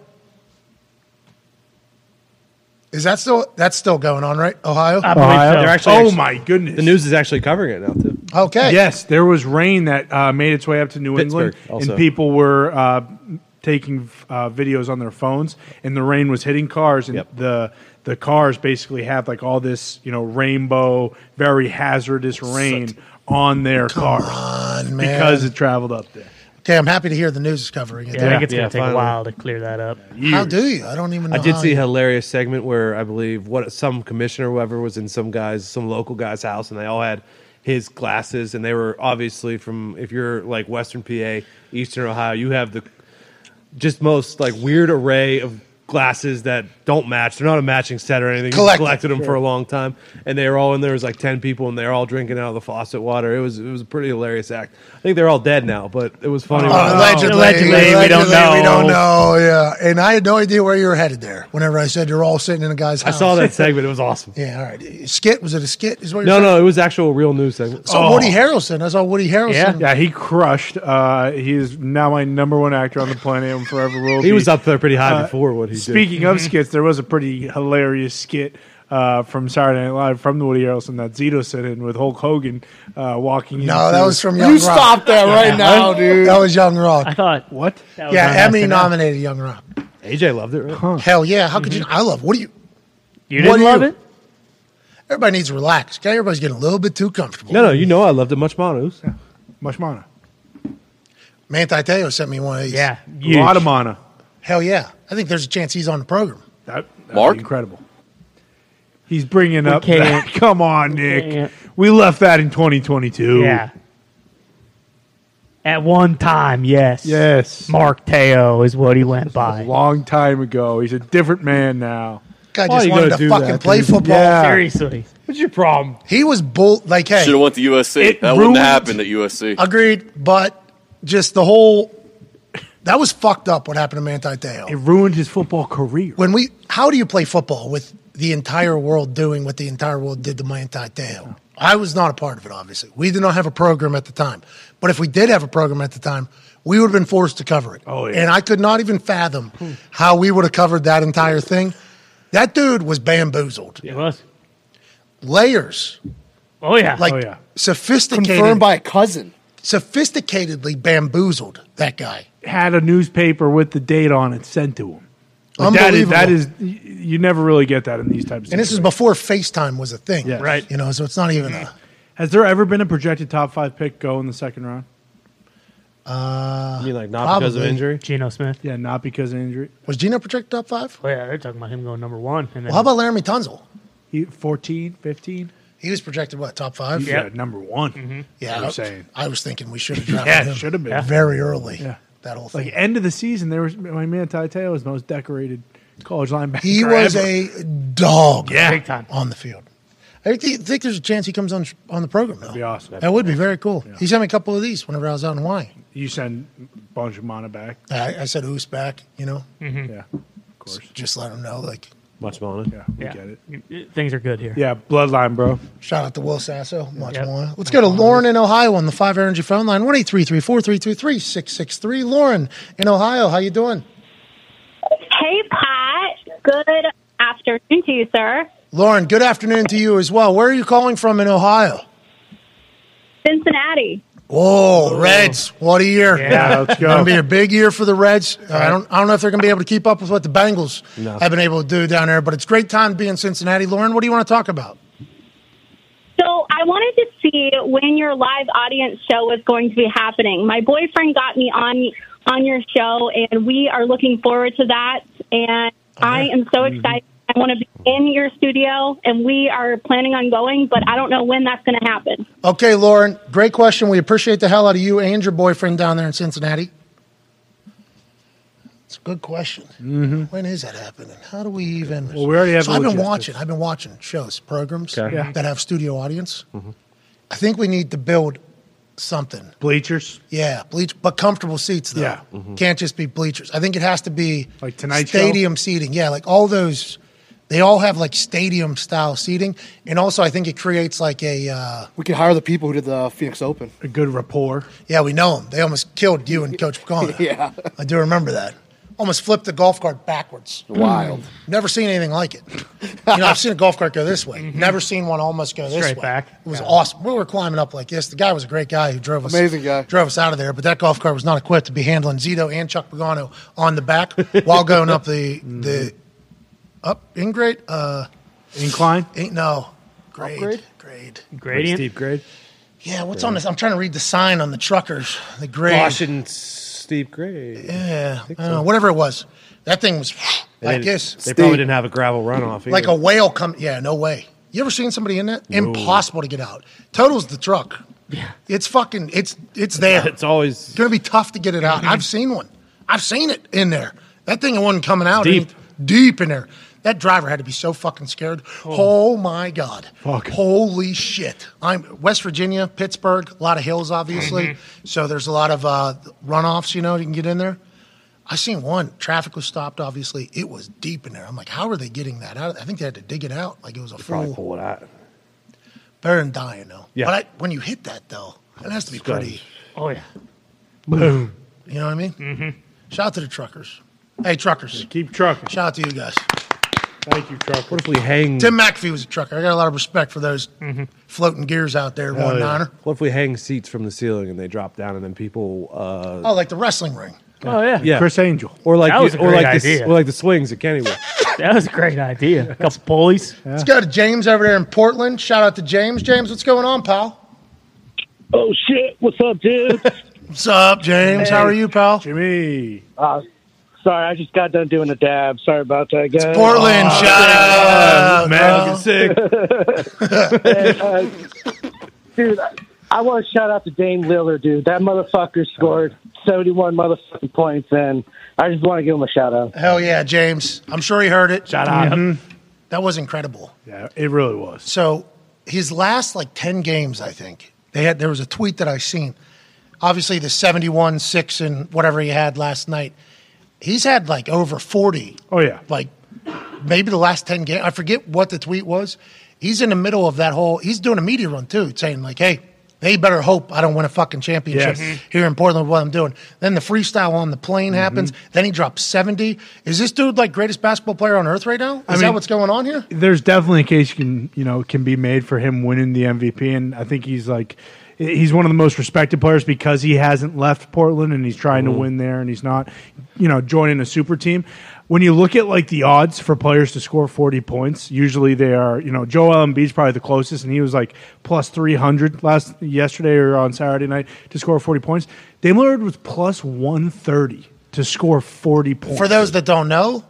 is that still that's still going on, right? Ohio.
They're actually-
oh
actually-
my goodness!
The news is actually covering it now too.
Okay.
Yes, there was rain that uh, made its way up to New
Pittsburgh
England,
also.
and people were uh, taking uh, videos on their phones, and the rain was hitting cars, and the the cars basically have like all this, you know, rainbow, very hazardous rain on their cars
man.
because it traveled up there.
Okay, I'm happy to hear the news is covering it.
Yeah, I think it's going to take a while to clear that up.
How do you? I don't even. know
I did
how
see a
you-
hilarious segment where I believe what some commissioner, or whoever, was in some guy's, some local guy's house, and they all had his glasses, and they were obviously from if you're like Western PA, Eastern Ohio, you have the just most like weird array of glasses that don't match. They're not a matching set or anything.
Collected.
Collected, collected them for
Sure.
a long time, and they were all in there. It was like ten people, and they're all drinking out of the faucet water. It was it was a pretty hilarious act. I think they're all dead now, but it was funny.
Oh, allegedly,
Allegedly,
allegedly, we don't know. Yeah, and I had no idea where you were headed there. Whenever I said you're all sitting in a guy's
I
house,
saw that segment. It was awesome.
Yeah, all right. Skit was Oh. it a skit? Is what you're
No,
saying?
no, it was actual real news segment.
So Woody Harrelson. I saw Woody Harrelson.
Oh. Yeah, yeah, he crushed. Uh, he is now my number one actor on the planet and forever will.
He
be.
was up there pretty high
Uh,
before what he did.
Speaking of
Mhm.
skits, there was a pretty hilarious skit uh, from Saturday Night Live from the Woody Harrelson that Zito sent in with Hulk Hogan uh, walking.
No,
into-
that was from Young Rock. Yeah. That was Young Rock.
I thought
what?
yeah, Emmy nominated Young Rock.
AJ loved it, right?
Hell yeah! How could you?
Mm-hmm.
I love. What do you?
You
what
didn't
do
love
you-
it?
Everybody needs to relax. Okay, everybody's getting a little bit too comfortable.
No, no, you know I loved it. Much monos.
Much mana.
Manti Teo sent me one of these.
Yeah, huge. lot of mana.
Hell yeah! I think there's a chance he's on the program.
That, that'd
Mark?
be incredible. He's bringing
We
up.
can't.
That. Come on, Nick. We left that in 2022.
Yeah. At one time, yes.
Yes.
Mark Teo is what he went by.
long time ago. He's a different man now.
Guy
Why
just
you
wanted
gotta
to
do
fucking
that,
play
dude?
football.
Yeah.
Seriously.
What's your problem?
He was bull like hey.
Should have went to USC.
it
That wouldn't
ruined-
have happened at USC.
Agreed, but just the whole that was fucked up what happened to Manti Te'o. It
ruined his football career.
When we how do you play football with the entire world doing what the entire world did to Manti Te'o? I was not a part of it obviously. We did not have a program at the time. But if we did have a program at the time, we would have been forced to cover it. Oh,
yeah.
And I could not even fathom how we would have covered that entire thing. That dude was bamboozled.
It was.
Layers.
Oh yeah.
Like
Oh, yeah.
sophisticated
Confirmed
by a cousin. Sophisticatedly bamboozled that guy.
had a newspaper with the date on it sent to him. Like, that is- That is,
Unbelievable.
y you never really get that in these types. of
And this is before FaceTime was a thing. Right. You know, so it's not even a
Has there ever been a projected top five pick go in the second round?
uh
You mean like
not because of probably. injury?
Geno Smith.
Yeah, not because of injury.
was Gino projected top five?
Oh yeah, they're talking about him going number one. And then
Well, how about Laramie Tunzel?
He 14, 15?
He was projected what, top five?
Yeah, number one.
Yeah,
I'm
I-
saying.
I was thinking we should have drafted
yeah,
him
should have been
very early.
Yeah.
That whole
Like
thing.
end of the season, there was my man Ty Taylor was the most decorated college linebacker.
he was
ever.
a dog
Yeah. Big time.
on the field. I think, think there's a chance he comes on on the program though. That'd
be awesome.
That would be very cool. He sent me a couple of these whenever I was out in Hawaii.
You send a bunch of mana back.
I, I said who's back, you know?
Yeah, of course.
Just let him know, like
Much wanted.
Yeah, we
Yeah.
get it.
Things are good here.
Yeah, bloodline, bro.
Shout out to Will Sasso. Much more. Let's go to Lauren in Ohio on the Five Energy phone line one eight three three four three two three six six three. Lauren in Ohio, how you doing?
Hey, Pat. Good afternoon to you, sir.
Lauren, good afternoon to you as well. Where are you calling from in Ohio?
Cincinnati.
Oh, Reds! What a year!
Yeah, let's go.
Gonna be a big year for the Reds. Uh, I don't, I don't know if they're gonna be able to keep up with what the Bengals
No.
have been able to do down there, but it's a great time to be in Cincinnati. Lauren, what do you want to talk about?
So I wanted to see when your live audience show was going to be happening. My boyfriend got me on on your show, and we are looking forward to that. And I am so excited. I want to be in your studio, and we are planning on going, but I don't know when that's going to happen.
Okay, Lauren, great question. We appreciate the hell out of you and your boyfriend down there in Cincinnati. It's a good question. When is that happening? How do we even?
Mm-hmm. Well, we already have
So
the
I've been
logistics.
watching. I've been watching shows, programs
Okay. Yeah.
that have studio audience. I think we need to build something.
Bleachers.
Yeah, bleach, but comfortable seats though.
Yeah. Mhm.
can't just be bleachers. I think it has to be
Like tonight's show?
stadium seating. Yeah, like all those, they all have like stadium style seating, and also I think it creates like a. Uh,
We could hire the people who did the Phoenix Open.
A good rapport.
yeah, we know them. They almost killed you and Coach Pagano.
Yeah.
I do remember that. Almost flipped the golf cart backwards.
Mm. Wild.
Never seen anything like it. You know, I've seen a golf cart go this way.
Mm-hmm.
Never seen one almost go this
Straight
way.
back.
It was awesome. We were climbing up like this. The guy was a great guy who drove us.
Amazing guy.
Drove us out of there, but that golf cart was not equipped to be handling Zito and Chuck Pagano on the back while going up the
Mm-hmm.
the up ingrate uh
incline.
Ain't no grade grade
Gradient.
Steep grade.
Yeah, what's on this? I'm trying to read the sign on the truckers. The grade.
Washington steep grade.
Yeah, I
think
don't
so.
know, whatever it was. That thing was
They
like
didn't-
this.
They probably didn't have a gravel runoff. Either.
like a whale come. Yeah, no way. You ever seen somebody in that? Impossible to get out. Totals the truck. Yeah, it's fucking. It's it's there.
It's always
gonna be tough to get it out. I've seen one. I've seen it in there. That thing wasn't coming out.
Deep.
It- deep in there. That driver had to be so fucking scared. Oh, my god.
Fuck.
Holy shit. I'm West Virginia, Pittsburgh, a lot of hills, obviously. So there's a lot of uh, runoffs. You know, you can get in there. I seen one. Traffic was stopped. Obviously, it was deep in there. I'm like, how are they getting that out? I think they had to dig it out. Like it was a
probably
full.
pull it out.
Better than dying though.
Yeah.
But I, when you hit that though, it has to be
It's gotta
pretty.
be-
Oh yeah.
Boom.
You know what I mean? Mm-hmm. Shout out to the truckers. Hey, truckers.
Keep trucking.
Shout out to you guys.
Thank you, truck.
What if we hang?
Tim McAfee was a trucker. I got a lot of respect for those floating gears out there,
Hell
one
Oh, yeah.
niner.
What if we hang seats from the ceiling and they drop down and then people? Uh,
Oh, like the wrestling ring.
Oh yeah.
yeah,
Chris Angel.
or like
That was a
or
great
like the
idea.
or like the swings at Kennywood.
That was a great idea. A couple pulleys.
Let's go to James over there in Portland. Shout out to James. James, what's going on, pal?
Oh shit! What's up, dude?
What's up, James? How are you, pal?
Jimmy.
uh, sorry, I just got done doing a dab. Sorry about that, guys.
Portland, shout out.
Oh, Man,
bro.
looking sick. Oh,
Uh, dude, I, I want to shout out to Dame Lillard, dude. That motherfucker scored seventy-one motherfucking points, and I just want to give him a shout out.
Hell yeah, James. I'm sure he heard it.
Shout out.
That was incredible.
Yeah, it really was.
So his last like ten games, I think they had. There was a tweet that I seen. Obviously, the seventy-one six and whatever he had last night. He's had like over forty.
Oh yeah,
like maybe the last ten games. I forget what the tweet was. He's in the middle of that whole. He's doing a media run too, saying like, "Hey, they better hope I don't win a fucking championship
Yes. Mm-hmm. Mhm.
here in Portland. What I'm doing." Then the freestyle on the plane happens. Then he drops seventy. Is this dude like greatest basketball player on earth right now? Is
I
that
mean-
what's going on here?
There's definitely a case you can you know can be made for him winning the MVP, and I think he's like he's one of the most respected players because he hasn't left Portland and he's trying
Mhm.
to win there, and he's not you know joining a super team. When you look at like the odds for players to score 40 points, usually they are you know Joel Embiid's probably the closest, and he was like plus 300 last yesterday or on Saturday night to score 40 points. Dame Lillard was plus 130 to score 40 points.
For those that don't know,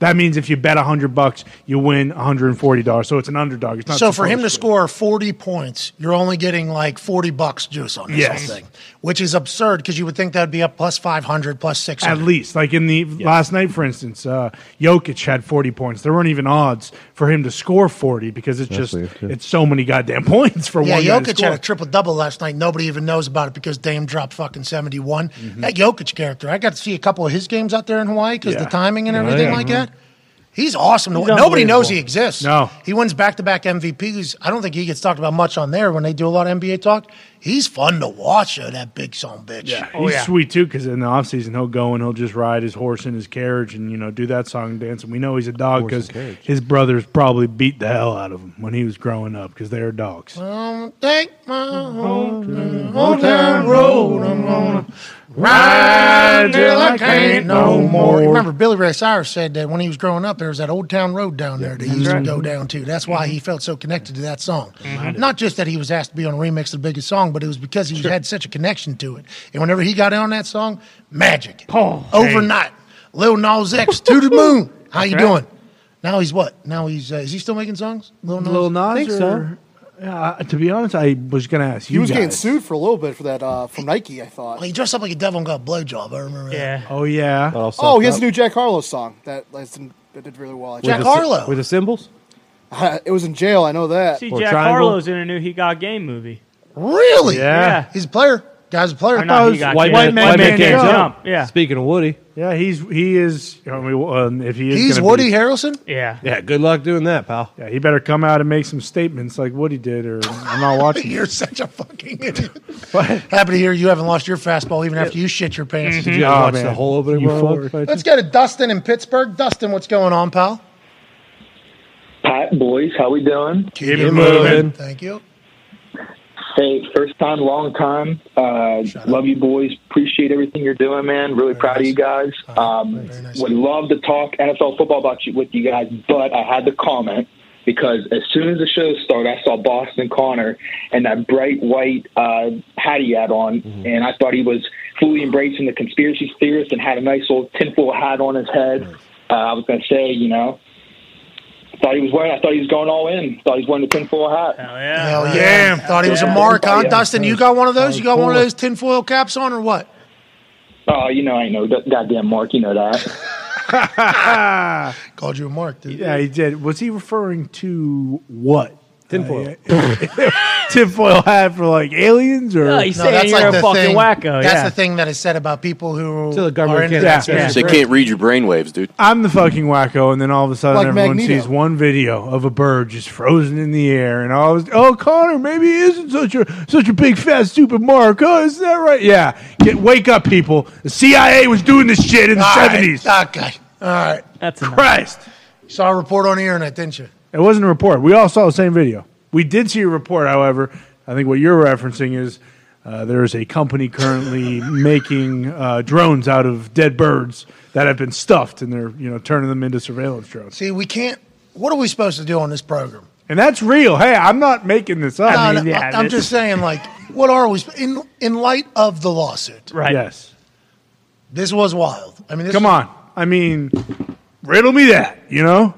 that means if you bet 100 bucks, you win $140. So it's an underdog. It's not
So for him to
supposed
score 40 points, you're only getting like 40 bucks juice on this
Yes.
whole thing, which is absurd because you would think that would be up plus 500, plus 600.
At least, like in the last night, for instance, uh, Jokic had 40 points. There weren't even odds for him to score 40 because it's just
That's weird, too.
it's so many goddamn points for
yeah,
one. guy to
Jokic
score.
had a triple double last night. Nobody even knows about it because Dame dropped fucking 71.
Mm-hmm.
That Jokic character, I got to see a couple of his games out there in Hawaii because the
Yeah.
timing and
Yeah,
everything
yeah.
like that. He's awesome. to
He's
watch. Nobody
unbelievable.
knows he exists.
No.
He wins back to back MVPs. I don't think he gets talked about much on there when they do a lot of NBA talk. He's fun to watch, though, that big son of a bitch.
Oh, Yeah, he's sweet too because in the offseason he'll go and he'll just ride his horse in his carriage and you know do that song and dance. And we know he's a dog
Horse and
because his brothers probably beat the hell out of him when he was growing up because they're dogs.
Um, take my hometown, hometown road. I'm gonna ride till I can't no more. You Remember, Billy Ray Cyrus said that when he was growing up, there was that old town road down there that he used
right.
to go down to. That's why he felt so connected to that song.
Mhm.
Not just that he was asked to be on a remix of the biggest song, but it was because he had such a connection to it. And whenever he got on that song, magic, overnight, Lil Nas X to the moon. How you
That's right.
doing? Now he's what? Now he's uh, is he still making songs? Lil Nas?
Lil Nas or- Uh, to be honest, I was gonna ask
He
you
was
guys.
getting sued for a little bit for that uh, from Nike, I thought.
he dressed up like a devil and got a blowjob. I remember.
Yeah.
Oh yeah.
Oh, he has a new Jack Harlow song that that's- that did really well. I
With the
think.
cy- with the symbols.
it was in jail. I know that.
See, Jack Harlow's in a new He Got Game movie.
Really?
Yeah.
He's a player. Guy's a player.
Or not, he got
White
Game.
Man- White Man Can't Jump.
Yeah.
Speaking of Woody,
yeah, he's he is. I mean, well, um, if he is, gonna be-
Harrelson.
Yeah.
Yeah. Good luck doing that, pal.
Yeah, he better come out and make some statements like what he did, or I'm not watching.
You're such a fucking idiot. Happy to hear you haven't lost your fastball even after you shit your pants.
Did you guys watch the whole opening?
You
monologue?
fuck.
Let's go to Dustin in Pittsburgh. Dustin, what's going on, pal?
Pat, boys, how we doing?
Keep
it moving.
Thank you.
Hey, first time, long time. Uh, love you, boys. Appreciate everything you're doing, man. Really proud of you guys. Um, Would love to talk NFL football about you with you guys, but I had to comment because as soon as the show started, I saw Boston Connor and that bright white uh, hat he had on,
Mm-hmm.
and I thought he was fully embracing the conspiracy theorist and had a nice old tinfoil hat on his head. Uh, I was going to say, you know. I thought he was wearing. I thought he was going all in. I thought he was wearing the tinfoil hat. Hell
yeah!
Hell yeah. Oh, Thought he was a mark, huh?
Yeah. Oh,
Dustin, you got one of those? You got one of
cool.
those tinfoil caps on or what?
Oh, you know, I know. that Goddamn Mark, you know that.
Called you a mark, dude.
Yeah, he did. Was he referring to what? Uh,
Tinfoil.
tinfoil hat for like aliens or?
thing. That's
yeah.
the thing that is said about people who
Till the
are
government
into
can't
that.
access it.
They can't read your brainwaves, dude.
I'm the fucking wacko, and then all of a sudden
Like
everyone
Magneto.
sees one video of a bird just frozen in the air, and all was oh Connor, maybe he isn't such a such a big fat stupid mark. Oh, is that right? Yeah, get wake up, people. The CIA was doing this shit in the
All right.
'70s.
Okay. All right.
That's
Christ.
You saw a report on the internet, didn't you?
It wasn't a report. We all saw the same video. We did see a report, however. I think what you're referencing is uh, there is a company currently making uh, drones out of dead birds that have been stuffed, and they're you know turning them into surveillance drones.
See, we can't. What are we supposed to do on this program?
And that's real. Hey, I'm not making this up.
No, no, I- I'm just saying, like, what are we sp- in in light of the lawsuit?
Right.
Yes.
This was wild. I mean, this
Come on. I mean, riddle me that. You know,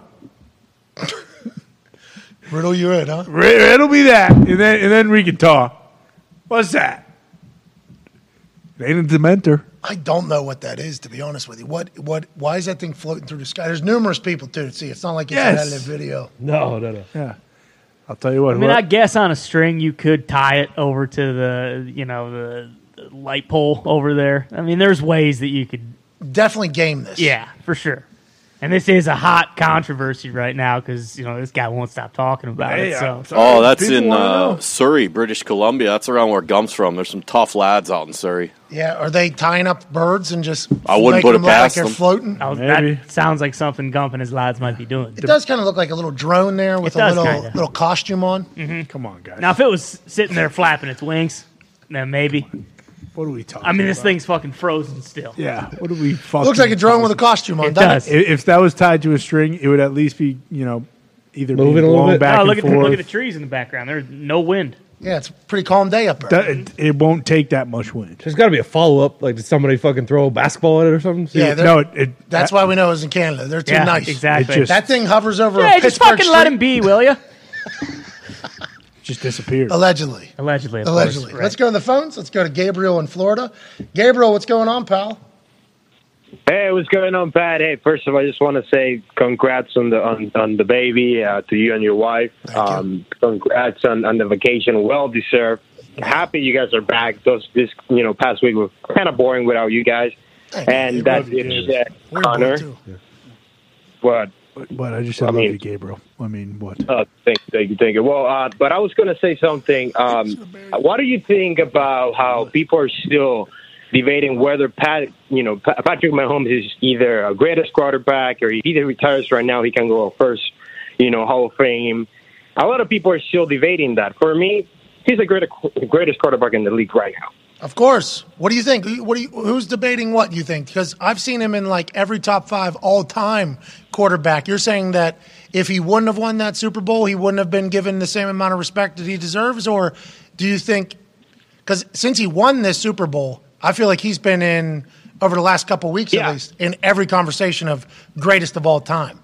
riddle you in, huh?
Ri- riddle me that, and then and then we can talk. What's that? It ain't a dementor.
I don't know what that is, to be honest with you. What what? Why is that thing floating through the sky? There's numerous people too. See, it's not like it's
Yes.
an edited video.
No, no, no.
Yeah. I'll tell you what.
I mean, I
whoever-
guess on a string you could tie it over to the you know the, the light pole over there. I mean, there's ways that you could
definitely game this.
Yeah, for sure. And this is a hot controversy right now because you know this guy won't stop talking about
Hey,
it. So,
oh, that's in uh, Surrey, British Columbia. That's around where Gum's from. There's some tough lads out in Surrey.
Yeah, are they tying up birds and just?
I wouldn't
making
put it
them look
past them.
like They're floating.
I was- that sounds like something Gump and his lads might be doing.
It does kind of look like a little drone there with
It
a
does
little
kinda. Mm-hmm.
little costume on.
Come on, guys.
Now, if it was sitting there flapping its wings, then maybe.
What are we talking?
I mean, this
about?
thing's fucking frozen still.
Yeah. What do we fucking
Looks like a drone with a costume on.
It
doesn't
I- If that was tied to a string, it would at least be, you know, either
Move
being
it a little
blown
bit.
back
Oh,
and
look at the,
forth.
look at the trees in the background. There's no wind.
Yeah, it's a pretty calm day up there.
That- it, it won't take that much wind.
There's got to be a follow up. Like, did somebody fucking throw a basketball at it or something? See
Yeah,
what-
they're- that's why we know it was in Canada. They're too
Yeah,
nice.
exactly. It just-
that thing hovers over.
Yeah,
a
just
Pittsburgh
fucking let
street-
him be, will you?
just disappeared.
Allegedly.
Allegedly. of
Allegedly.
course,
Let's go to the phones. Let's go to Gabriel in Florida. Gabriel, what's going on, pal?
Hey, what's going on, Pat? Hey, first of all, I just want to say congrats on the on, on the baby uh, to you and your wife. Um, congrats on, on the vacation, well deserved. Happy you guys are back. Those this you know past week was kind of boring without you guys, and that's it's uh, honor. But
But I just said
I
love
mean-
you, Gabriel. I mean, what?
uh, thank, thank you, thank you. Well, uh, but I was going to say something. Um, what do you think about how people are still debating whether Pat, you know, pa- Patrick Mahomes is either a greatest quarterback or if he retires right now, he can go first, you know, Hall of Fame. A lot of people are still debating that. For me, he's the greatest greatest quarterback in the league right now.
Of course. What do you think? Who- What do you, who's debating what you think? Because I've seen him in like every top five all time quarterback. You're saying that if he wouldn't have won that Super Bowl, he wouldn't have been given the same amount of respect that he deserves? Or do you think, because since he won this Super Bowl, I feel like he's been in, over the last couple weeks at least, in every conversation of greatest of all time.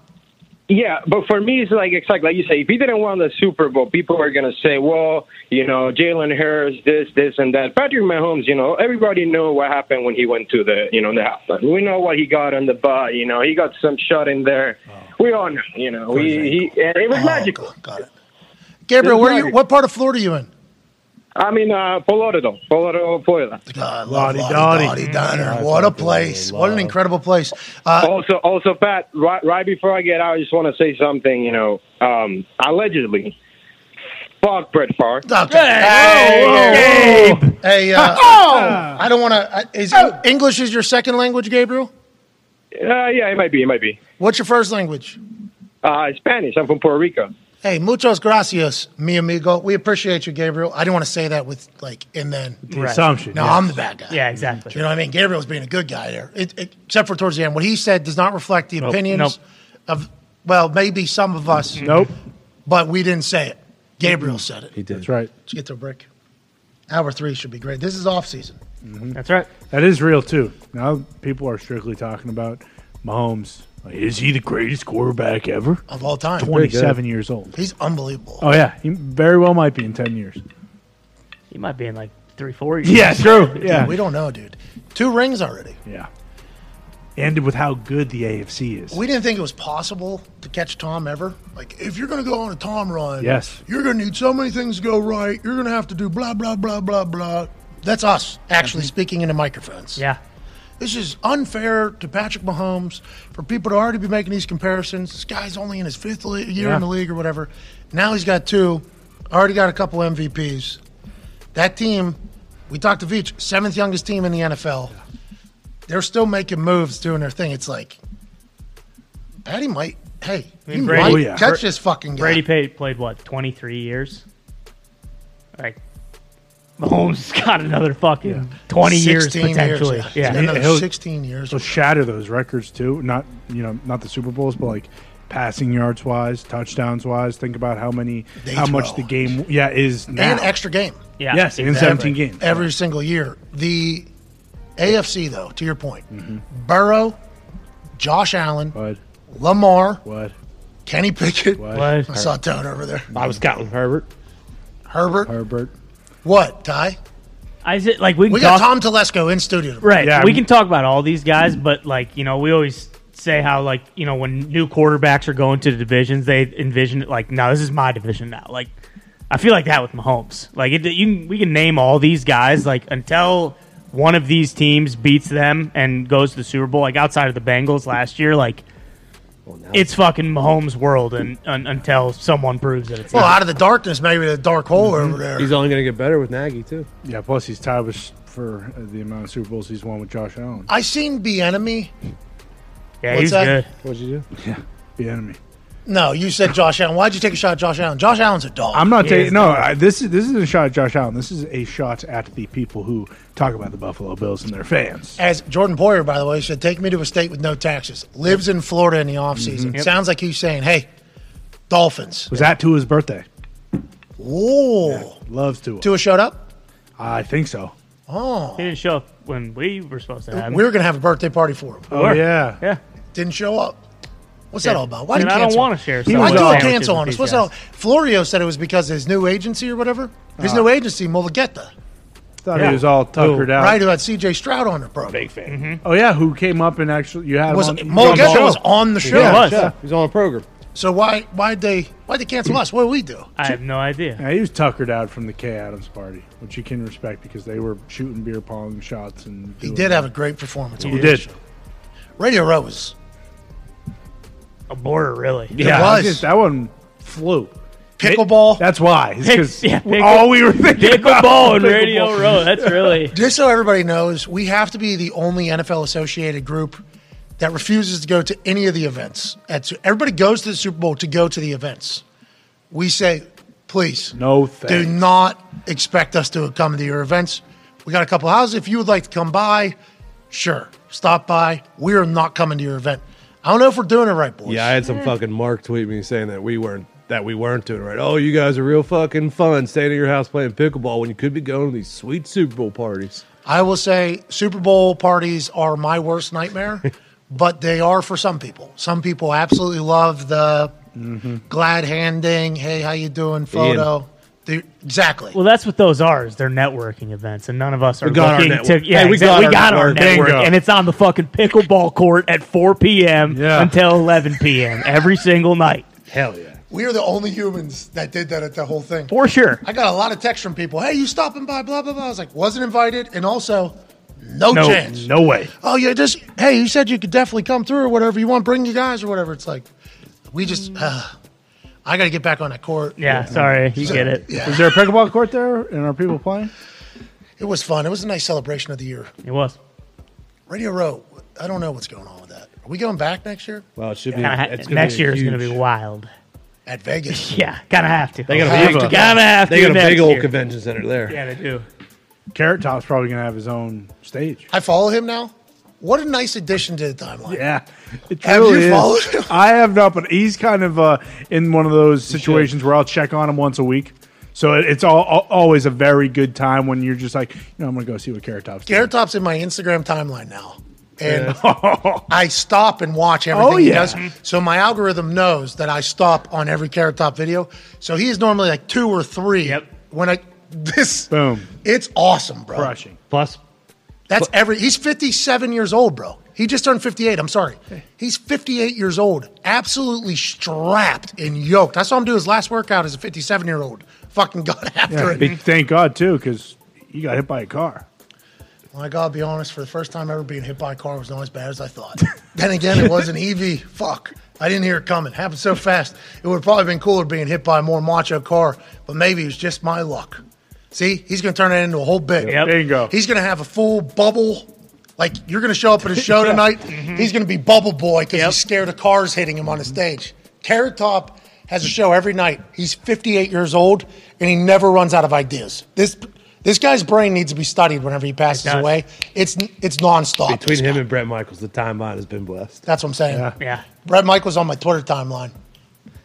Yeah, but for me, it's like exactly like you say. If he didn't win the Super Bowl, people are going to say, "Well, you know, Jalen Hurts, this, this, and that." Patrick Mahomes, you know, everybody knew what happened when he went to the, you know, the house. We know what he got on the butt. You know, he got some shot in there.
Oh.
We all know. You know, we, he and it was magical.
Got it. Gabriel,
It's
where are you,
magic.
what part of Florida are you in?
I'm in uh, Polodo, Polodo, Florida.
Lottie Dottie Diner. What a place. What an incredible place. Uh,
also, also, Pat, right, right before I get out, I just want to say something. You know, um, allegedly, fuck Brett Favre.
Hey, hey, hey, uh, I don't want to. Is English is your second language, Gabriel?
Uh, yeah, it might be. It might be.
What's your first language?
Uh, Spanish. I'm from Puerto Rico.
Hey, muchas gracias, mi amigo. We appreciate you, Gabriel. I didn't want to say that with like and then
The Right. assumption,
No,
yes.
I'm the bad guy.
Yeah, exactly.
You know what I mean? Gabriel's being a good guy there, it, it- except for towards the end. What he said does not reflect the
Nope.
opinions
Nope.
of well, maybe some of us.
Nope.
But we didn't say it. Gabriel said it.
He did. That's right.
Let's get to a break. Hour three should be great. This is off season.
That's right.
That is real too. Now people are strictly talking about Mahomes. Like, is he the greatest quarterback ever
of all time?
Twenty-seven years old.
He's unbelievable.
Oh yeah, he very well might be in ten years.
He might be in like three, four years.
Yeah, true.
Dude,
Yeah,
we don't know, dude. Two rings already.
Yeah. ended with how good the AFC is.
We didn't think it was possible to catch Tom ever. Like, if you're going to go on a Tom run,
Yes.
you're going to need so many things to go right. You're going to have to do blah, blah, blah, blah, blah. That's us actually speaking into microphones.
Yeah.
This is unfair to Patrick Mahomes for people to already be making these comparisons. This guy's only in his fifth le- year
Yeah.
in the league or whatever. Now he's got two, already got a couple MVPs. That team, we talked to Veach, seventh youngest team in the NFL. They're still making moves, doing their thing. It's like, Patty might, hey, he might
Oh,
Oh,
catch this fucking guy.
Brady played, played what twenty three years. Like Mahomes got another fucking twenty years
16 years,
potentially.
yeah.
yeah,
He's got another
He'll-
16 years.
He'll shatter those records too. Not you know not the Super Bowls, but like passing yards wise, touchdowns wise. Think about how many,
They
how much
throw.
the game yeah is now.
And extra game.
Yeah, Yes, and exactly. 17 games.
Every single year. The AFC, though, to your point,
Mm-hmm.
Burrow, Josh Allen, Lamar,
What?
Kenny Pickett. I
What?
saw Toad over there.
I was counting Herbert.
Herbert.
Herbert.
What, Ty?
I said, like we, can
We got
talk-
Tom Telesco in studio.
Right. we can talk about all these guys, but like, you know, we always say how like, you know, when new quarterbacks are going to the divisions, they envision it like, no, this is my division now. Like I feel like that with Mahomes. Like it, you can, we can name all these guys like until one of these teams beats them and goes to the Super Bowl, like outside of the Bengals last year, like it's fucking Mahomes' world, and, un until someone proves that it's
Well,
not.
out of the darkness, maybe the dark hole
Mm-hmm.
over there.
He's only going to get better with Nagy too.
Yeah, plus he's tied with for uh, the amount of Super Bowls he's won with Josh Allen.
I seen B enemy.
Yeah,
What's he's that? good.
What'd you do?
Yeah, the enemy.
No, you said Josh Allen. Why'd you take a shot at Josh Allen? Josh Allen's a dog.
I'm not taking. No, I, this is this is a shot at Josh Allen. This is a shot at the people who talk about the Buffalo Bills and their fans.
As Jordan Poyer, by the way, said, take me to a state with no taxes. Lives in Florida in the offseason.
Mhm. Yep.
Sounds like he's saying, hey, Dolphins.
Was that to his birthday?
Whoa.
Loves to.
Tua showed up?
I think so.
Oh.
He didn't show up when we were supposed to have him.
We were going to have a birthday party for him.
Oh,
We were. Yeah.
Didn't show up. What's
Yeah.
that all about? Why do
Man,
you
I don't
cancel?
wanna share
Why do
someone's
you
sandwiches
cancel
with
on us?
these
What's that all? Florio said it was because his new agency or whatever. His
Oh.
Uh-huh.
new agency, Mulligetta.
Thought he was all tuckered out.
Right, who had C.J. Stroud on her, bro. Mm-hmm. Big
fan.
Oh yeah, who came up and actually you had
Was-
him on,
Mo
he on the
Gesha
show.
was on the
He
show.
was.
Yeah.
He's on a program.
So why why'd they why'd they cancel us? What do we do?
I have no idea.
Yeah, he was tuckered out from the K Adams party, which you can respect because they were shooting beer pong shots and.
He
doing
did
that.
have a great performance.
He
on
did.
that show. Radio Row was
A border, really.
Yeah,
It was.
I just- that one flew.
Pickleball.
That's why. It's 'cause
Yeah, pickle-
all we were thinking about was pickleball.
Just so everybody knows, we have to be the only NFL associated group that refuses to go to any of the events. That's- everybody goes to the Super Bowl to go to the events. We say, please,
no,
do
thanks.
not expect us to come to your events. We got a couple houses. If you would like to come by, sure, stop by. We are not coming to your event. I don't know if we're doing it right, boys.
Yeah, I had some fucking Mark tweet me saying that we weren't that we weren't doing it right. Oh, you guys are real fucking fun staying at your house playing pickleball when you could be going to these sweet Super Bowl parties.
I will say Super Bowl parties are my worst nightmare, but they are for some people. Some people absolutely love the glad handing, hey, how you doing photo. The- exactly.
Well, that's what those are. Is they're networking events, and none of us are
We got our
looking
network.
to. Yeah,
Hey, we
exactly.
got
we
our
got our
network.
network,
Bingo.
and it's on the fucking pickleball court at 4 p.m. until 11 p.m. every single night.
Hell yeah!
We are the only humans that did that at the whole thing.
For sure.
I got a lot of texts from people, hey, you stopping by, blah, blah, blah. I was like, wasn't invited. And also, no, chance.
No way.
Oh, yeah, just, hey, you said you could definitely come through or whatever you want, bring you guys or whatever. It's like, we just,
Mm.
uh, I got to get back on that court.
Yeah, sorry, you get it.
Yeah.
Is there a pickleball court there and are people playing?
It was fun. It was a nice celebration of the year.
It was.
Radio Row, I don't know what's going on with that. Are we going back next year?
Well, it should
Kinda ha- next year is going to be wild.
At Vegas.
Yeah, gotta have to.
They got
Have
a big,
to. Gotta have
they
to
got a
next
big old
year.
convention center there.
Yeah, they do.
Carrot Top's probably going to have his own stage.
I follow him now. What a nice addition to the timeline.
Yeah. It
Have
truly
you
is.
followed
I have not, but he's kind of uh, in one of those situations where I'll check on him once a week. So it- it's all, al- always a very good time when you're just like, you know, I'm going to go see what Carrot Top's doing.
Garrett Top's in my Instagram timeline now. And
Yeah.
I stop and watch everything
Oh,
he
yeah.
does. So my algorithm knows that I stop on every Carrot Top video. So he is normally like two or three. Yep. When I, this,
boom.
It's awesome, bro.
Crushing.
Plus,
That's every. He's 57 years old, bro. He just turned 58. I'm sorry. He's 58 years old, absolutely strapped and yoked. I saw him do his last workout as a 57 year old. Fucking got after
Yeah,
it.
big- Thank God, too, because you got hit by a car.
Like, I'll be honest, for the first time ever being hit by a car was not as bad as I thought. then again, it was an EV. Fuck. I didn't hear it coming. Happened so fast. It would have probably been cooler being hit by a more macho car, but maybe it was just my luck. See, he's going to turn it into a whole bit.
Yep. Bingo.
He's going to have a full bubble. Like, you're going to show up at a show
Yeah.
tonight. He's going to be bubble boy because he's scared of cars hitting him on the stage. Carrot Top has a show every night. He's 58 years old and he never runs out of ideas. This this guy's brain needs to be studied whenever he passes
does.
away. It's it's nonstop.
Between him and Brett Michaels, the timeline has been blessed.
That's what I'm saying.
Yeah.
Yeah.
Brett Michael's on my Twitter timeline.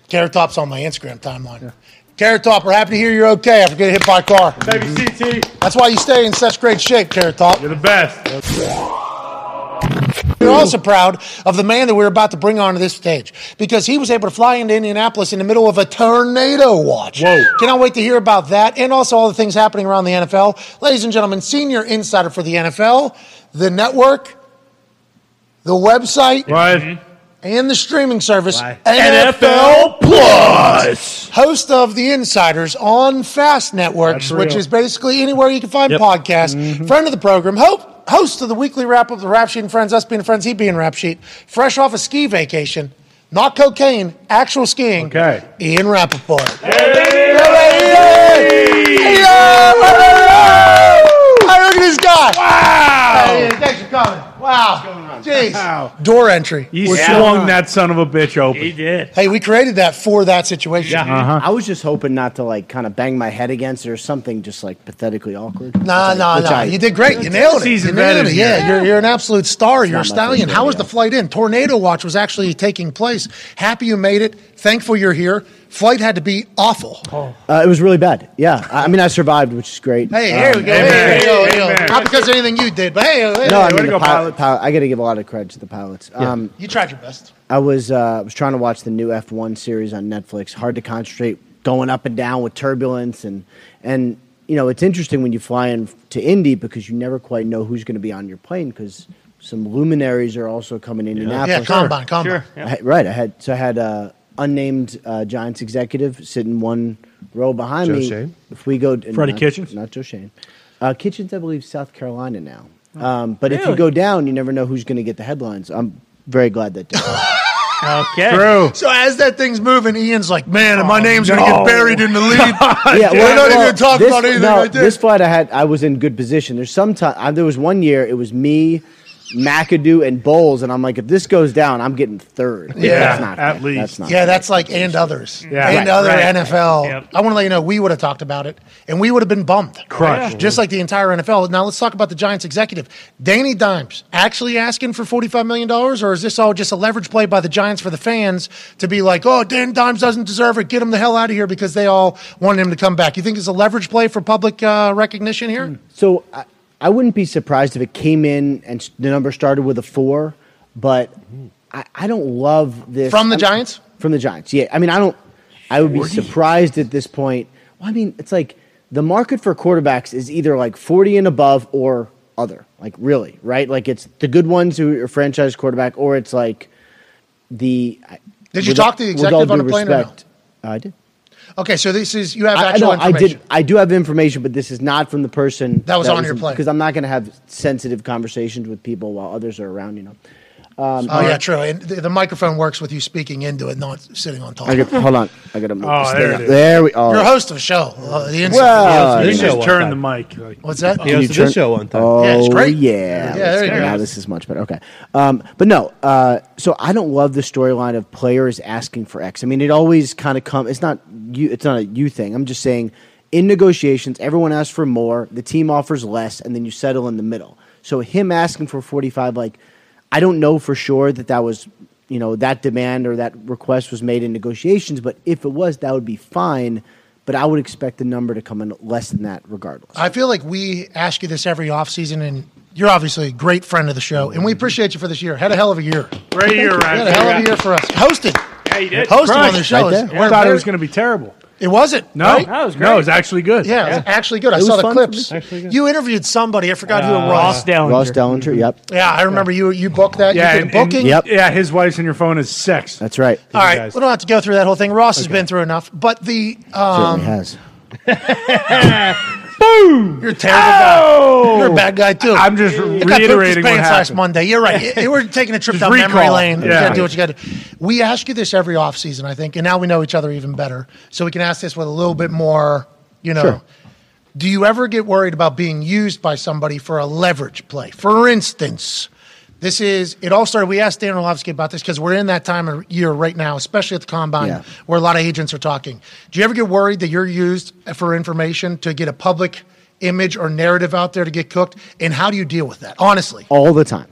Carrot Top's on my Instagram timeline. Carrot Top, we're happy to hear you're okay after getting hit by a car. Mm-hmm. Baby CT. That's why you stay in such great shape, Carrot Top. You're
the best.
You we're also proud of the man that we were about to bring onto this stage because he was able to fly into Indianapolis in the middle of a tornado watch. Whoa. Cannot wait to hear about that and also all the things happening around the NFL. Ladies and gentlemen, senior insider for the NFL, the network, the website, and the streaming service, NFL Plus. Host of The Insiders on Fast Networks,
That's
which
real.
is basically anywhere you can find
Yep.
podcasts. Friend of the program, hope, host of the weekly wrap up, The Rap Sheet and Friends, us being friends, he being Rap Sheet. Fresh off a ski vacation, not cocaine, actual skiing. Okay. Ian Rappaport. Hey, look at this guy. Wow. thanks for coming. Wow. Jeez. Door entry.
He
What's going
swung
on?
that son of a bitch open. He
did.
Hey, we created that for that situation.
I was just hoping not to like kind of bang my head against it or something just like pathetically awkward.
Nah,
Which I-
nah,
which
nah.
I-
You did great. You nailed it.
Seasoned
You nailed
veteran
it. Yeah,
here.
You're, you're an absolute star.
It's
you're a
not my
stallion.
favorite,
How was the flight in? Tornado watch was actually taking place. Happy you made it. Thankful you're here. Flight had to be awful.
Uh, it was really bad. Yeah, I I mean, I survived, which is great.
Hey, here we
Um,
go. Hey, here we go. here we go. Not because of anything you did, but hey, hey,
No, I
hey,
mean,
way to
the
go,
pilot, pilot. I got to give a lot of credit to the pilots. Um,
You tried your best.
I was uh, I was trying to watch the new F1 series on Netflix. Hard to concentrate, going up and down with turbulence, and and you know it's interesting when you fly in to Indy because you never quite know who's going to be on your plane because some luminaries are also coming in. Indianapolis.
Yeah, combine, combine. Sure,
I had- right, I had so I had uh, unnamed uh, Giants executive sitting one row behind
Joe
me.
Shane?
If we go,
Freddie
not-
Kitchens?
not Joe Shane, uh, Kitchens, I believe, South Carolina now.
Oh.
Um, but if you
Really?
go down, you never know who's going to get the headlines. I'm very glad that. didn't happen.
Okay.
True. Oh,
So as that thing's moving, Ian's like, "Man, my name's gonna
no.
get buried in the lead."
yeah,
we're
well,
not even
well,
gonna talk
this-
about anything
no,
right there.
This flight I had, I was in good position. There's some time. I, there was one year it was me, McAdoo, and Bowles, and I'm like, if this goes down, I'm getting third.
Yeah,
that's not
at
good.
least.
That's not
yeah, that's like and others.
Yeah.
And
Right,
other
right.
NFL. I want to let you know we would have talked about it and we would have been bummed.
Crushed.
Just like the entire NFL. Now let's talk about the Giants executive. Danny Dimes actually asking for $45 million or is this all just a leverage play by the Giants for the fans to be like, oh, Danny Dimes doesn't deserve it. Get him the hell out of here because they all wanted him to come back. You think it's a leverage play for public uh, recognition here?
Hmm. So I, I wouldn't be surprised if it came in and s- the number started with a four, but I, I don't love this
From the
I'm-
Giants?
From the Giants, yeah. I mean, I don't. I would be
40?
surprised at this point. Well, I mean, it's like the market for quarterbacks is either like forty and above or other. Like really, right? Like it's the good ones who are franchise quarterback, or it's like the.
Did you talk to the executive on the plane or no?
I did.
Okay, so this is, you have
I- I
actual
know, I,
information.
did. I do have information, but this is not from the person
That was on your plane.
because I'm not going to have sensitive conversations with people while others are around. You know. Um,
Oh, yeah, true. And the, the microphone works with you speaking into it, not sitting on top.
I got, hold on, I got to move.
Oh,
this
there
thing
it
up.
is.
There we oh. are.
You're a host of a show. Uh, the Insider.
Well,
You just turn
the
mic.
What's that?
Can you turn- Oh,
Yeah, it's great.
Yeah.
Yeah,
Let's
there
go.
you go.
Now this is much better. Okay. Um, but no, uh, so I don't love the storyline of players asking for X. I mean, it always kind of comes. It's not you. It's not a you thing. I'm just saying, in negotiations, everyone asks for more. The team offers less, and then you settle in the middle. So him asking for 45, like, I don't know for sure that that was, you know, that demand or that request was made in negotiations. But if it was, that would be fine. But I would expect the number to come in less than that, regardless.
I feel like we ask you this every offseason, and you're obviously a great friend of the show, and we appreciate you for this year. Had a hell of a year.
Great year,
Thank you.
Ryan.
Had a hell of a year for us. Hosted. Yeah, you Hosted on the show. It's-
I
we're
thought it
very-
was going to be terrible.
It wasn't.
No,
right?
that was No, it was great. actually good.
Yeah, it was
Yeah.
actually good. I
It was
saw the
fun for
clips.
me. Actually
You interviewed somebody. I forgot
Uh,
who it was.
Ross Dellinger. Yep.
Yeah, I remember you. You booked that.
Yeah,
you
and-
did a booking.
and- yeah. His wife's in your phone is sex.
That's right.
All right, we don't have to go through that whole thing. Ross has been through enough, but the um,
has.
Boom! You're a terrible guy. You're a bad guy too.
Oh! I'm just
The guy pooped his
reiterating what
pants last
happened.
Monday. You're right. You- You were taking a trip
Just
down memory
recall.
lane. You
Yeah.
gotta do what you got to. We ask you this every offseason, I think, and now we know each other even better, so we can ask this with a little bit more. You know,
Sure.
do you ever get worried about being used by somebody for a leverage play? For instance. This is, it all started. We asked Dan Orlovsky about this because we're in that time of year right now, especially at the combine
Yeah.
where a lot of agents are talking. Do you ever get worried that you're used for information to get a public image or narrative out there to get cooked? And how do you deal with that? Honestly.
all the time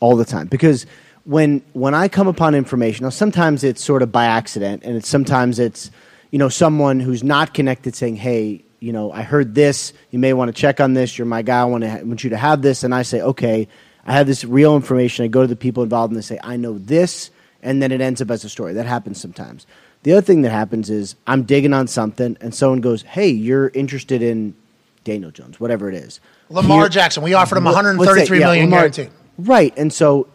all the time because when when i come upon information now sometimes it's sort of by accident and it's sometimes it's you know someone who's not connected saying hey you know i heard this you may want to check on this you're my guy i want to ha- want you to have this and i say okay I have this real information. I go to the people involved and they say, I know this. And then it ends up as a story. That happens sometimes. The other thing that happens is I'm digging on something and someone goes, Hey, you're interested in Daniel Jones, whatever it is.
Lamar
Here-
Jackson. We offered him
Let's say-
133
yeah,
million
Lamar-
guaranteed.
Right. And so,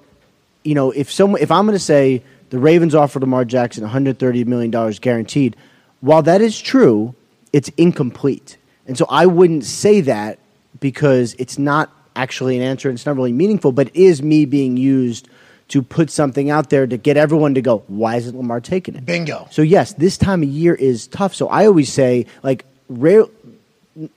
you know, if someone, if I'm going to say the Ravens offered Lamar Jackson 130 million dollars guaranteed, while that is true, it's incomplete. And so I wouldn't say that because it's not actually an answer and it's not really meaningful, but it is me being used to put something out there to get everyone to go, why isn't Lamar taking it?
Bingo.
So yes, this time of year is tough. So I always say, like, rare,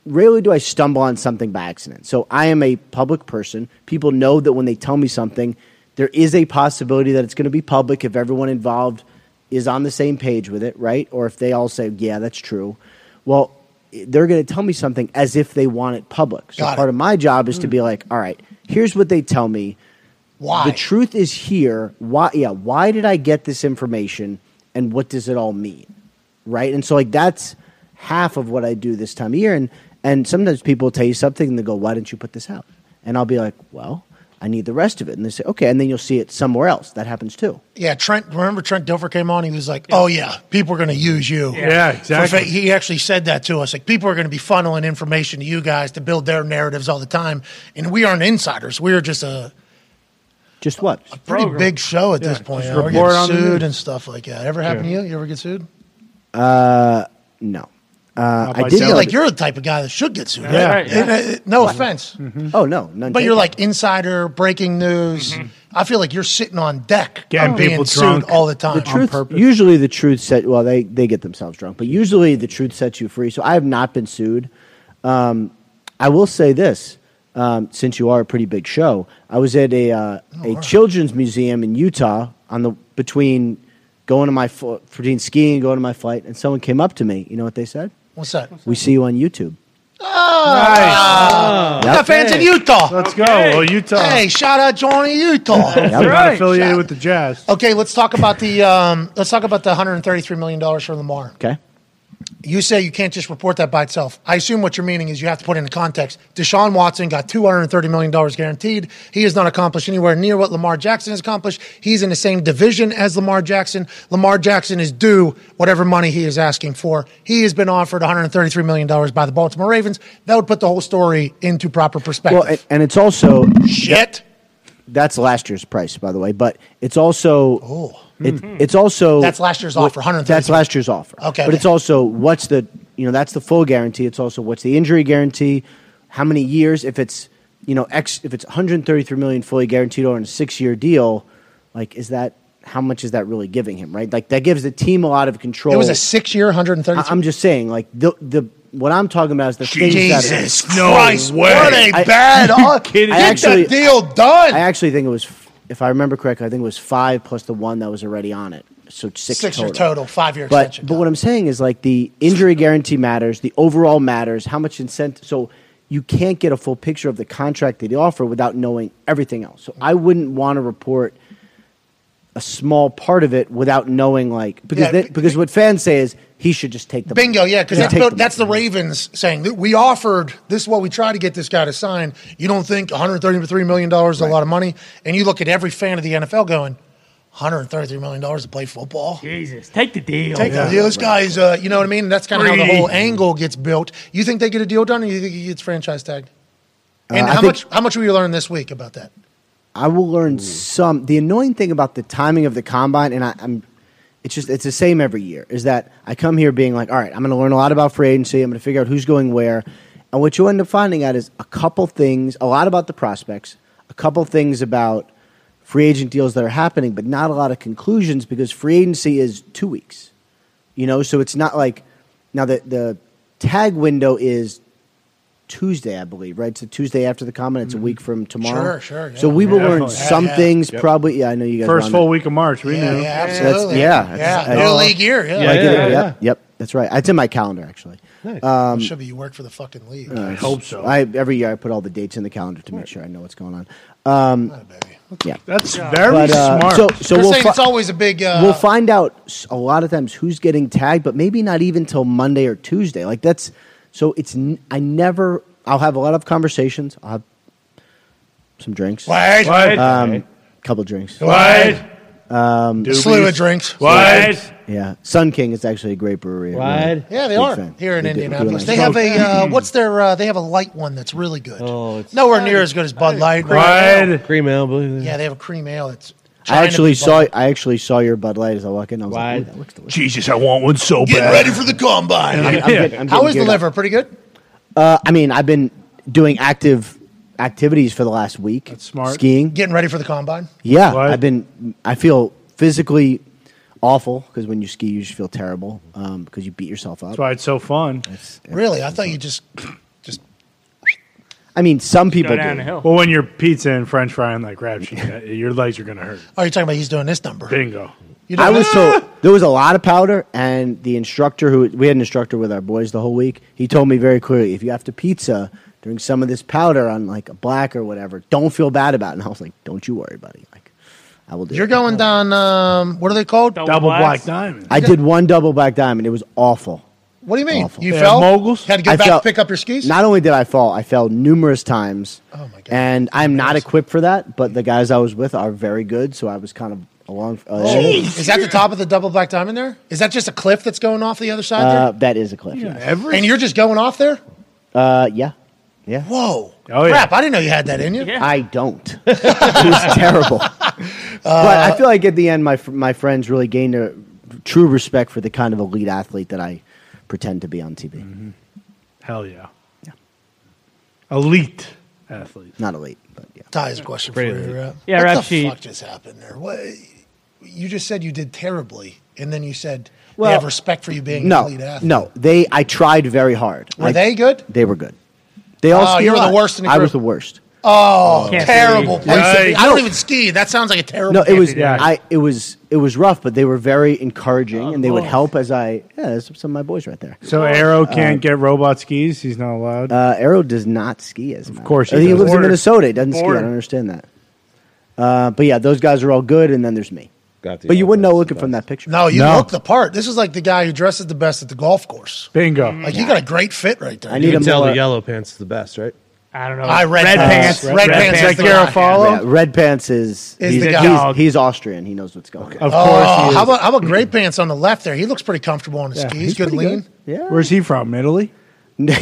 rarely do I stumble on something by accident. So I am a public person. People know that when they tell me something, there is a possibility that it's going to be public if everyone involved is on the same page with it, right? Or if they all say, yeah, that's true. Well, they're going to tell me something as if they want it public. So part of my job is to be like, all right, here's what they tell me.
Why?
The truth is here. Why? Yeah. Why did I get this information, and what does it all mean? Right. And so like that's half of what I do this time of year. And and sometimes people tell you something and they go, "Why didn't you put this out?" And I'll be like, "Well, I need the rest of it." And they say, "Okay." And then you'll see it somewhere else. That happens too.
Yeah, Trent. Remember Trent Dilfer came on. He was like, "Oh yeah, people are going to use you."
Yeah, Yeah,
For
exactly.
fa- he actually said that to us. Like, people are going to be funneling information to you guys to build their narratives all the time, and we aren't insiders. We're just a
Just what?
a pretty
Program.
big show at this
Yeah,
point.
just
You know, We're
report
getting
on the
sued
news.
and stuff like that. Ever happen
Yeah.
to you? You ever get sued?
Uh, no. Uh, I did
Seems
know
like
that-
you're the type of guy that should get sued.
Yeah.
right?
Right, yeah.
And, uh, no offense,
Oh no, none
but you're
taken.
like insider breaking news. I feel like you're sitting on deck,
Mm-hmm. Getting
being
people
Oh, sued
drunk.
all the time
The truth, Usually the truth set well they they get themselves drunk, but usually the truth sets you free. So I have not been sued. Um, I will say this. Um, since you are a pretty big show, I was at a uh,
Oh,
a children's museum in Utah on the between going to my fl- between skiing and going to my flight, and someone came up to me. You know what they said?
What's that?
We see you on YouTube.
Ah,
Nice.
we got fans in
Okay.
Utah.
Let's go. Well, Utah.
Hey, shout out Johnny Utah.
That's They're not right. affiliated with the Jazz.
Okay, let's talk about the um, let's talk about the 133 million dollars for Lamar.
Okay.
You say you can't just report that by itself. I assume what you're meaning is you have to put it into context. Deshaun Watson got $230 million guaranteed. He has not accomplished anywhere near what Lamar Jackson has accomplished. He's in the same division as Lamar Jackson. Lamar Jackson is due whatever money he is asking for. He has been offered $133 million by the Baltimore Ravens. That would put the whole story into proper perspective.
Well, and, and it's also
shit.
That's last year's price, by the way, but it's also
oh,
it,
Hmm.
it's also
That's last year's offer, 130.
That's last year's offer.
Okay,
but
okay.
it's also what's the you know that's the full guarantee. It's also what's the injury guarantee, how many years? If it's you know X, if it's 133 million fully guaranteed or in a six year deal, like is that how much is that really giving him? Right, like that gives the team a lot of control.
it was a six year, 133
I- I'm just saying, like the the what I'm talking about is the things
Jesus
that
Christ, No way. weren't they
I-
bad? Oh, Get that deal done.
I actually think it was, f- if I remember correctly, I think it was five plus the one that was already on it, so six.
six year
total.
total, five year
But
extension.
but what I'm saying is like the injury guarantee matters, the overall matters, how much incentive. So you can't get a full picture of the contract that they offer without knowing everything else. So I wouldn't want to report a small part of it without knowing like because
Yeah,
they- because what fans say is he should just take the
Bingo,
money.
yeah, because
Just
that's,
take
the-
the
that's the Ravens saying that we offered this is what we tried to get this guy to sign. You don't think 133 million dollars is a lot of money? And you look at every fan of the NFL going, 133 million dollars to play football.
Jesus, take the deal.
Take the deal. This guy's, uh, you know what I mean. That's kind of how the whole angle gets built. You think they get a deal done, or you think he gets franchise tagged?
Uh,
And
I
how
think-
much? How much will you learn this week about that?
I will learn some. The annoying thing about the timing of the combine, and I, I'm, it's just it's the same every year. Is that I come here being like, all right, I'm going to learn a lot about free agency. I'm going to figure out who's going where, and what you end up finding out is a couple things, a lot about the prospects, a couple things about free agent deals that are happening, but not a lot of conclusions because free agency is two weeks. You know, so it's not like now the the tag window is Tuesday, I believe, right? It's the Tuesday after the comment. It's a week from tomorrow.
Sure, Mm-hmm. sure, yeah.
So we will
Yeah,
learn
definitely.
some
Yeah, yeah.
things,
Yep.
probably. Yeah, I know you guys.
First
were on
full week of March, we knew.
yeah,
that.
absolutely.
That's, yeah, that's-
yeah.
that's-
New league year. Yeah,
Like it- Yep, yep, that's right. It's in my calendar actually. Um,
should be you work for the fucking league.
uh, I every year I put all the dates in the calendar to make sure I know what's going on. Um, Yeah, uh,
That's very smart.
So, so
They're
we'll
saying
fi-
it's always a big, uh,
we'll find out s- a lot of times who's getting tagged, but maybe not even till Monday or Tuesday. Like that's so. It's n- I never. I'll have a lot of conversations. I'll have some drinks.
What? What?
Um, couple drinks.
What?
Um,
Doobies. Slew of drinks. What?
Yeah, Sun King is actually a great brewery. I'm a
Right. Yeah, they
big
are
fan.
here in
They do- do a
Indianapolis.
nice
They
job.
have a uh, what's their? Uh, they have a light one that's really good.
Oh, it's
Nowhere near as good as Bud Light.
Right.
now.
Cream ale, blue.
Yeah, they have a cream ale. That's
I
China
actually
people.
saw. I actually saw your Bud Light as I walk in. I was like, "Ooh, that looks delicious."
Jesus, I want one so
Get
bad.
ready for the combine.
I'm- I'm getting- I'm
How
getting
is the
geared up.
liver? Pretty good.
Uh, I mean, I've been doing active activities for the last week. That's
smart.
Skiing.
Getting ready for the combine.
Yeah, I've been. I feel physically awful because when you ski, you just feel terrible because you beat yourself up.
That's why it's so fun.
Really, I thought you just.
I mean, some people do.
Well, when you're pizza and French fry and like crab shit, uh, your legs are gonna hurt.
Oh, you're talking about he's doing this number.
Bingo.
I was so there was a lot of powder, and the instructor who we had an instructor with our boys the whole week. He told me very clearly, if you have to pizza during some of this powder on like a black or whatever, don't feel bad about it. And I was like, don't you worry, buddy. Like, I will do.
You're
it.
going down. Um, what are they called? Double,
blacks. black diamond.
I did one double black diamond. It was awful.
What do you mean? You
Yeah,
fell. Moguls. Had to go
I
back
fell-
to pick up your skis.
Not only did I fall, I fell numerous times. Oh my god! And I'm not equipped for that, but the guys I was with are very good, so I was kind of along. Uh,
Oh, is that the top of the double black diamond there? Is that just a cliff that's going off the other side
Uh, that is a cliff.
there?
Yeah.
And you're just going off there?
Uh, yeah. Yeah.
Whoa.
Oh,
Crap, I didn't know you had that in you.
I don't. it was terrible. but
Uh,
I feel like at the end, my fr- my friends really gained a true respect for the kind of elite athlete that I pretend to be on TV.
Mm-hmm. Hell yeah. Elite athlete.
Not elite, but yeah.
Ty has a question
Pretty
for you.
elite.
Rap.
Yeah,
uh, what
Rap
the
Sheet.
fuck just happened there? What, you just said you did terribly, and then you said
Well,
they have respect for you being
No,
an elite athlete.
no, they. I tried very hard.
Were
I-
they good?
They were good. They all.
Oh,
ski
you
a
were the
lot.
worst in the
I was
group.
the worst.
Oh,
Can't
terrible
be.
place. to be.
Yikes.
I don't
No.
even ski. That sounds like a terrible.
No, it was.
place to be.
I. It was. It was rough, but they were very encouraging,
Oh,
and they would
cool.
help as I. Yeah, there's some of my boys right there.
So Arrow can't
Uh,
get robot skis. He's not allowed.
Uh, Arrow does not ski as much. Of
course,
I think he lives in
Border.
Minnesota. He doesn't ski.
Border.
I don't understand that. Uh, but yeah, those guys are all good, and then there's me. but you wouldn't know looking from that picture.
No, you look the part. This is like the guy who dresses the best at the golf course.
Bingo.
Like you got a great fit right there.
I need you can tell the yellow pants is the best, right?
I don't know.
I red,
Red
pants.
pants.
Red,
Red
pants.
pants.
is the
Like
guy.
Yeah, Red Pants is,
Is
he's,
the guy.
he's, he's Austrian. He knows what's going on.
oh, how about how about great pants on the left there? He looks pretty comfortable on his
Yeah,
skis.
he's
good
pretty
lean.
Yeah.
Where's he from? Italy?
he,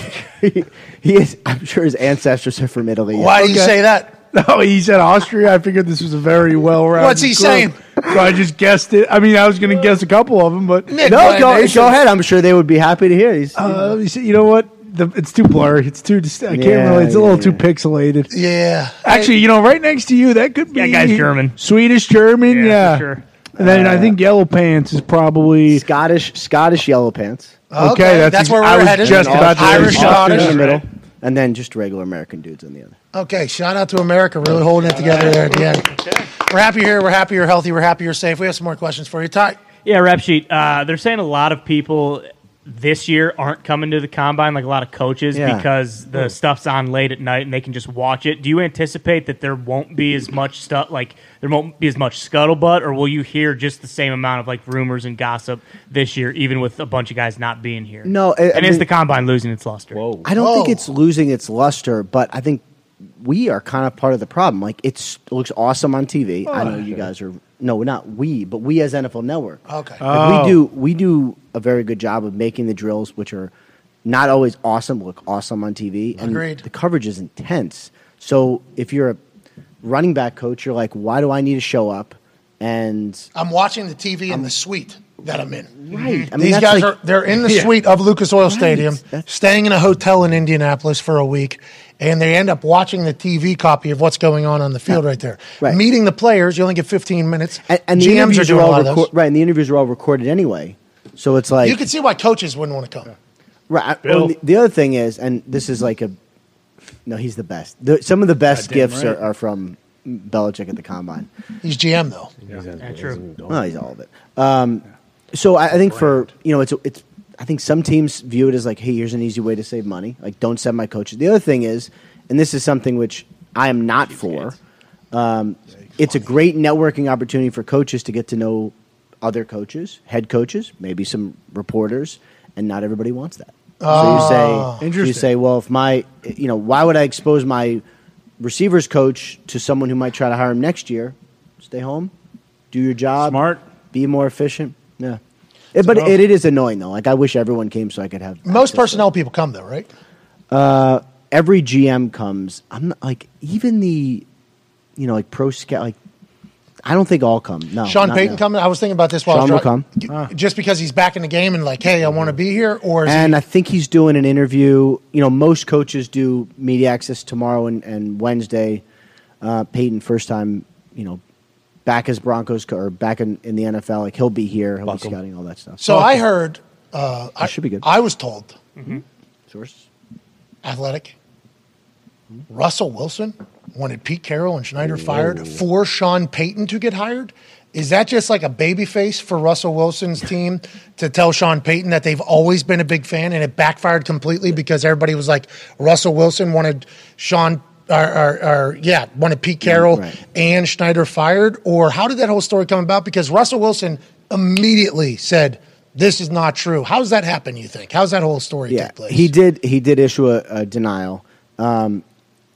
he is. I'm sure his ancestors are from Italy. yeah.
Why do you say that?
No, he said Austria. I figured this was a very well-rounded.
What's he
group.
saying?
So I just guessed it. I mean, I was going to guess a couple of them, but
no, go, go ahead. I'm sure they would be happy to hear. He's,
Uh, you see- you know what? The, it's too blurry. It's too. Dist- I can't
Yeah,
really. It's a
yeah,
little too pixelated.
Yeah.
Actually, you know, right next to you, that could be.
That guy's German.
Swedish German. Yeah.
sure.
And then I think yellow pants is probably
Uh, Scottish. Scottish yellow pants.
Okay, Okay, that's that's ex- where we're I was headed. just about to Irish, say Scottish.
in the middle, and then just regular American dudes in the other.
Okay, shout out to America, really holding it together there at the end. We're happy you're here. We're happy you're healthy. We're happy you're safe. We have some more questions for you, Ty.
Yeah, rap sheet. Uh, they're saying a lot of people this year aren't coming to the combine, like a lot of coaches,
Yeah.
because the stuff's on late at night and they can just watch it. Do you anticipate that there won't be as much stuff, like there won't be as much scuttlebutt, or will you hear just the same amount of like rumors and gossip this year, even with a bunch of guys not being here?
No, I- I
and is
mean-
the combine losing its luster? Whoa.
I don't think it's losing its luster, but I think we are kind of part of the problem. Like it's, it looks awesome on TV. I
Oh.
know you guys are. No, we're not we, but we as NFL Network.
Okay.
Like,
Oh.
we do we do a very good job of making the drills, which are not always awesome, look awesome on TV, and
Agreed.
the coverage is intense. So if you're a running back coach, you're like, why do I need to show up? And
I'm watching the TV in the suite that I'm in.
Right. I mean,
These
that's
guys
like-
are they're in the
Yeah.
suite of Lucas Oil
Right.
Stadium, staying in a hotel in Indianapolis for a week, and they end up watching the TV copy of what's going on on the field right there.
Right.
Meeting the players, you only get 15 minutes.
and, and the
GMs are
interviews are,
doing a
all
lot of
reco-
those.
right, and the interviews are all recorded anyway. So it's like
you can see why coaches wouldn't want to come.
Right. I-
Bill.
well, the, the other thing is, and this is like a no, he's the best. The, some of the best
Goddamn
gifts
right.
are, are from Belichick at the combine.
He's GM though.
true.
Well, he's all of it. Um, so I, I think for you know, it's it's. I think some teams view it as like, hey, here's an easy way to save money. Like, don't send my coaches. The other thing is, and this is something which I am not for. Um, it's a great networking opportunity for coaches to get to know other coaches, head coaches, maybe some reporters, and not everybody wants that. So you
Oh.
say, you
Interesting.
say, well, if my, you know, why would I expose my receivers coach to someone who might try to hire him next year. Stay home, do your job, smart, be more efficient. Yeah, It- but
rough.
it, it is annoying though. Like I wish everyone came so I could have.
Most personnel people come though, right?
Uh, every GM comes. I'm not, like even the, you know, like pro scout. Like I don't think all come. No,
Sean
not
Payton
now.
coming. I was thinking about this while
Sean
I
will
was
come.
dri- Just because he's back in the game and like, hey, I want to be here, or is
and I think he's doing an interview. You know, most coaches do media access tomorrow and, and Wednesday. Uh, Peyton, first time, you know, back as Broncos co- or back in, in the NFL. Like he'll be here, he'll be scouting all that stuff.
So I heard. Uh, I
should be good.
I was told.
Source.
Athletic. Russell Wilson wanted Pete Carroll and Schneider fired for Sean Payton to get hired. Is that just like a baby face for Russell Wilson's team to tell Sean Payton that they've always been a big fan and it backfired completely because everybody was like Russell Wilson wanted Sean or, or, or yeah wanted Pete Carroll and Schneider fired or how did that whole story come about because Russell Wilson immediately said this is not true. How does that happen? You think? How's that whole story
Yeah,
take place?
he did. He did issue a, a denial. Um,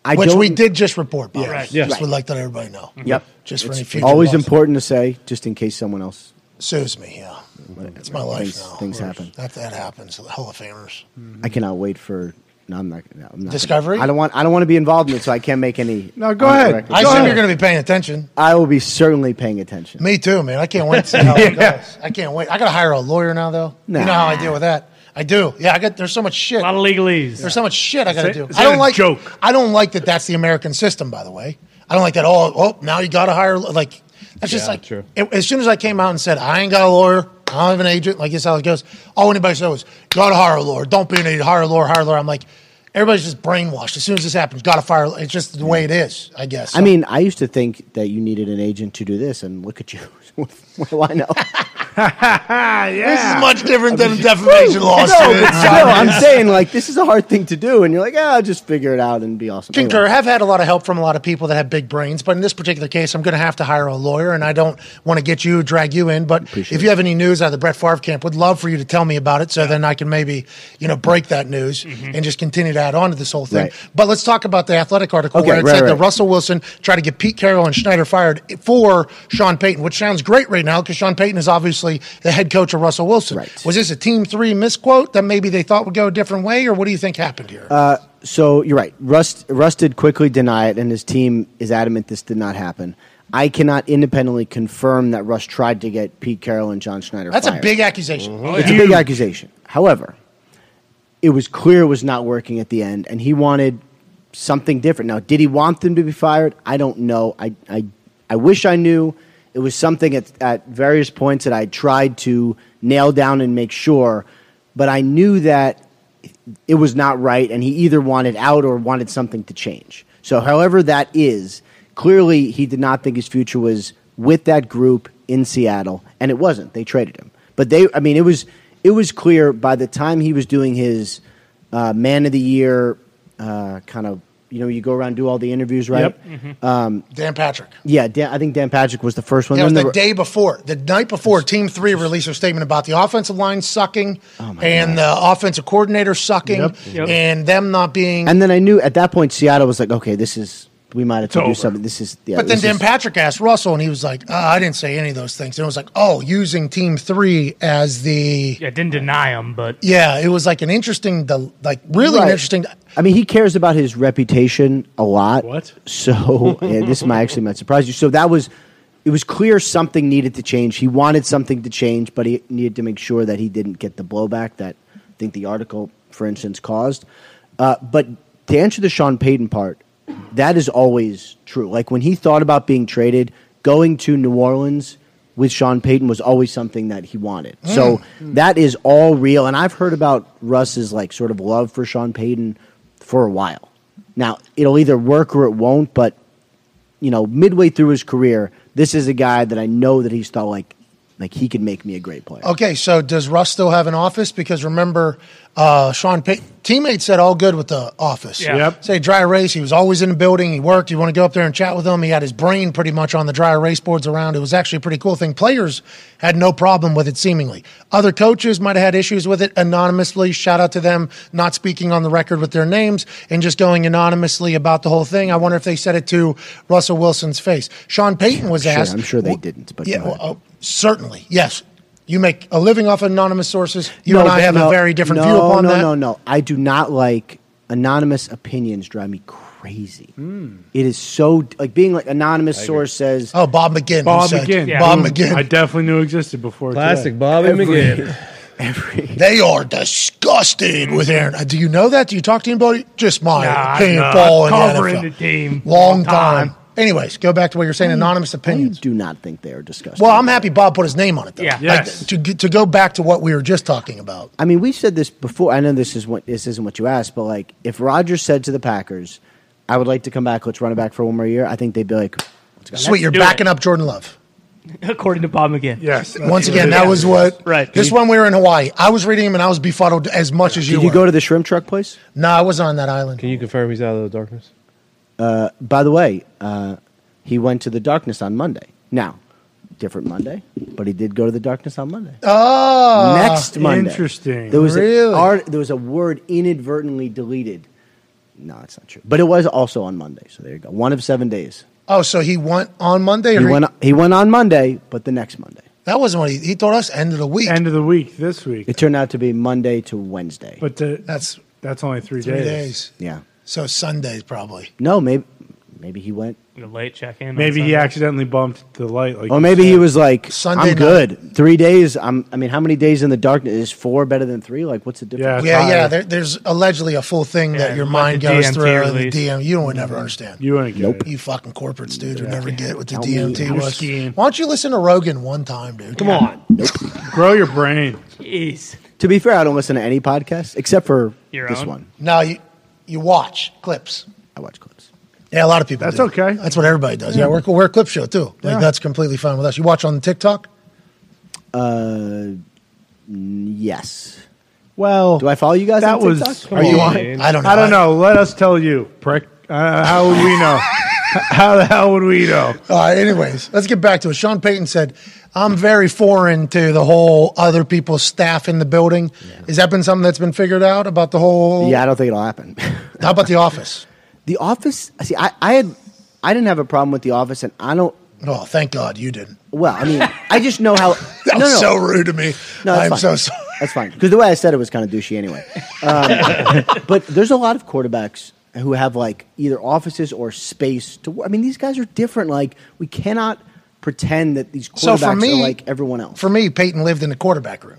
I
Which
don't-
we did just report. By the way.
Yes.
Just
Right.
would like to let everybody know.
Yep.
Just for
It's
any future.
Always
lawsuit.
important to say, just in case someone else
Sues me. Yeah. It's my life
Things,
now.
things happen.
That, that happens. The Hall of Famers.
I cannot wait for. No, I'm not. No, I'm not
Discovery?
I don't want. I don't want to be involved in it, so I can't make any.
No,
go ahead. Go
I assume
ahead.
you're going to be paying attention.
I will be certainly paying attention.
Me too, man. I can't wait to see how it
Yeah.
goes. I can't wait. I got to hire a lawyer now, though. You know
Nah.
how I deal with that. I do. Yeah, I got. There's so much shit. A lot
of legalese.
There's so much shit I
Is
got to
that-
do.
is
I
that
don't
a
like.
joke?
I don't like that. That's the American system, by the way. I don't like that. All oh, now you got to hire like. That's just
Yeah,
like.
true.
it- as soon as I came out and said I ain't got a lawyer, I don't have an agent. Like this, is how it goes. All anybody said was, "Got to hire a lawyer. Don't be an agent. Hire a lawyer. Hire a lawyer." I'm like, everybody's just brainwashed. As soon as this happens, got to fire. It's just the way it is, I guess.
I mean, I used to think that you needed an agent to do this, and look at you. what do I know?
This is much different than a defamation
no, but
lawsuit.
still, I'm saying like this is a hard thing to do, and you're like, ah, I'll just figure it out and be awesome.
Concur.
Anyway.
I've had a lot of help from a lot of people that have big brains, but in this particular case, I'm going to have to hire a lawyer, and I don't want to get you, drag you in. But if you have any news out of the Brett Favre camp, would love for you to tell me about it, so then I can maybe you know break that news and just continue to add on to this whole thing.
Mm-hmm. Right.
But let's talk about the athletic article
Okay,
where it
right,
said that
right.
Russell Wilson tried to get Pete Carroll and Schneider fired for Sean Payton, which sounds great right now because Sean Payton is obviously the head coach of Russell Wilson. Was this a Team Three misquote that maybe they thought would go a different way, or what do you think happened here?
Uh, so you're right. Rust, Russ did quickly deny it, and his team is adamant this did not happen. I cannot independently confirm that Russ tried to get Pete Carroll and John Schneider.
That's a
fired. Mm-hmm.
big accusation.
It's a big accusation. However, it was clear it was not working at the end, and he wanted something different. Now, did he want them to be fired? I don't know. I, I, I wish I knew. It was something at, at various points that I tried to nail down and make sure, but I knew that it was not right, and he either wanted out or wanted something to change. So, however that is, clearly he did not think his future was with that group in Seattle, and it wasn't. They traded him, but they, I mean, it was it was clear by the time he was doing his uh, man of the year uh, kind of, you know, you go around and do all the interviews, right? Um,
Dan Patrick.
yeah, Dan, I think Dan Patrick was the first one.
Yeah, it was
Then
the
there were-
day before, the night before, Team Three released their statement about the offensive line sucking and the offensive coordinator sucking
Oh Yep. Yep.
and them not being.
and then I knew at that point Seattle was like, okay, this is we might have to do
over.
something. This is yeah,
but then
this
Dan
is-
Patrick asked Russell, and he was like, uh, "I didn't say any of those things." And it was like, "Oh, using Team Three as the
Yeah, didn't deny him, but
yeah." It was like an interesting, del- like really an
Right.
interesting.
I mean, he cares about his reputation a lot. What? So yeah, this might actually might surprise you. So that was, it was clear something needed to change. He wanted something to change, but he needed to make sure that he didn't get the blowback that I think the article, for instance, caused. Uh, but to answer the Sean Payton part, that is always true. Like when he thought about being traded, going to New Orleans with Sean Payton was always something that he wanted.
Mm.
So that is all real. And I've heard about Russ's like sort of love for Sean Payton for a while. Now it'll either work or it won't, but you know, midway through his career, this is a guy that I know that he's thought like like he could make me a great player.
Okay, so does Russ still have an office? Because remember, uh, Sean Payton. Teammates said all good with the office.
Yeah. Yep.
Say dry erase. He was always in the building. He worked. You want to go up there and chat with him. He had his brain pretty much on the dry erase boards around. It was actually a pretty cool thing. Players had no problem with it seemingly. Other coaches might have had issues with it anonymously. Shout out to them not speaking on the record with their names and just going anonymously about the whole thing. I wonder if they said it to Russell Wilson's face. Sean Payton was
Sure,
asked.
I'm sure they didn't, but
yeah, well, oh, certainly yes. You make a living off anonymous sources. You and I
but
have a very different
no,
view upon
no,
that.
No, no, no. I do not like anonymous opinions. Drive me crazy. It is so like being like anonymous source says.
Hmm. Oh, Bob McGinn.
Bob McGinn.
Bob
Boom.
McGinn.
I definitely knew existed before.
Classic
today.
Bobby Every-
McGinn. They are disgusted with Aaron. Uh, Do you know that? Do you talk to anybody? Just my
Nah,
opinion.
nah,
Paul in
covering
NFL.
the team
Long
all
time.
time.
Anyways, go back to what you're saying. Anonymous opinions.
do not think they are disgusting.
Well, I'm happy Bob put his name on it. Though.
Yeah.
Like,
Yes.
to to go back to what we were just talking about.
I mean, we've said this before. I know this is what this isn't what you asked, but like if Rogers said to the Packers, "I would like to come back. Let's run it back for one more year," I think they'd be like, Let's go.
Sweet, you're backing up Jordan Love.
According to Bob McGinn.
Yes.
Once again, that was what.
Right.
This one we were in Hawaii. I was reading him and I was befuddled as much as you.
Did you
were.
go to the shrimp truck place?
No, I wasn't on that island.
Can you confirm he's out of the darkness? Uh, by the way, uh, he went to the darkness on Monday. Now, different Monday, but he did go to the darkness on Monday.
Oh,
Next Monday.
Interesting.
There was
Really?
a art, there was a word inadvertently deleted. No, it's not true. But it was also on Monday. So there you go. One of seven days.
Oh, so he went on
He
Monday. or
went. He went on Monday, but the next Monday.
That wasn't what he, he told us. End of the week.
End of the week this week.
It turned out to be Monday to Wednesday.
But the,
that's
that's only three,
Three days.
Yeah.
So Sunday probably.
No, maybe maybe he went.
The late check in.
Maybe he accidentally bumped the light. Like
or
Oh, you
maybe
said.
he was like,
Sunday
"I'm good. Three days. I'm. I mean, how many days in the darkness is four better than three? Like, what's the difference?
yeah, yeah. There, there's allegedly a full thing that your
like
mind
the
goes
DMT
through. and The
release.
DM, you would
Mm-hmm.
never understand.
You wouldn't get
Nope.
You fucking corporates, dude. You never get what the
Tell me
DMT
how
was.
skiing.
Why don't you listen to Rogan one time, dude?
Come on.
grow your brain.
Jeez.
To be fair, I don't listen to any podcast except for
Your
this
own?
one.
No, you you watch clips.
I watch clips.
Yeah, a lot of people.
That's
do.
okay.
That's what everybody does.
Yeah.
Yeah, we're, we're a clip show too. Like
Yeah.
that's completely fine with us. You watch on TikTok?
Uh, n- yes. Well, do I follow you guys?
That
on
was.
TikTok?
Are you on? I don't know. Let us tell you, prick. Uh, how would we know? how the hell would we know?
All right. Anyways, let's get back to it. Sean Payton said, "I'm very foreign to the whole other people's staff in the building." Has that been something that's been figured out about the whole?
Yeah, I don't think it'll happen.
How about the office?
The office. See, I, I had, I didn't have a problem with the office, and I don't.
Oh, thank God you didn't.
Well, I mean, I just know how.
That
no,
was
no.
so rude to me.
No, that's
I'm
fine.
so sorry.
That's fine. Because the way I said it was kind of douchey anyway. Um, but there's a lot of quarterbacks who have like either offices or space to work. I mean, these guys are different. Like, we cannot pretend that these quarterbacks
So for me-
are like everyone else.
For me, Peyton lived in the quarterback room,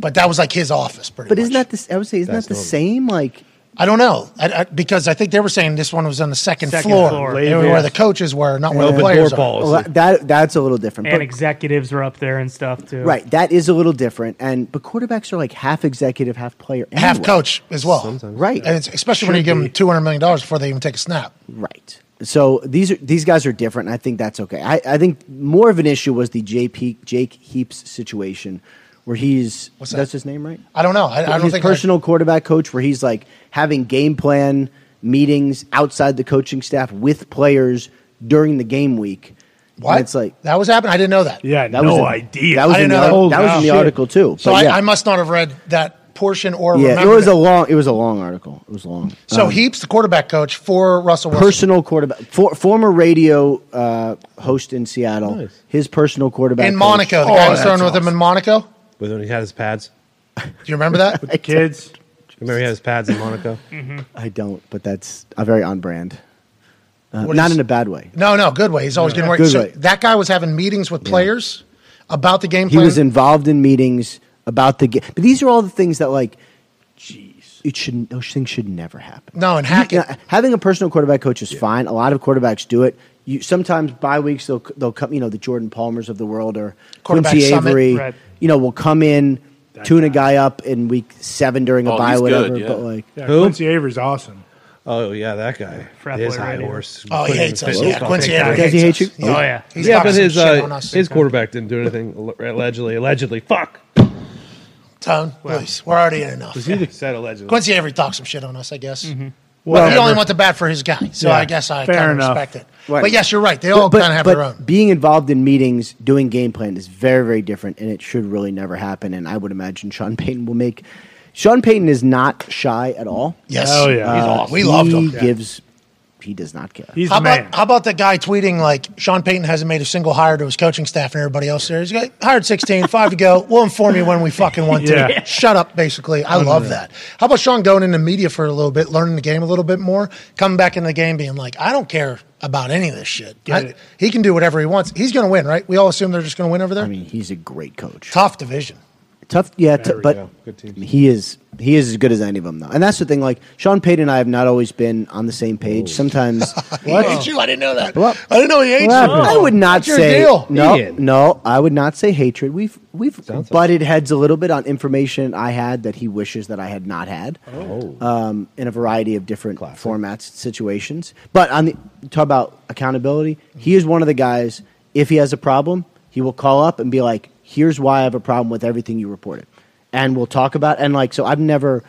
but that was like his office, pretty
But
much.
isn't that the, I would say, isn't
That's
that the
normal.
same? Like,
I don't know I, I, because I think they were saying this one was on the second,
Second
floor,
floor.
They were
Yeah.
where the coaches were, not where
Open
the
door
players are.
policy. Well, that that's a little different.
And
But-
executives are up there and stuff too.
right, that is a little different. And, but quarterbacks are like half executive, half player.
half
anyway.
coach as well,
Right.
And it's, especially when you
Should
give them
be.
two hundred million dollars before they even take a snap.
Right. So these are these guys are different. And I think that's okay. I, I think more of an issue was the JP Jake Heaps situation, where he's
What's that?
that's his name, right?
I don't know. I, I don't
his
think I-
personal quarterback coach, where he's like having game plan meetings outside the coaching staff with players during the game week. And
What?
it's like
that was happening. I didn't know that.
Yeah,
That was no in- idea. that was
I didn't
in the
know
ar- that was in the Holy article, shit. too.
So
But
I,
yeah.
I must not have read that portion or
yeah, it
remembered
was a long it was a long article. It was long.
So
Um,
Heaps, the quarterback coach for Russell Wilson.
personal quarterback, for, former radio uh, host in Seattle, his personal quarterback
in
coach- Oh,
Monaco, the guy was throwing with him in Monaco. Do
With when he had his pads.
you remember that?
With
the kids.
Remember he had his pads in Monaco.
I don't, but that's a very on brand. Uh,
What
not
is-
in a bad way.
No, no, Goodway. He's always
Yeah.
getting work.
Good
So
way.
that guy was having meetings with players about the game
He
plan.
was involved in meetings about the game, but these are all the things that like, jeez, it shouldn't. Those things should never happen.
No, and Hackett.
You know, having a personal quarterback coach is fine. A lot of quarterbacks do it. You sometimes bye weeks they'll they'll come. You know the Jordan Palmers of the world or
Quarterback
Quincy
summit,
Avery.
right.
You know will come in, tune a guy up in week seven during a
Oh,
bye,
he's
whatever.
good, yeah.
But like,
Yeah, Quincy Avery's awesome.
Oh yeah, that guy. his high horse.
Oh, he
Put him
hates
in
us.
the
Yeah,
face.
Quincy Avery Does he hates hate us. you? Oh, yeah. He's
yeah,
talking
but his
some shit
uh,
on us.
his quarterback didn't do anything allegedly. Allegedly, fuck.
Tone, please. We're already in enough.
Was he the, said allegedly?
Quincy Avery talked some shit on us, I guess.
Well,
but he only
whatever.
went to bat for his guy, so
Yeah.
I guess I
Fair
kind of
enough.
respect it.
Right.
But yes, you're right. They
But-
all
but-
kind of have
but
their own.
Being involved in meetings, doing game plan is very, very different, and it should really never happen. And I would imagine Sean Payton will make. Sean Payton is not shy at all. Uh,
Yes. Oh, yeah. He's awesome. We loved him.
He
Yeah.
gives. He does not care.
how about how about that guy tweeting like Sean Payton hasn't made a single hire to his coaching staff and everybody else there? He's got hired 16, five to go. We'll inform you when we fucking want to.
Yeah.
Shut up, basically. I love
Unreal.
that. How about Sean going into media for a little bit, learning the game a little bit more, coming back into the game being like, I don't care about any of this shit.
Get
I-
it.
he can do whatever he wants. He's going to win, right? We all assume they're just going to win over there. I
mean, he's a great coach.
Tough division.
Tough, yeah, t-
There we
but
go. Good teams.
he is he is as good as any of them though, and that's the thing. Like Sean Payton and I have not always been on the same
Oh.
page. Sometimes
He hates you. I didn't know that.
Well,
I didn't know he hates
Well, I
you.
would not
What's your
say
deal?
no, no. I would not say hatred. We've we've butted heads a little bit on information I had that he wishes that I had not had,
Oh.
um, in a variety of different formats situations. But on the talk about accountability, he is one of the guys. If he has a problem, he will call up and be like, "Here's why I have a problem with everything you reported," and we'll talk about and like. So I've never.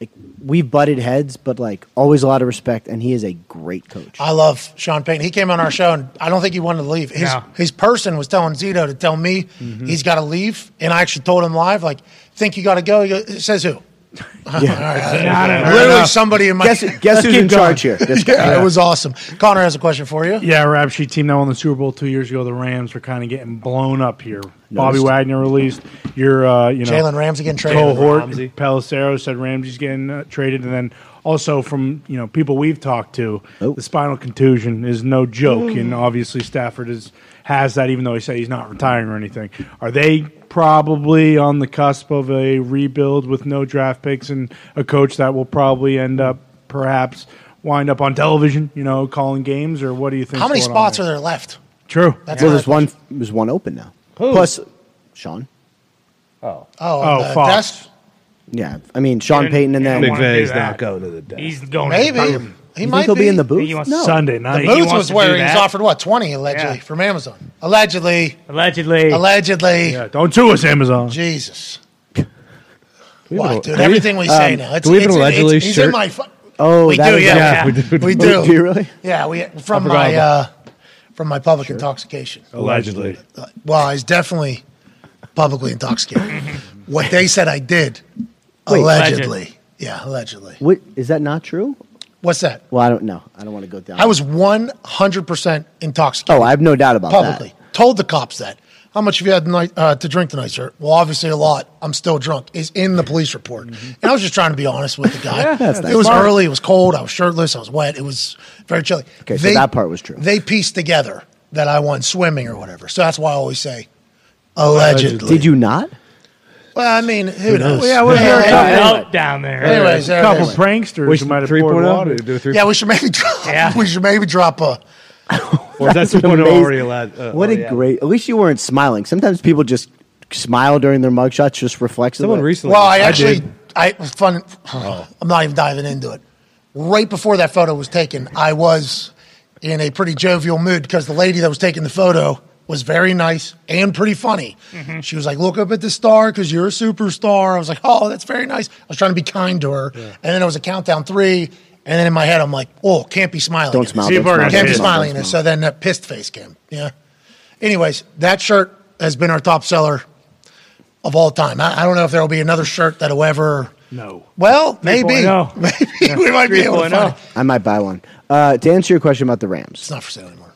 Like, we've butted heads, but like always a lot of respect, and he is a great coach.
I love Sean Payton. He came on our show, and I don't think he wanted to leave. His
No. Mm-hmm.
his person was telling Zito to tell me he's got to leave, and I actually told him live, like, "Think you got to go?" He goes, "It says who? All right.
Not enough.
Literally,
Enough.
somebody in my
Guess- guess Let's who's keep in going. charge here? This guy.
Yeah, It was awesome. Connor has a question for you.
Yeah, rap sheet team that won the Super Bowl two years ago. The Rams were kind of getting blown up here. Bobby
Noticed.
Wagner released. Your, uh, you know,
Jalen Ramsey getting traded.
Cohort
Ramsey.
Pelissero said Ramsey's getting uh, traded, and then also from you know people we've talked to,
Oh.
the spinal contusion is no joke, and obviously Stafford is has that, even though he said he's not retiring or anything. Are they probably on the cusp of a rebuild with no draft picks and a coach that will probably end up perhaps wind up on television, you know, calling games, or what do you think?
How many spots are there left?
True.
That's
well,
my
there's one. There's one open now.
Who?
Plus, Sean.
Oh.
Oh,
Oh,
uh,
Fox.
that's-
Yeah, I mean Sean
And-
Payton, and
and
then
I wanna Big do V's
not going to the death.
He's going
Maybe
You
he
think
might
he'll be. in the
He
booth.
wants
No.
Sunday night.
The
He
booth
wants
was
to
where
do
he was
that.
offered what twenty allegedly from Amazon. Allegedly,
allegedly,
allegedly.
Don't sue us, Amazon.
Jesus.
have
What,
a-
dude?
do we-
Everything we say
um,
now. It's,
do we have
it's,
an
it's-
allegedly
He's in
shirt?
my. Fu-
Oh,
we
that
do.
is-
Yeah,
yeah, we do.
We do.
Do you really?
Yeah, we from
I forgot
my
about
uh, from my public intoxication.
Allegedly.
Well, I was definitely publicly intoxicated. what they said I did,
Wait.
allegedly. Yeah, allegedly.
What is that not true?
What's that?
Well, I don't know. I don't want to go down.
I was one hundred percent intoxicated.
Oh, I have no doubt about
publicly. Told the cops that. How much have you had tonight, uh, to drink tonight, sir? Well, obviously a lot. I'm still drunk. Is in the police report, and I was just trying to be honest with the guy.
Yeah, that's
it
nice.
was
Smart.
early. It was cold. I was shirtless. I was wet. It was very chilly.
Okay, so that part was true.
They pieced together that I won swimming or whatever. So that's why I always say
that.
allegedly.
Did you not?
Well, I mean, who,
Who
knows?
knows? Yeah, well, there are a couple-
Out down there.
Anyways, there it
couple
is.
pranksters
Wait,
who might have
3.0?
oh?
poured water.
Do a three-
Yeah, we should maybe drop. We should maybe drop a.
oh?
Or that's
That's
what I'm
amazing.
already allowed. uh,
what
oh,
a
yeah.
great. At least you weren't smiling. Sometimes people just smile during their mugshots, just reflexively.
Someone recently-
Well, I
I
actually,
did.
I, fun.
Oh.
I'm not even diving into it. Right before that photo was taken, I was in a pretty jovial mood because the lady that was taking the photo was very nice and pretty funny.
Mm-hmm.
She was like, "Look up at the star because you're a superstar." I was like, "Oh, that's very nice." I was trying to be kind to her, and then it was a countdown three. And then in my head, I'm like, "Oh, can't be smiling."
Don't
in this.
smile, See, don't Barker, smile,
Can't be
don't smile,
smiling. in
don't
this. So then that pissed face came. Yeah. Anyways, that shirt has been our top seller of all time. I, I don't know if there will be another shirt that'll ever.
No.
Well, maybe.
oh.
3.0.
Maybe we might be able to find it.
I might buy one. Uh, to answer your question about the Rams,
It's not for sale anymore.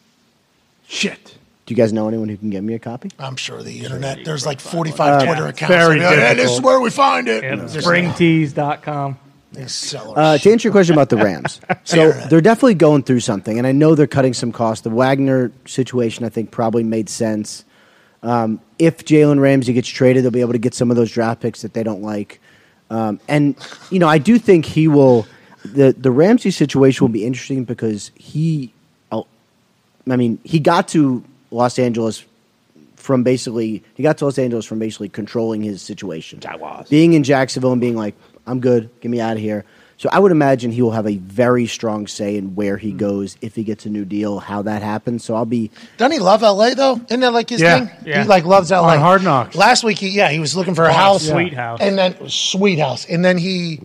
Shit.
Do you guys know anyone who can give me a copy?
I'm sure the internet, there's like 45
Uh,
Twitter
yeah.
accounts.
Very
that are like, "Hey, this is
difficult.
where we find it.
Yeah,
Just-
Springtees.com.
They sell
Uh, to answer your question about the Rams, so they're definitely going through something, and I know they're cutting some costs. The Wagner situation, I think, probably made sense. Um, if Jalen Ramsey gets traded, they'll be able to get some of those draft picks that they don't like. Um, and you know, I do think he will. the The Ramsey situation will be interesting because he, oh, I mean, he got to Los Angeles from basically he got to Los Angeles from basically controlling his situation. Jaguars. Being in Jacksonville and being like, I'm good, get me out of here. So I would imagine he will have a very strong say in where he goes if he gets a new deal, how that happens. So I'll be
Doesn't he love L.A. though? Isn't that like his
Yeah,
thing?
yeah.
He like loves
On
L.A.
Hard Knocks.
Last week, he, yeah, he was looking for
Oh,
a house,
sweet house.
and then sweet house, and then he,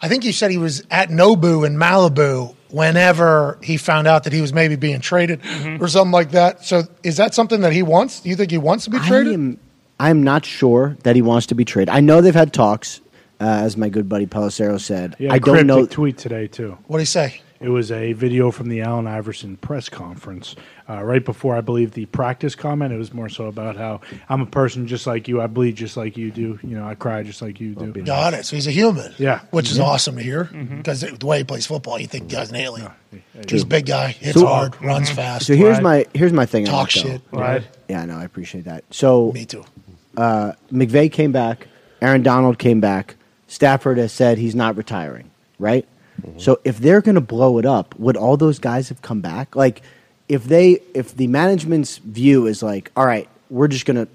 I think he said he was at Nobu in Malibu whenever he found out that he was maybe being traded
Mm-hmm.
or something like that. So is that something that he wants? Do you think he wants to be traded?
I'm not sure that he wants to be traded. I know they've had talks, uh, as my good buddy Pelissero said.
Yeah,
I don't
cryptic
know.
Tweet today too.
What did he say?
It was a video from the Allen Iverson press conference uh, right before I believe the practice comment. It was more so about how I'm a person just like you. I bleed just like you do. You know, I cry just like you do.
Got it. So he's a human.
Yeah,
Which is
Mhm.
awesome to hear
Mm-hmm.
because the way he plays football, you think the guy's an alien. He's a
True.
big guy, hits
So-
hard, runs
Mm-hmm.
fast.
So here's my here's my thing. on
Talk
that, though.
shit. Right.
Yeah, no, I appreciate that. So
me too.
Uh, McVay came back. Aaron Donald came back. Stafford has said he's not retiring. Right. So if they're going to blow it up, would all those guys have come back? Like, if they if the management's view is like, all right, we're just going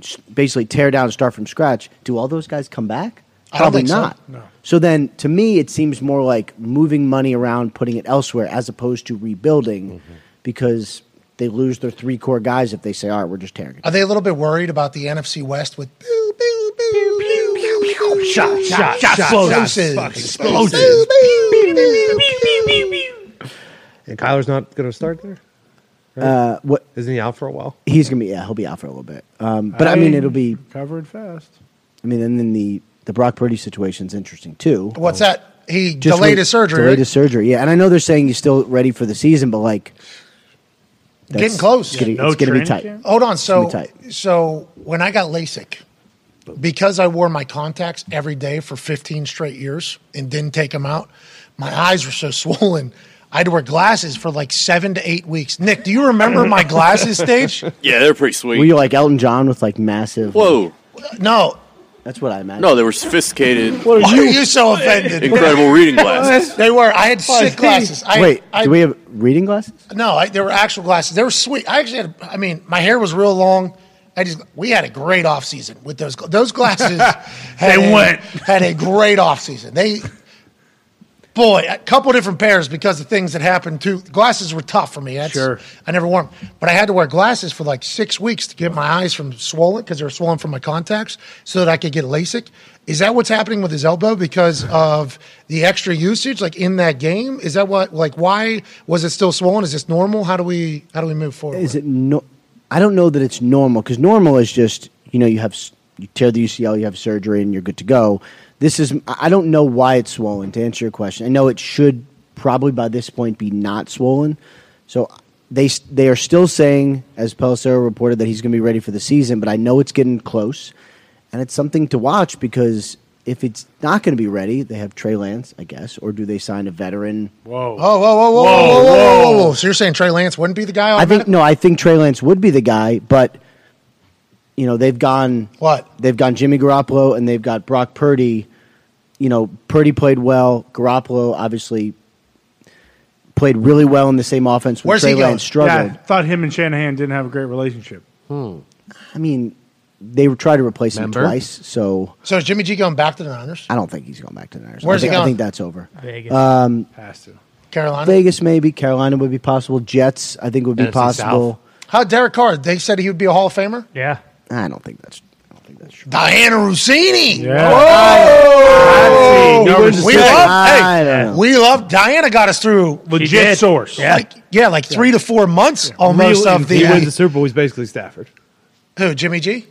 to basically tear down and start from scratch, do all those guys come back?
I don't
Probably
think so.
not. So then, to me, it seems more like moving money around, putting it elsewhere, as opposed to rebuilding,
Mm-hmm.
because they lose their three core guys if they say, "All right, we're just tearing it."
Are they a little bit worried about the NFC West with
Shot,
Oh, shot, shot, explosives,
fucking
explosives.
And Kyler's not going to start there. Right?
Uh, what
Isn't he out for a while?
he's gonna be? Yeah, he'll be out for a little bit. Um, but I mean, it'll be.
covered fast.
I mean, and then the the Brock Purdy situation's interesting too.
What's that? He
Just
delayed
with-
his surgery.
Delayed
right?
his surgery. Yeah, and I know they're saying he's still ready for the season, but like, that's-
Getting close.
It's gonna, it's gonna be tight.
Hold on.
It's gonna
So,
be tight.
so when I got LASIK, because I wore my contacts every day for 15 straight years and didn't take them out, my eyes were so swollen. I had to wear glasses for like seven to eight weeks. Nick, do you remember my glasses stage?
Yeah, they're pretty sweet.
Were you like Elton John with like massive?
Whoa.
No.
That's what I imagine.
No, they were sophisticated.
Why are you so offended?
Incredible reading glasses.
They were. I had sick glasses. I,
Wait,
I,
do we have reading glasses?
No, I, there were actual glasses. They were sweet. I actually had. I mean, my hair was real long. I just we had a great off season with those gla- those glasses. had
They
a,
went.
had a great off season. They boy, a couple different pairs because of things that happened. Too glasses were tough for me. That's, sure, I never wore them, but I had to wear glasses for like six weeks to get my eyes from swollen because they were swollen from my contacts, so that I could get LASIK. Is that what's happening with his elbow because of the extra usage, like in that game? Is that what, like, why was it still swollen? Is this normal? How do we how do we move forward?
Is it no? I don't know that it's normal because normal is just you know you have s- you tear the UCL, you have surgery, and you're good to go. This is I I don't know why it's swollen. To answer your question, I know it should probably by this point be not swollen. So they s- they are still saying, as Pelissero reported, that he's going to be ready for the season. But I know it's getting close, and it's something to watch because if it's not going to be ready, they have Trey Lance, I guess, or do they sign a veteran?
Whoa!
Oh, whoa, whoa, whoa, whoa,
Whoa,
whoa, whoa, whoa, whoa,
whoa.
So you're saying Trey Lance wouldn't be the guy?
I think no, I think Trey Lance would be the guy, but you know they've gone
what
they've gone Jimmy Garoppolo and they've got Brock Purdy. You know Purdy played well. Garoppolo obviously played really well in the same offense. When Trey Lance struggled.
Yeah, I thought him and Shanahan didn't have a great relationship.
Hmm.
I mean, they were- tried to replace
Remember?
him twice, so
So is Jimmy G going back to the Niners?
I don't think he's going back to the Niners.
Where's
I
he
think, I
going?
think that's over.
Vegas.
Um,
Has to.
Carolina.
Vegas maybe Carolina would be possible. Jets I think would be
NFC South.
possible.
How Derek Carr? They said he would be a Hall of Famer.
Yeah.
I don't think that's
Diana Rossini.
Yeah.
Whoa!
Patsy, number
we
six.
love.
I don't
Hey,
know.
we love. Diana got us through
Legit source.
Yeah, like, yeah, like three to four months almost
Real-
of
if he wins the
the. uh,
Super Bowl. He's basically Stafford.
Who? Jimmy G.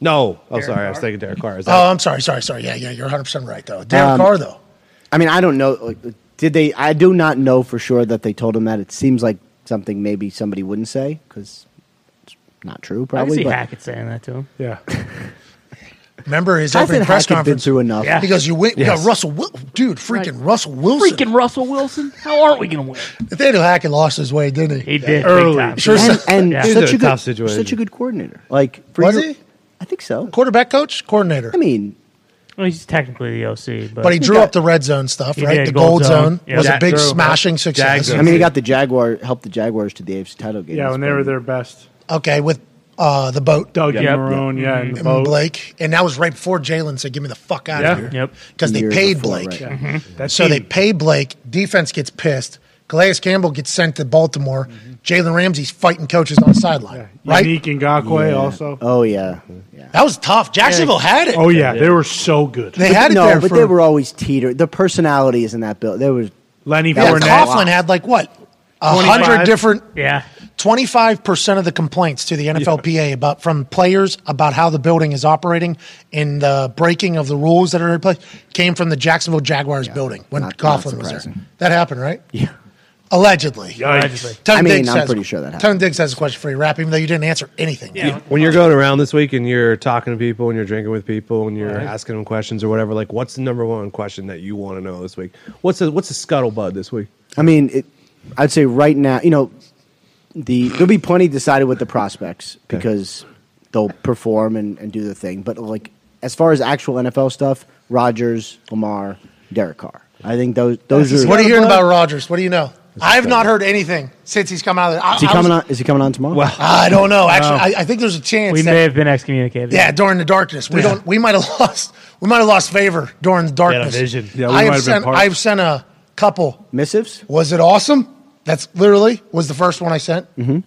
No, I'm sorry. I was thinking Derek Carr. Is that-
Oh, I'm sorry, sorry, sorry. Yeah, yeah, you're 100 percent right though. Derek
Um,
Carr though.
I mean, I don't know. Like, did they? I do not know for sure that they told him that. It seems like something maybe somebody wouldn't say because it's not true.
I can
Probably.
see
but-
Hackett saying that to him.
Yeah.
Remember his
Hasn't
opening press
Hackett been
conference?
through enough?
Yeah. He goes, "You win,
Yes.
yeah, Russell, Wil- dude, freaking Russell Wilson,
freaking Russell Wilson. How aren't we going to win?
Nathaniel Hackett lost his way, didn't he? He
did, big time.
Sure,
and, and
Yeah.
such a good, such a good coordinator. Like for
Was
your-
he?
I think so.
Quarterback coach, coordinator.
I mean,
Well, he's technically the OC, but
But he drew up the red zone stuff,
He
right?
did,
the
gold
gold, zone,
zone. Yeah.
was a
Jack
big
Drew.
smashing success.
I mean, he got the Jaguar helped the Jaguars to the AFC title game.
Yeah, when they were their best.
Okay, with uh, the boat.
Doug Yep. Cameron, yeah, and the
And
boat.
Blake. And that was right before Jalen said, "Give me the fuck out
Yeah.
of here."
Yep.
Because they
Year
paid
before,
Blake.
right. Mhm. That
So they
team-
pay Blake. Defense gets pissed. Calais Campbell gets sent to Baltimore.
Mm-hmm.
Jalen Ramsey's fighting coaches on the sideline. Right.
Unique Ngakwe also.
Oh yeah.
That was tough. Jacksonville had it.
Oh yeah, they were so good.
They
But
had it
no,
there
but
for-
they were always teeter. The personalities in that bill. There was
Lenny
Yeah, Coughlin had like what a
25?
hundred different.
Yeah,
twenty five percent of the complaints to the NFLPA about from players about how the building is operating and the breaking of the rules that are in place came from the Jacksonville Jaguars building when
not- not
Coughlin was there.
surprising.
That happened, right?
Yeah.
Allegedly.
Yikes.
Tony
I mean,
Diggs
I'm
has-
pretty sure that
Tony Diggs has a question for you, Rap, even though you didn't answer anything.
when you're going around this week and you're talking to people and you're drinking with people and you're
Right.
asking them questions or whatever, like, what's the number one question that you want to know this week? What's the what's the scuttlebutt this week?
I mean, it, I'd say right now, you know, the there'll be plenty decided with the prospects because they'll perform and, and do the thing. But like as far as actual NFL stuff, Rodgers, Lamar, Derek Carr. I think those those are.
what are you hearing about Rodgers? What do you know? I have not heard anything since he's come out of the. I,
Is he
I
coming
was-
on? Is he coming on tomorrow?
Well, I don't know.
uh,
Actually, I, I think there's a chance
we
that-
may have been excommunicated.
Yeah, during the darkness, we
Yeah.
don't. We might have lost. We might have lost favor during the darkness.
vision. Yeah, we
I
might
have
have been
sent.
parked.
I've sent a couple
missives.
Was it awesome? That's literally was the first one I sent.
Mhm.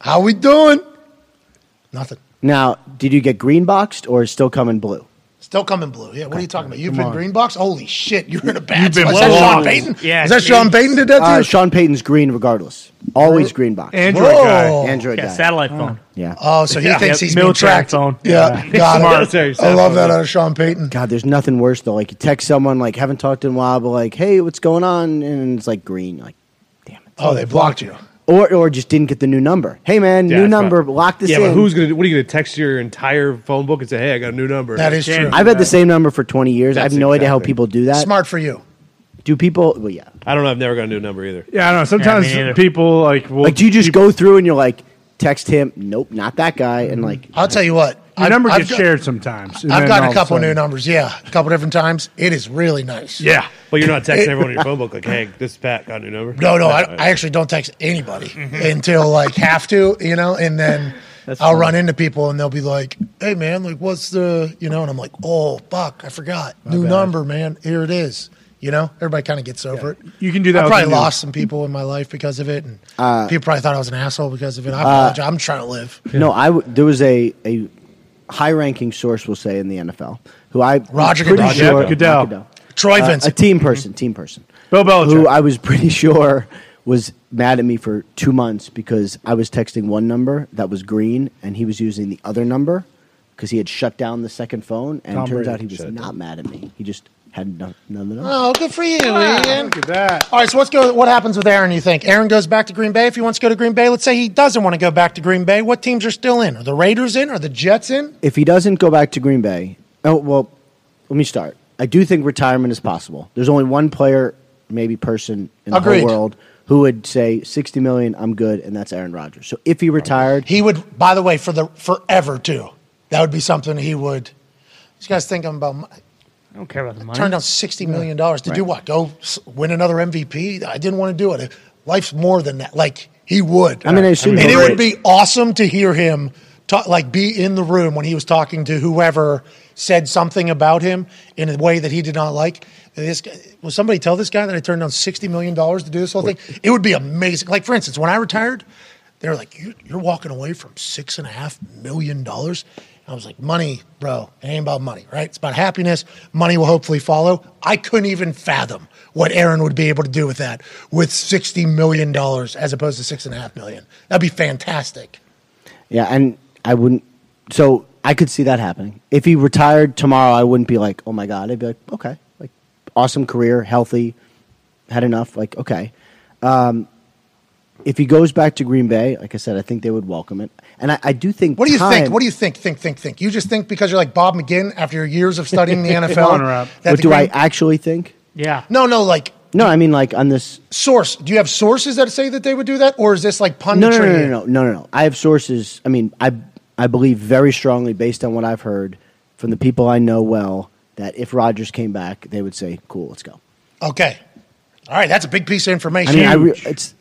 How we doing? Nothing.
Now, did you get green boxed or is still coming blue?
Still coming blue. Yeah. What are you talking about? You've
Come
been
on.
green box. Holy shit! You're in a bad.
You've been
spot. Is that
well
Sean
off.
Payton?
Yeah,
Is that
dude.
Sean Payton did that to
Uh,
you?
Sean Payton's green regardless. Always green box.
Android guy. Whoa.
Android
Yeah,
guy.
satellite phone.
Yeah.
Oh, so he Yeah, thinks he's being military tracked. phone. Yeah, Yeah. got it. Military I love that out of Sean Payton.
God, there's nothing worse though. Like you text someone like haven't talked in a while, but like, hey, what's going on? And it's like green. Like,
Oh, they blocked you.
or or just didn't get the new number. Hey man,
Yeah,
new
that's
number.
right.
Lock this
yeah,
in.
but who's gonna? What are you gonna text your entire phone book and say, "Hey, I got a new number"?
I've had the same number for 20 years. I
That's
have no idea how
exactly-
people do that.
Smart for you.
Do people? Well, yeah.
I don't know. I've never got a new number either.
Yeah, I know. Sometimes people like will
like, do you just go through and you're like, text him? Nope, not that guy. And like,
I'll tell you what.
Your
I've-
number
I've
gets
got-
shared sometimes. and
I've
then
gotten
all
a
of
couple new
sudden-
numbers. Yeah, a couple different times. It is really nice.
Yeah, but you're not texting
It-
everyone in your phone book like, "Hey, this is Pat got a new number."
No, no, I, I actually don't text anybody
Mm-hmm.
until like have to, you know, and then
That's
I'll
funny.
run into people and they'll be like, "Hey, man, like, what's the, you know?" And I'm like, "Oh, fuck, I forgot. New
bad.
number, man. Here it is." You know, everybody kind of gets over it.
You can do that
I
with
probably
the new-
lost some people in my life because of it, and
Uh,
people probably thought I was an asshole because of it. I
Uh,
apologize. I'm trying to live.
No, I w- there was a a high ranking source, we'll say, in the NFL who I
Roger
pretty
Goodell.
sure
Yep, Goodell.
not
Troy
Uh,
Vincent.
a team person, team person, Bill Belichick, who I was pretty sure was mad at me for two months because I was texting one number that was green and he was using the other number because he had shut down the second phone and
Tom
turns
Brady
out he was
shut it
not mad at me. He just had no, none of that.
Oh, good for you,
Wow,
Ian.
Ah, look at that.
All right, so what's go, what happens with Aaron, you think? Aaron goes back to Green Bay if he wants to go to Green Bay. Let's say he doesn't want to go back to Green Bay. What teams are still in? Are the Raiders in? Are the Jets in?
If he doesn't go back to Green Bay, oh well, let me start. I do think retirement is possible. There's only one player, maybe person in the
Agreed.
whole world who would say 60 million, I'm good, and that's Aaron Rodgers. So if he retired,
he would. By the way, for the forever too. That would be something he would. You guys think I'm about mo-
I don't care about the money.
turn down sixty million dollars to do what? Go s- win another MVP? I didn't want to do it. Life's more than that. Like he would.
I mean, I assume
and
he'll
it would
wait.
be awesome to hear him talk, like be in the room when he was talking to whoever said something about him in a way that he did not like. And This guy- will somebody tell this guy that I turned down sixty million dollars to do this whole thing? It would be amazing. Like for instance, when I retired, they were like, "You- "You're walking away from six and a half million dollars." I was like, "Money, bro. It ain't about money, right? It's about happiness. Money will hopefully follow." I couldn't even fathom what Aaron would be able to do with that, with sixty million dollars as opposed to six and a half million. That'd be fantastic.
yeah, and I wouldn't. So I could see that happening. If he retired tomorrow, I wouldn't be like, oh my God. I'd be like, okay, like awesome career, healthy, had enough. Like, okay. Um, if he goes back to Green Bay, like I said, I think they would welcome it. And I, I do think.
What do you think?
time-
What do you think? Think, think, think. You just think because you're like Bob McGinn after your years of studying the NFL. that
What
the
do I
Green-
actually think?
Yeah.
No, no, like
No, I mean like on this.
source. Do you have sources that say that they would do that, or is this like punditry?
No, no, no, no, no, no, no, no. I have sources. I mean, I I believe very strongly, based on what I've heard from the people I know well, that if Rogers came back, they would say, "Cool, let's go."
Okay. All right, that's a big piece of
I
information.
mean, I re- it's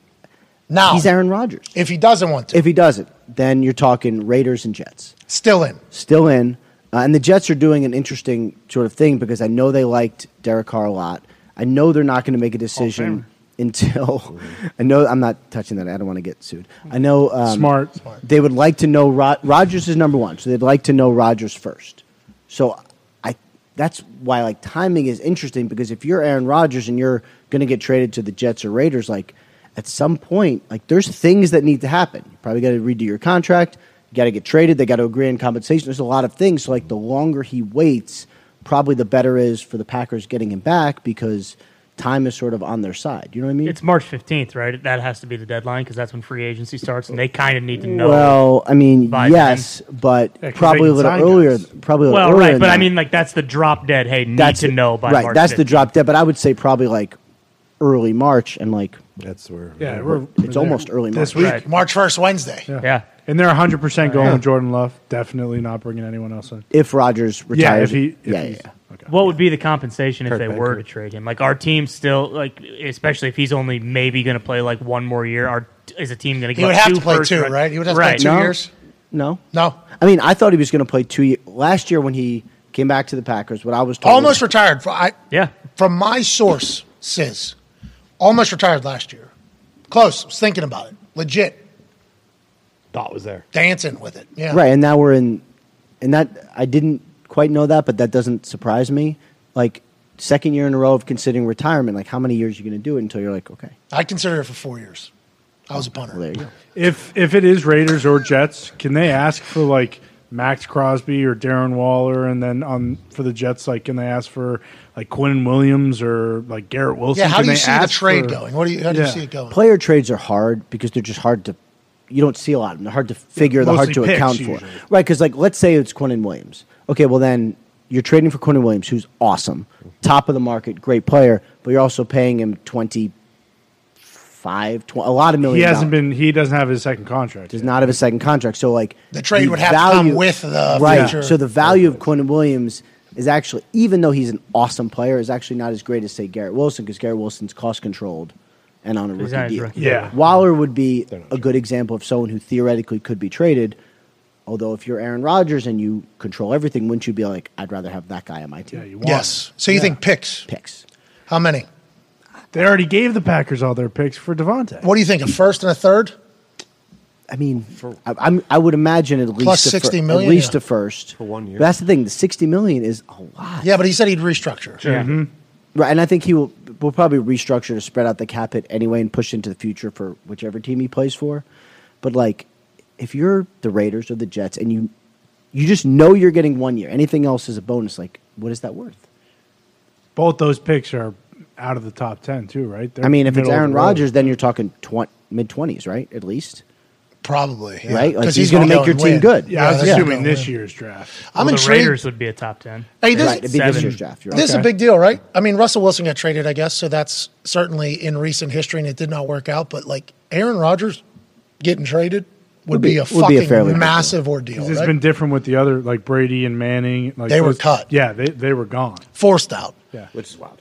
Now
he's Aaron Rodgers.
If he doesn't want to,
if he doesn't, then you're talking Raiders and Jets.
Still in.
Still in. Uh, and the Jets are doing an interesting sort of thing because I know they liked Derek Carr a lot. I know they're not going to make a decision until I know I'm not touching that. I don't want to get sued. I know um,
Smart.
They would like to know Rod- Rodgers is number one, so they'd like to know Rodgers first. So I that's why like timing is interesting because if you're Aaron Rodgers and you're going to get traded to the Jets or Raiders, like at some point, like there's things that need to happen. You probably got to redo your contract. You got to get traded. They got to agree on compensation. There's a lot of things. So like the longer he waits, probably the better is for the Packers getting him back because time is sort of on their side. You know what I mean?
It's March 15th, right? That has to be the deadline because that's when free agency starts, and they kind of need to know.
Well, I mean,
by
yes, but
Yeah, 'cause
probably
they
a
can
little
sign
earlier. Probably a little
well,
earlier
right,
than
but I
that.
mean, like that's the drop dead. Hey, need
that's
to know by
right.
March
that's the
15th.
drop dead, but I would say probably like early March and like
that's where
Yeah, we're-
it's
we're
almost
there.
early March.
This week. Right.
March first, Wednesday.
Yeah.
And they're 100% going
Yeah.
with Jordan Love. Definitely not bringing anyone else in.
If Rodgers
Yeah,
retires,
if he- if
yeah,
he's-
yeah.
What would be the compensation if
Kurt
they
Becker.
were to trade him? Like our team still, like especially if he's only maybe going to play like one more year. Our is a team going
He
give
would
up
have
two
to play
first
two,
round-
right? He would have to play
Right.
two
No.
years.
No,
no.
I mean, I thought he was going to play two years last year when he came back to the Packers. What I was told
Almost retired. Fr- I,
yeah.
From my source, Sis, almost retired last year. Close. Was thinking about it. Legit.
Thought was there.
Dancing with it. Yeah.
Right, and now we're in, and that I didn't quite know that, but that doesn't surprise me. Like second year in a row of considering retirement. Like how many years are you going to do it until you're like, okay,
I considered it for four years. I was a punter.
well, there you go.
If if it is Raiders or Jets, can they ask for like Max Crosby or Darren Waller, and then on for the Jets, like can they ask for like Quinn Williams or like Garrett Wilson?
Yeah, how
Can
do you
they
see the
ask
trade
for-
going? What do you- how do you see it going?
Player trades are hard because they're just hard to. You don't see a lot of them. They're hard to figure. they're hard
mostly
to
picks
account for.
usually.
Right, because like let's say it's Quinnen Williams. Okay, well then you're trading for Quinnen Williams, who's awesome, top of the market, great player, but you're also paying him twenty five, tw- a lot of million.
He hasn't
dollars.
been. He doesn't have his second contract.
does not have a second contract. So like the
trade would have to come with the
right.
future.
So the value of Quentin Williams is actually, even though he's an awesome player, is actually not as great as say Garrett Wilson because Garrett Wilson's cost controlled and on a
He's
rookie
on his
deal.
rookie deal. Yeah.
Waller would be a good example of someone who theoretically could be traded. Although if you're Aaron Rodgers and you control everything, wouldn't you be like, I'd rather have that guy on my team? Yeah, you
Yes. So you think picks?
Picks.
How many?
They already gave the Packers all their picks for Devontae.
What do you think? A first and a third?
I mean, I, I'm, I would imagine at least
Plus
a fir-
60
at
million,
least
yeah.
a first for
one
year.
But that's the thing. The sixty million is a
Yeah, but he said he'd restructure. Mm-hmm.
Sure. Mhm. Right, and I think he will will probably restructure to spread out the cap hit anyway and push into the future for whichever team he plays for. But like, if you're the Raiders or the Jets and you you just know you're getting one year, anything else is a bonus. Like, what is that worth?
Both those picks are out of the top ten too, right? They're
I mean, if it's
middle of
Aaron
the road.
Rodgers, then you're talking tw- mid twenties, right? At least,
Probably yeah.
right? Like
'Cause
he's,
he's
going
gonna
to
go
make your
and
team
win.
good.
Yeah, I was assuming
this year's draft.
I'm
well,
intrigued.
The Raiders would be a top ten.
Hey, this- Right,
it'd be this year's draft.
This is a big deal, right? I mean, Russell Wilson got traded, I guess, so that's certainly in recent history, and it did not work out. But like Aaron Rodgers getting traded would,
Would
be,
be-
a
would be a
fucking
fairly big
massive ordeal.
It's
right?
been different with the other, like Brady and Manning. Like
They were
those-
cut.
Yeah, they, they were gone.
Forced out.
Yeah,
which is wild.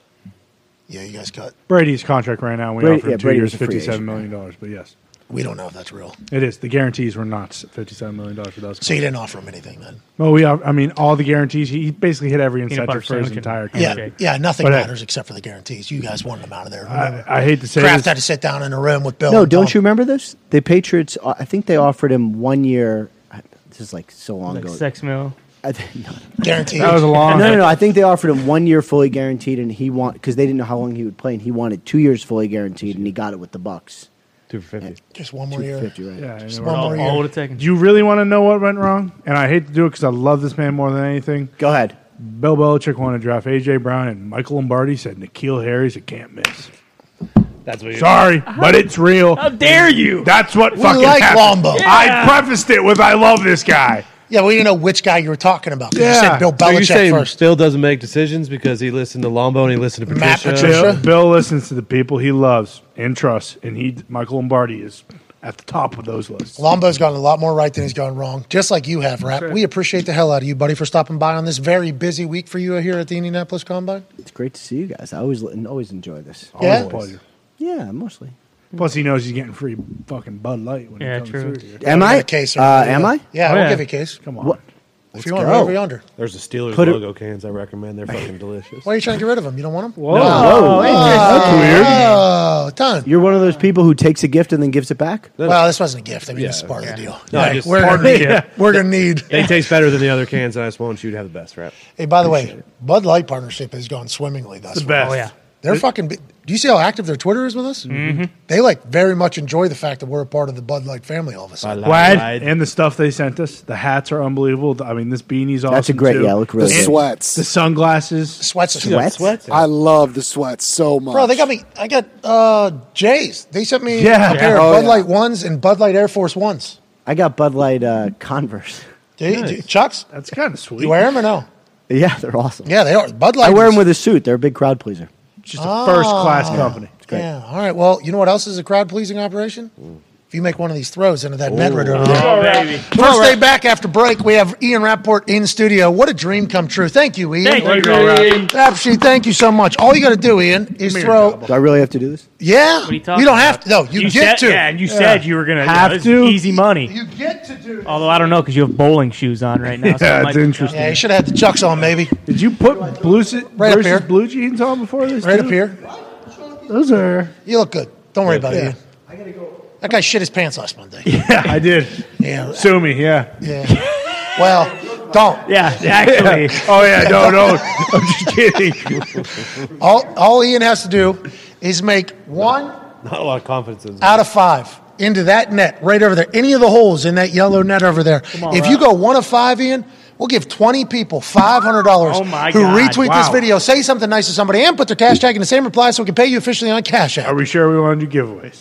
Yeah, you guys cut.
Brady's contract right now, we
Brady-
offered
yeah,
two
Brady
years,
was a free
fifty-seven million dollars. But yes,
We don't know if that's real.
it is. The guarantees were not fifty-seven million dollars for those.
So you didn't offer him anything then.
Well, we. are- I mean, all the guarantees. He he basically hit every
Peanut butter
incentive for his
sandwich.
entire
Yeah,
contract.
yeah, nothing
But, hey,
matters except for the guarantees. You guys wanted him out of there.
I hate to say
Kraft
this.
had to sit down in a room with Bill.
no,
and
don't
Tom.
you remember this? The Patriots, uh, I think they offered him one year. This is like so long
Like
ago.
six mil.
I think, no,
Guaranteed.
No, no, no. I think they offered him one year fully guaranteed, and he want because they didn't know how long he would play, and he wanted two years fully guaranteed, and he got it with the Bucks.
Two for fifty.
Just one more year.
Fifty, right?
Yeah, I
Just
know.
one more year.
Do you really want to know what went wrong? And I hate to do it because I love this man more than anything.
Go ahead.
Bill Belichick wanted to draft AJ Brown, and Michael Lombardi said Nikhil Harry's a can't miss.
That's what.
Sorry,
Uh-huh.
but it's real.
How dare you?
That's what
We
fucking
like
happened.
Lombo.
I prefaced it with "I love this guy."
Yeah, we didn't know which guy you were talking about. 'cause You said Bill
So you're
Belichick
saying
first.
Still doesn't make decisions because he listened to Lombo and he listened to
Matt
Patricia.
Bill, Bill listens to the people he loves and trusts, and he Michael Lombardi is at the top of those lists.
Lombo's gone a lot more right than he's gone wrong, just like you have, Rap. We appreciate the hell out of you, buddy, for stopping by on this very busy week for you here at the Indianapolis Combine.
It's great to see you guys. I always always enjoy this.
Yeah?
Yeah, mostly.
Plus, he knows he's getting free fucking Bud Light when
Yeah,
he comes
true. Oh,
through here.
Am I? Uh, am I?
Yeah, we'll give you a case.
Come
What?
If you want to over yonder.
There's the Steelers
Put it-
logo cans I recommend. They're fucking delicious.
Why are you trying to get rid of them? You don't want them?
Whoa, whoa, that's weird.
Oh, done.
You're one of those people who takes a gift and then gives it back.
Well, this wasn't a gift. I mean, this is part of the deal. Like, we're gonna
part of the
need,
deal.
we're gonna need.
They taste better than the other cans, and I just want you to have the best rap.
Hey, by the way, Bud Light partnership has gone swimmingly thus
The
far.
best. Oh, yeah.
They're fucking. bi- Do you see how active their Twitter is with us?
Mhm.
They like very much enjoy the fact that we're a part of the Bud Light family. All of a sudden,
Wad and the stuff they sent us. The hats are unbelievable. I mean, this beanie's awesome.
That's a great-
too.
yeah, look really
And
good.
sweats.
The sunglasses.
Sweats.
Sweats? Sweats?
I love the sweats so much.
Bro, they got me. I got uh Jays. They sent me
Yeah.
a pair
Yeah. Oh,
of Bud
yeah.
Light ones and Bud Light Air Force ones.
I got Bud Light uh, Converse.
Do you- do you- Chucks.
That's kind of sweet.
You wear them or no?
Yeah, they're awesome.
Yeah, they are. Bud Light.
I wear
is-
them with a suit. They're a big crowd pleaser.
just a first-class Ah. company.
It's great.
Yeah. All right. Well, you know what else is a crowd pleasing operation? If you make one of these throws into that net right over there.
Oh, baby.
First day back after break, we have Ian Rapport in studio. What a dream come true. Thank you, Ian.
Thank you, Ian.
Rapsheet, thank you so much. All you got to do, Ian, is throw.
Do I really have to do this?
Yeah. You, don't have to. No, you, get
said,
to.
Yeah, and you said you were gonna
Have
you know, this
to?
is easy money. You
get to do.
Although I don't know because you have bowling shoes on right now. so it might be tough.
Yeah, you should have had the chucks on, maybe.
Did you put blue,
right up
versus
here.
blue jeans on before this?
Right
dude?
up here.
Those are.
You look good. Don't worry about
Yeah.
it. Ian. That guy shit his pants last Monday.
Yeah, I did.
Yeah.
Sue me, yeah.
Yeah. Well, don't.
Yeah, actually.
oh, yeah, no, no. I'm just kidding.
All, all Ian has to do is make one
Not a lot of confidence in
out of five into that net right over there. Any of the holes in that yellow net over there.
on,
if
Rob.
you go one of five, Ian, we'll give 20 people $500
Oh my
who
God,
retweet this
wow.
video, say something nice to somebody, and put their cash tag in the same reply so we can pay you officially on Cash App.
Are we sure we want to do giveaways?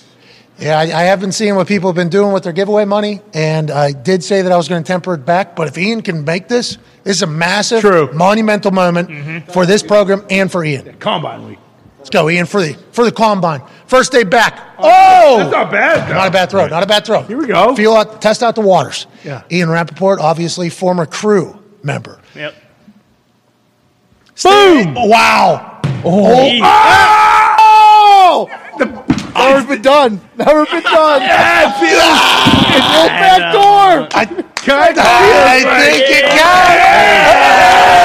Yeah, I, I have been seeing what people have been doing with their giveaway money, and I did say that I was going to temper it back. But if Ian can make this, this is a massive, monumental moment
Mm-hmm.
for this program and for Ian.
combine week.
Let's go, Ian, for the for the combine. First day back. Oh,
That's not bad. Though.
not a bad throw. Not a bad throw. Here we go. Feel out, test out the waters.
Yeah.
Ian Rappaport, obviously former crew member.
Yep.
Boom! Wow. Oh.
Oh! Never been done. Never been done.
yeah, it feels.
It's your back door.
I,
I,
think it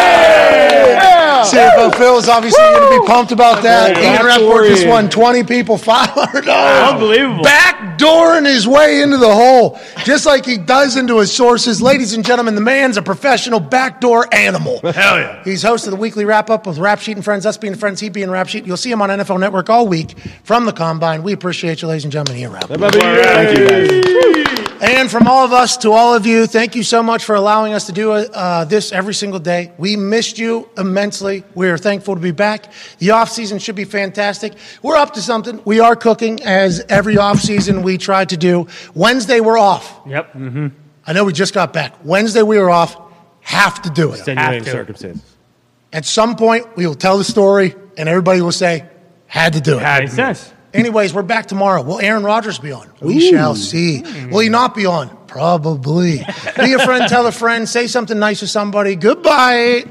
got it. CFO Phil is obviously going to be pumped about that.
Backdoor
Ian Rappaport just
Ian.
won 20 people, $500.
Unbelievable.
Backdooring his way into the hole, just like he does into his sources. Ladies and gentlemen, the man's a professional backdoor animal.
Hell yeah.
He's host of the weekly wrap up with Rap Sheet and Friends, us being friends, he being Rap Sheet. You'll see him on NFL Network all week from the combine. We appreciate you, ladies and gentlemen. Ian Rappaport.
Thank you, guys.
And from all of us to all of you, thank you so much for allowing us to do uh, this every single day. We missed you immensely. We are thankful to be back. The off season should be fantastic. We're up to something. We are cooking as every off season we try to do. Wednesday we're off.
Yep.
Mm-hmm. I know we just got back. Wednesday we are off. Have to do it.
Extenuating circumstances.
At some point we will tell the story, and everybody will say, "Had to do it."
Had sense.
Anyways, we're back tomorrow. Will Aaron Rodgers be on? We shall see. Will he not be on? Probably. Be a friend, tell a friend, say something nice to somebody. Goodbye.